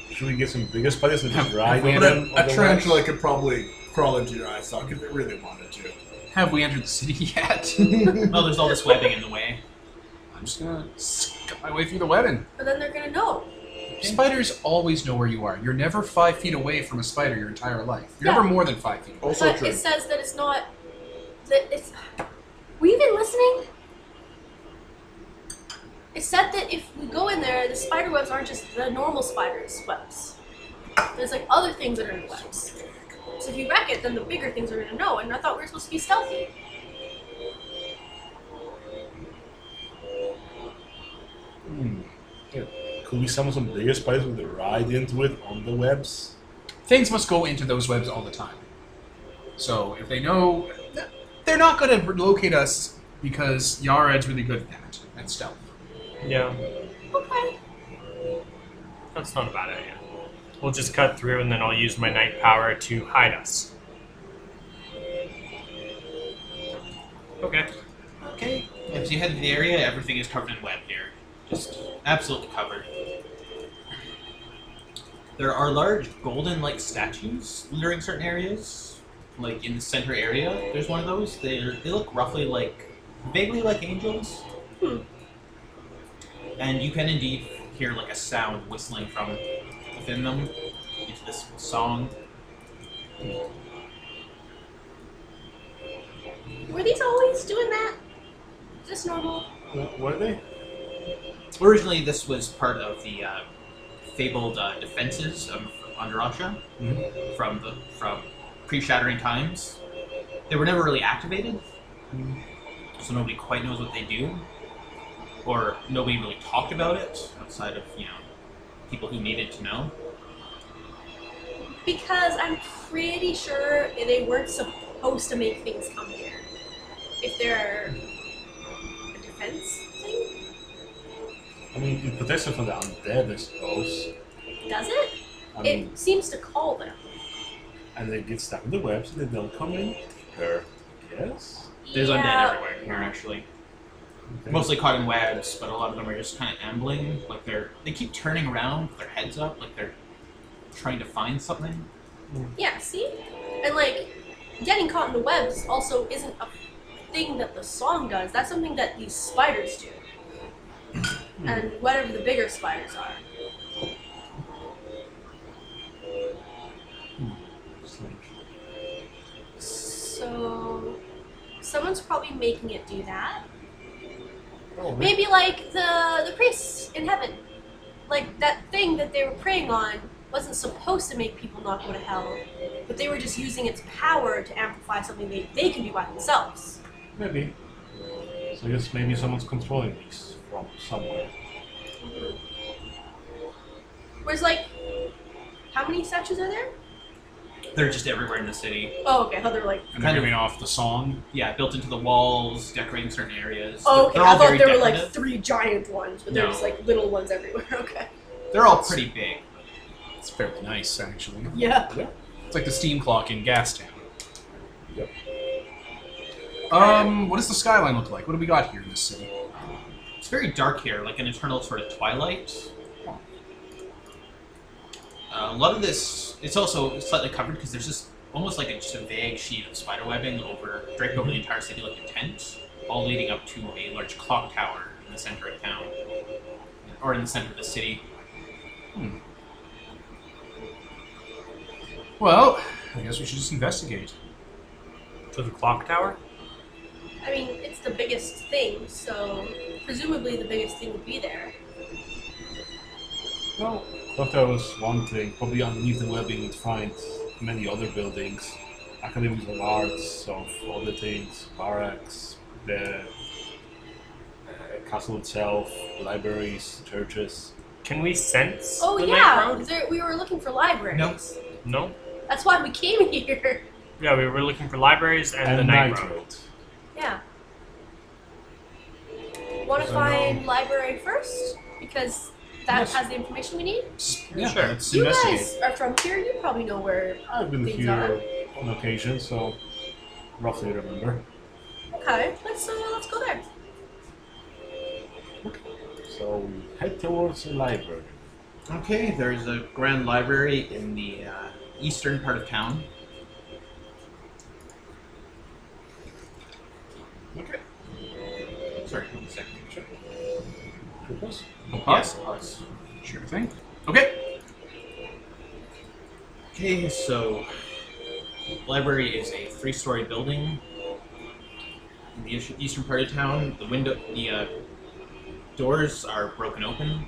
Should we get some bigger spiders and just ride we on but them? a, a tarantula could probably crawl into your eye socket if it really wanted to. Have we entered the city yet? Well, there's all this webbing in the way. I'm just gonna scut my way through the webbing. But then they're gonna know. Spiders always know where you are. You're never five feet away from a spider your entire life. You're never Yeah. more than five feet away. Also but true. it says that it's not. That it's. Were you even listening? It said that if we go in there, the spider webs aren't just the normal spider's webs. There's like other things that are in the webs. So if you wreck it, then the bigger things are gonna know. And I thought we were supposed to be stealthy. Hmm. Yeah. Could we summon some bigger spiders with a ride into it on the webs? Things must go into those webs all the time. So if they know, they're not gonna locate us because Yared's really good at that at stealth. Yeah, Okay. that's not a bad idea. We'll just cut through, and then I'll use my night power to hide us. Okay. Okay. As you head to the area, everything is covered in web here. Just absolutely covered. There are large golden like statues littering certain areas. Like in the center area, there's one of those. They they look roughly like vaguely like angels. Hmm. And you can indeed hear like a sound whistling from within them into this song. Were these always doing that? Is this normal? What were they? Originally, this was part of the uh, fabled uh, defenses of under Russia from the from pre-shattering times. They were never really activated, so nobody quite knows what they do, or nobody really talked about it outside of you know people who needed to know. Because I'm pretty sure they weren't supposed to make things come here. If they're a defense thing, I mean, it protects us from the undead, I suppose. does it? I mean, It seems to call them. and they get stuck in the webs and they don't come in. Her. I Yes? There's undead Yeah. everywhere here, actually. Okay. Mostly caught in webs, but a lot of them are just kind of ambling. Like they're they keep turning around, with their heads up, like they're trying to find something. Yeah, see? And like, getting caught in the webs also isn't a thing that the song does. That's something that these spiders do. And whatever the bigger spiders are. It's like, So, someone's probably making it do that. oh, man. Maybe like the the priests in heaven, like that thing that they were preying on wasn't supposed to make people not go to hell, but they were just using its power to amplify something they they can do by themselves. Maybe. So I guess maybe someone's controlling these from somewhere. Whereas like, how many statues are there? They're just everywhere in the city. Oh, okay. How they're like. And they're Kind of- giving off the song. Yeah, built into the walls, decorating certain areas. Oh, okay. They're all I thought very there were decorative. like three giant ones, but they're No. just like little ones everywhere. Okay. They're all pretty big. It's fairly nice, actually. Yeah. It's like the steam clock in Gastown. Yep. Um, what does the skyline look like? What do we got here in this city? It's very dark here, like an eternal sort of twilight. Uh, a lot of this, it's also slightly covered because there's just almost like a, just a vague sheet of spider webbing over, draped Mm-hmm. over the entire city like a tent, all leading up to a large clock tower in the center of town, or in the center of the city. Well, I guess we should just investigate. To the clock tower? I mean, it's the biggest thing, so presumably the biggest thing would be there. Well, thought that was one thing. Probably underneath the webbing you'd find many other buildings. Academies of arts, of other things, barracks, the uh, castle itself, libraries, churches. Can we sense? Oh the night yeah, road? there, we were looking for libraries. Nope. No. That's why we came here. Yeah, we were looking for libraries and, the night, road. Yeah. Want to So- find library first because that has the information we need. Yeah, Sure. let's You investigate. guys are from here. You probably know where. I've been Things here are- on occasion, so roughly remember. Okay, let's uh, let's go there. So we head towards the library. Okay, there's a grand library in the uh, eastern part of town. Okay. Sorry, one second. Purpose? Yes, pause. Sure thing. Okay. Okay, so library is a three-story building in the eas- eastern part of town. The window, the uh, doors are broken open.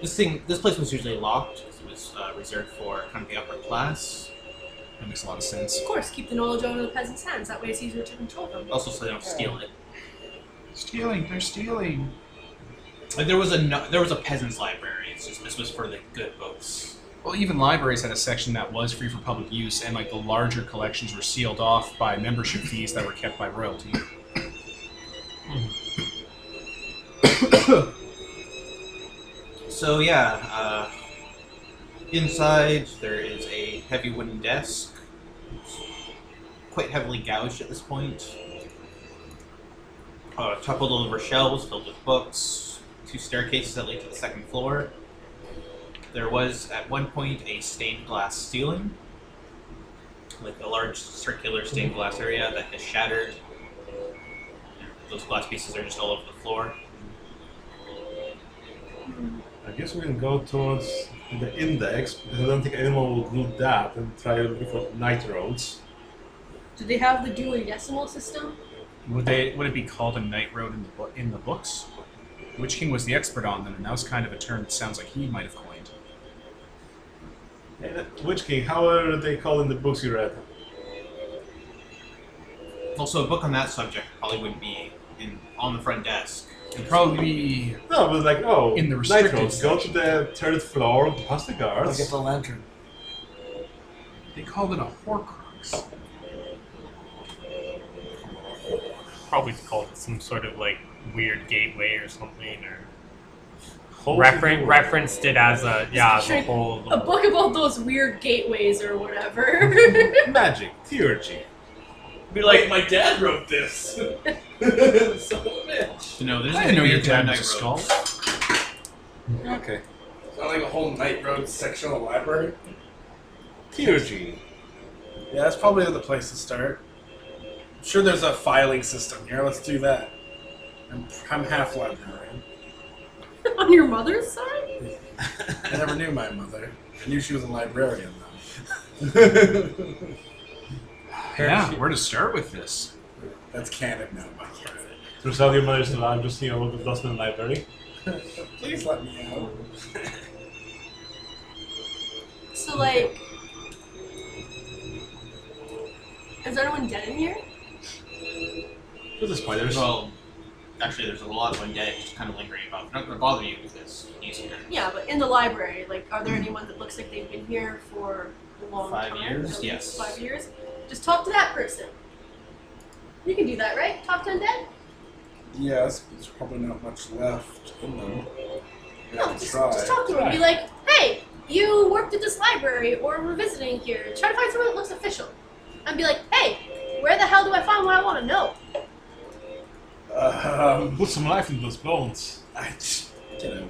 This thing, this place was usually locked. 'cause It was uh, reserved for kind of the upper class. That makes a lot of sense. Of course, keep the knowledge out of the peasants' hands. That way, it's easier to control them. Also, so they don't steal it. Stealing, they're stealing. Like there was a no- there was a peasants' library. It's just this was for the good books. Well, even libraries had a section that was free for public use, and like the larger collections were sealed off by membership fees that were kept by royalty. So yeah, uh, inside there is a heavy wooden desk, It's quite heavily gouged at this point. Uh, toppled over shelves filled with books. Two staircases that lead to the second floor. There was at one point a stained glass ceiling, like a large circular stained glass area that has shattered. Those glass pieces are just all over the floor. I guess we can go towards the index because I don't think anyone will do that and try looking for night roads. Do they have the duodecimal system? Would they? Would it be called a night road in the book? In the books, Witch King was the expert on them, and that was kind of a term that sounds like he might have coined. And Witch King, however they call in the books you read. Also, a book on that subject probably wouldn't be in on the front desk. It'd probably be No, but like, oh, In the night restricted roads. Go to the third floor, past the I'll get guards. the lantern. They called it a Horcrux. Probably called it some sort of like weird gateway or something, or Hold the referen door. referenced it as a yeah, as a Trick- whole. A book about those weird gateways or whatever. Magic, theurgy. Be like, my dad wrote this. Son of a bitch. No, there's I didn't know gonna be your a dad Jedi was a road. skull. Okay. It's not like a whole night road section of the library. Theurgy. Yeah, that's probably the place to start. I'm sure there's a filing system here. Let's do that. I'm, I'm half librarian. On your mother's side? I never knew my mother. I knew she was a librarian, though. Yeah, where to start with this? That's canon now, by the way. To sell your mother's to I'm just, you know, with the lost in the library. Please let me out. So like, is anyone dead in here? There's a spider. Well, actually, there's a lot of undead just kind of lingering about. They're not going to bother you because he's here. Yeah, but in the library, like, are there anyone that looks like they've been here for a long Five time? years? at least Yes. Five years. Just talk to that person. You can do that, right? Talk to undead. Yes, but there's probably not much left in them. We No, have to just, try. just talk to them. Be like, hey, you worked at this library or were visiting here. Try to find someone that looks official. And be like, hey, where the hell do I find what I want to know? Um, Put some life in those bones. I, just- you know.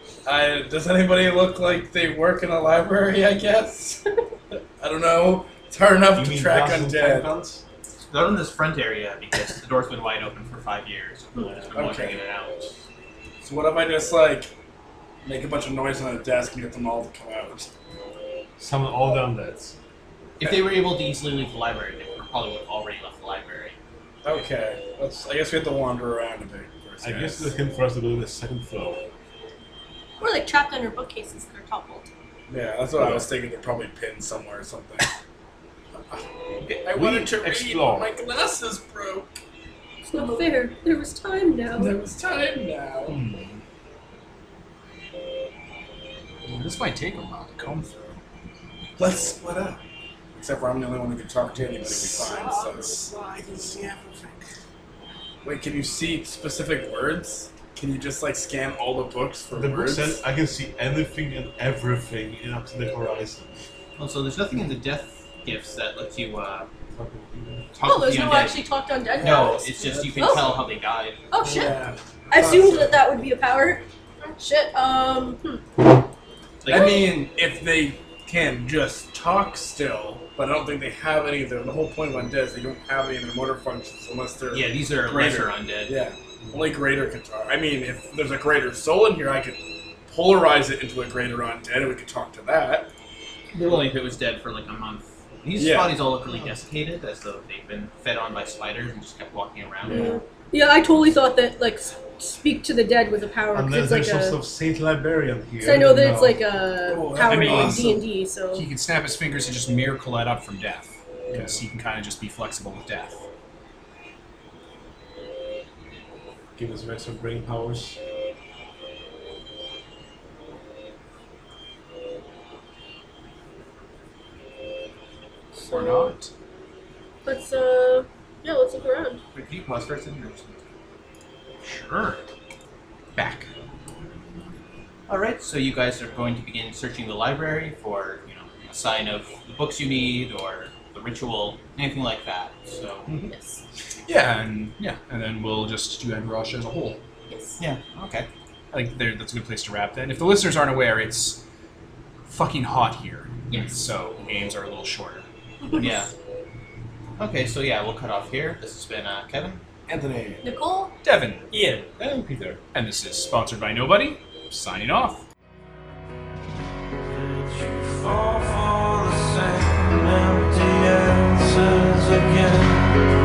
I, does anybody look like they work in a library, I guess? I don't know. It's hard enough to track undead. Not in this front area because the door's been wide open for five years. and Everyone's been wandering Okay. in and out. So what if I just, like, make a bunch of noise on a desk and get them all to come out? Summon all the undeads. If they were able to easily leave the library, they would probably would have already left the library. Okay. Let's, I guess we have to wander around a bit. First, I guess guys. it's hint for us to go to the second floor. Or like trapped under bookcases that are toppled. Yeah, that's what I was thinking. They're probably pinned somewhere or something. I We wanted to read, but explore. my glasses broke. It's not fair. There was time now. There Oh, was time now. Hmm. This might take a while to comb through. Let's split up. Except for I'm the only one who can talk to anybody we find, so it's... I can see everything. Wait, can you see specific words? Can you just like scan all the books for The book words? says I can see anything and everything in up to the horizon. Also, there's nothing in the death gifts that lets you uh, talk Oh, to there's the no undead. actually talked on dead No, powers? it's just you can Oh. tell how they died. Oh shit. Yeah. I assumed that that would be a power. Shit. Um. hmm. Like, I mean, if they can just talk still, but I don't think they have any of them. The whole point of undead is they don't have any of their motor functions unless they're yeah, these are Greater. lesser undead. Yeah, only greater could talk. I mean, if there's a greater soul in here, I could polarize it into a greater undead, and we could talk to that. Well, if it was dead for like a month. These Yeah. bodies all look really desiccated, as though they've been fed on by spiders and just kept walking around. Yeah. I totally thought that like s- speak to the dead was a power Unless because there's it's some like sort a. of saint librarian here. Because I know that it's like a Oh, that'd power be in awesome. D and D. So He can snap his fingers and just mirror Colette up from death. Because he can kind of just be flexible with death. Give us extra brain powers. Or not. Let's uh, yeah, let's look around. Wait, can you pause for a second? I'm just- Sure. Back. All right, so you guys are going to begin searching the library for you know a sign of the books you need or the ritual, anything like that. So yes, Yeah, and yeah, and then we'll just do Androsh as a whole. yes. yeah, okay. I think there, that's a good place to wrap that. And if the listeners aren't aware, it's fucking hot here. Yes. So games are a little shorter. Yeah. Okay, so yeah, we'll cut off here. This has been uh, Kevin. Anthony. Nicole. Devin, Ian. And Peter. and this is sponsored by Nobody, signing off. Fall for the same empty answers again.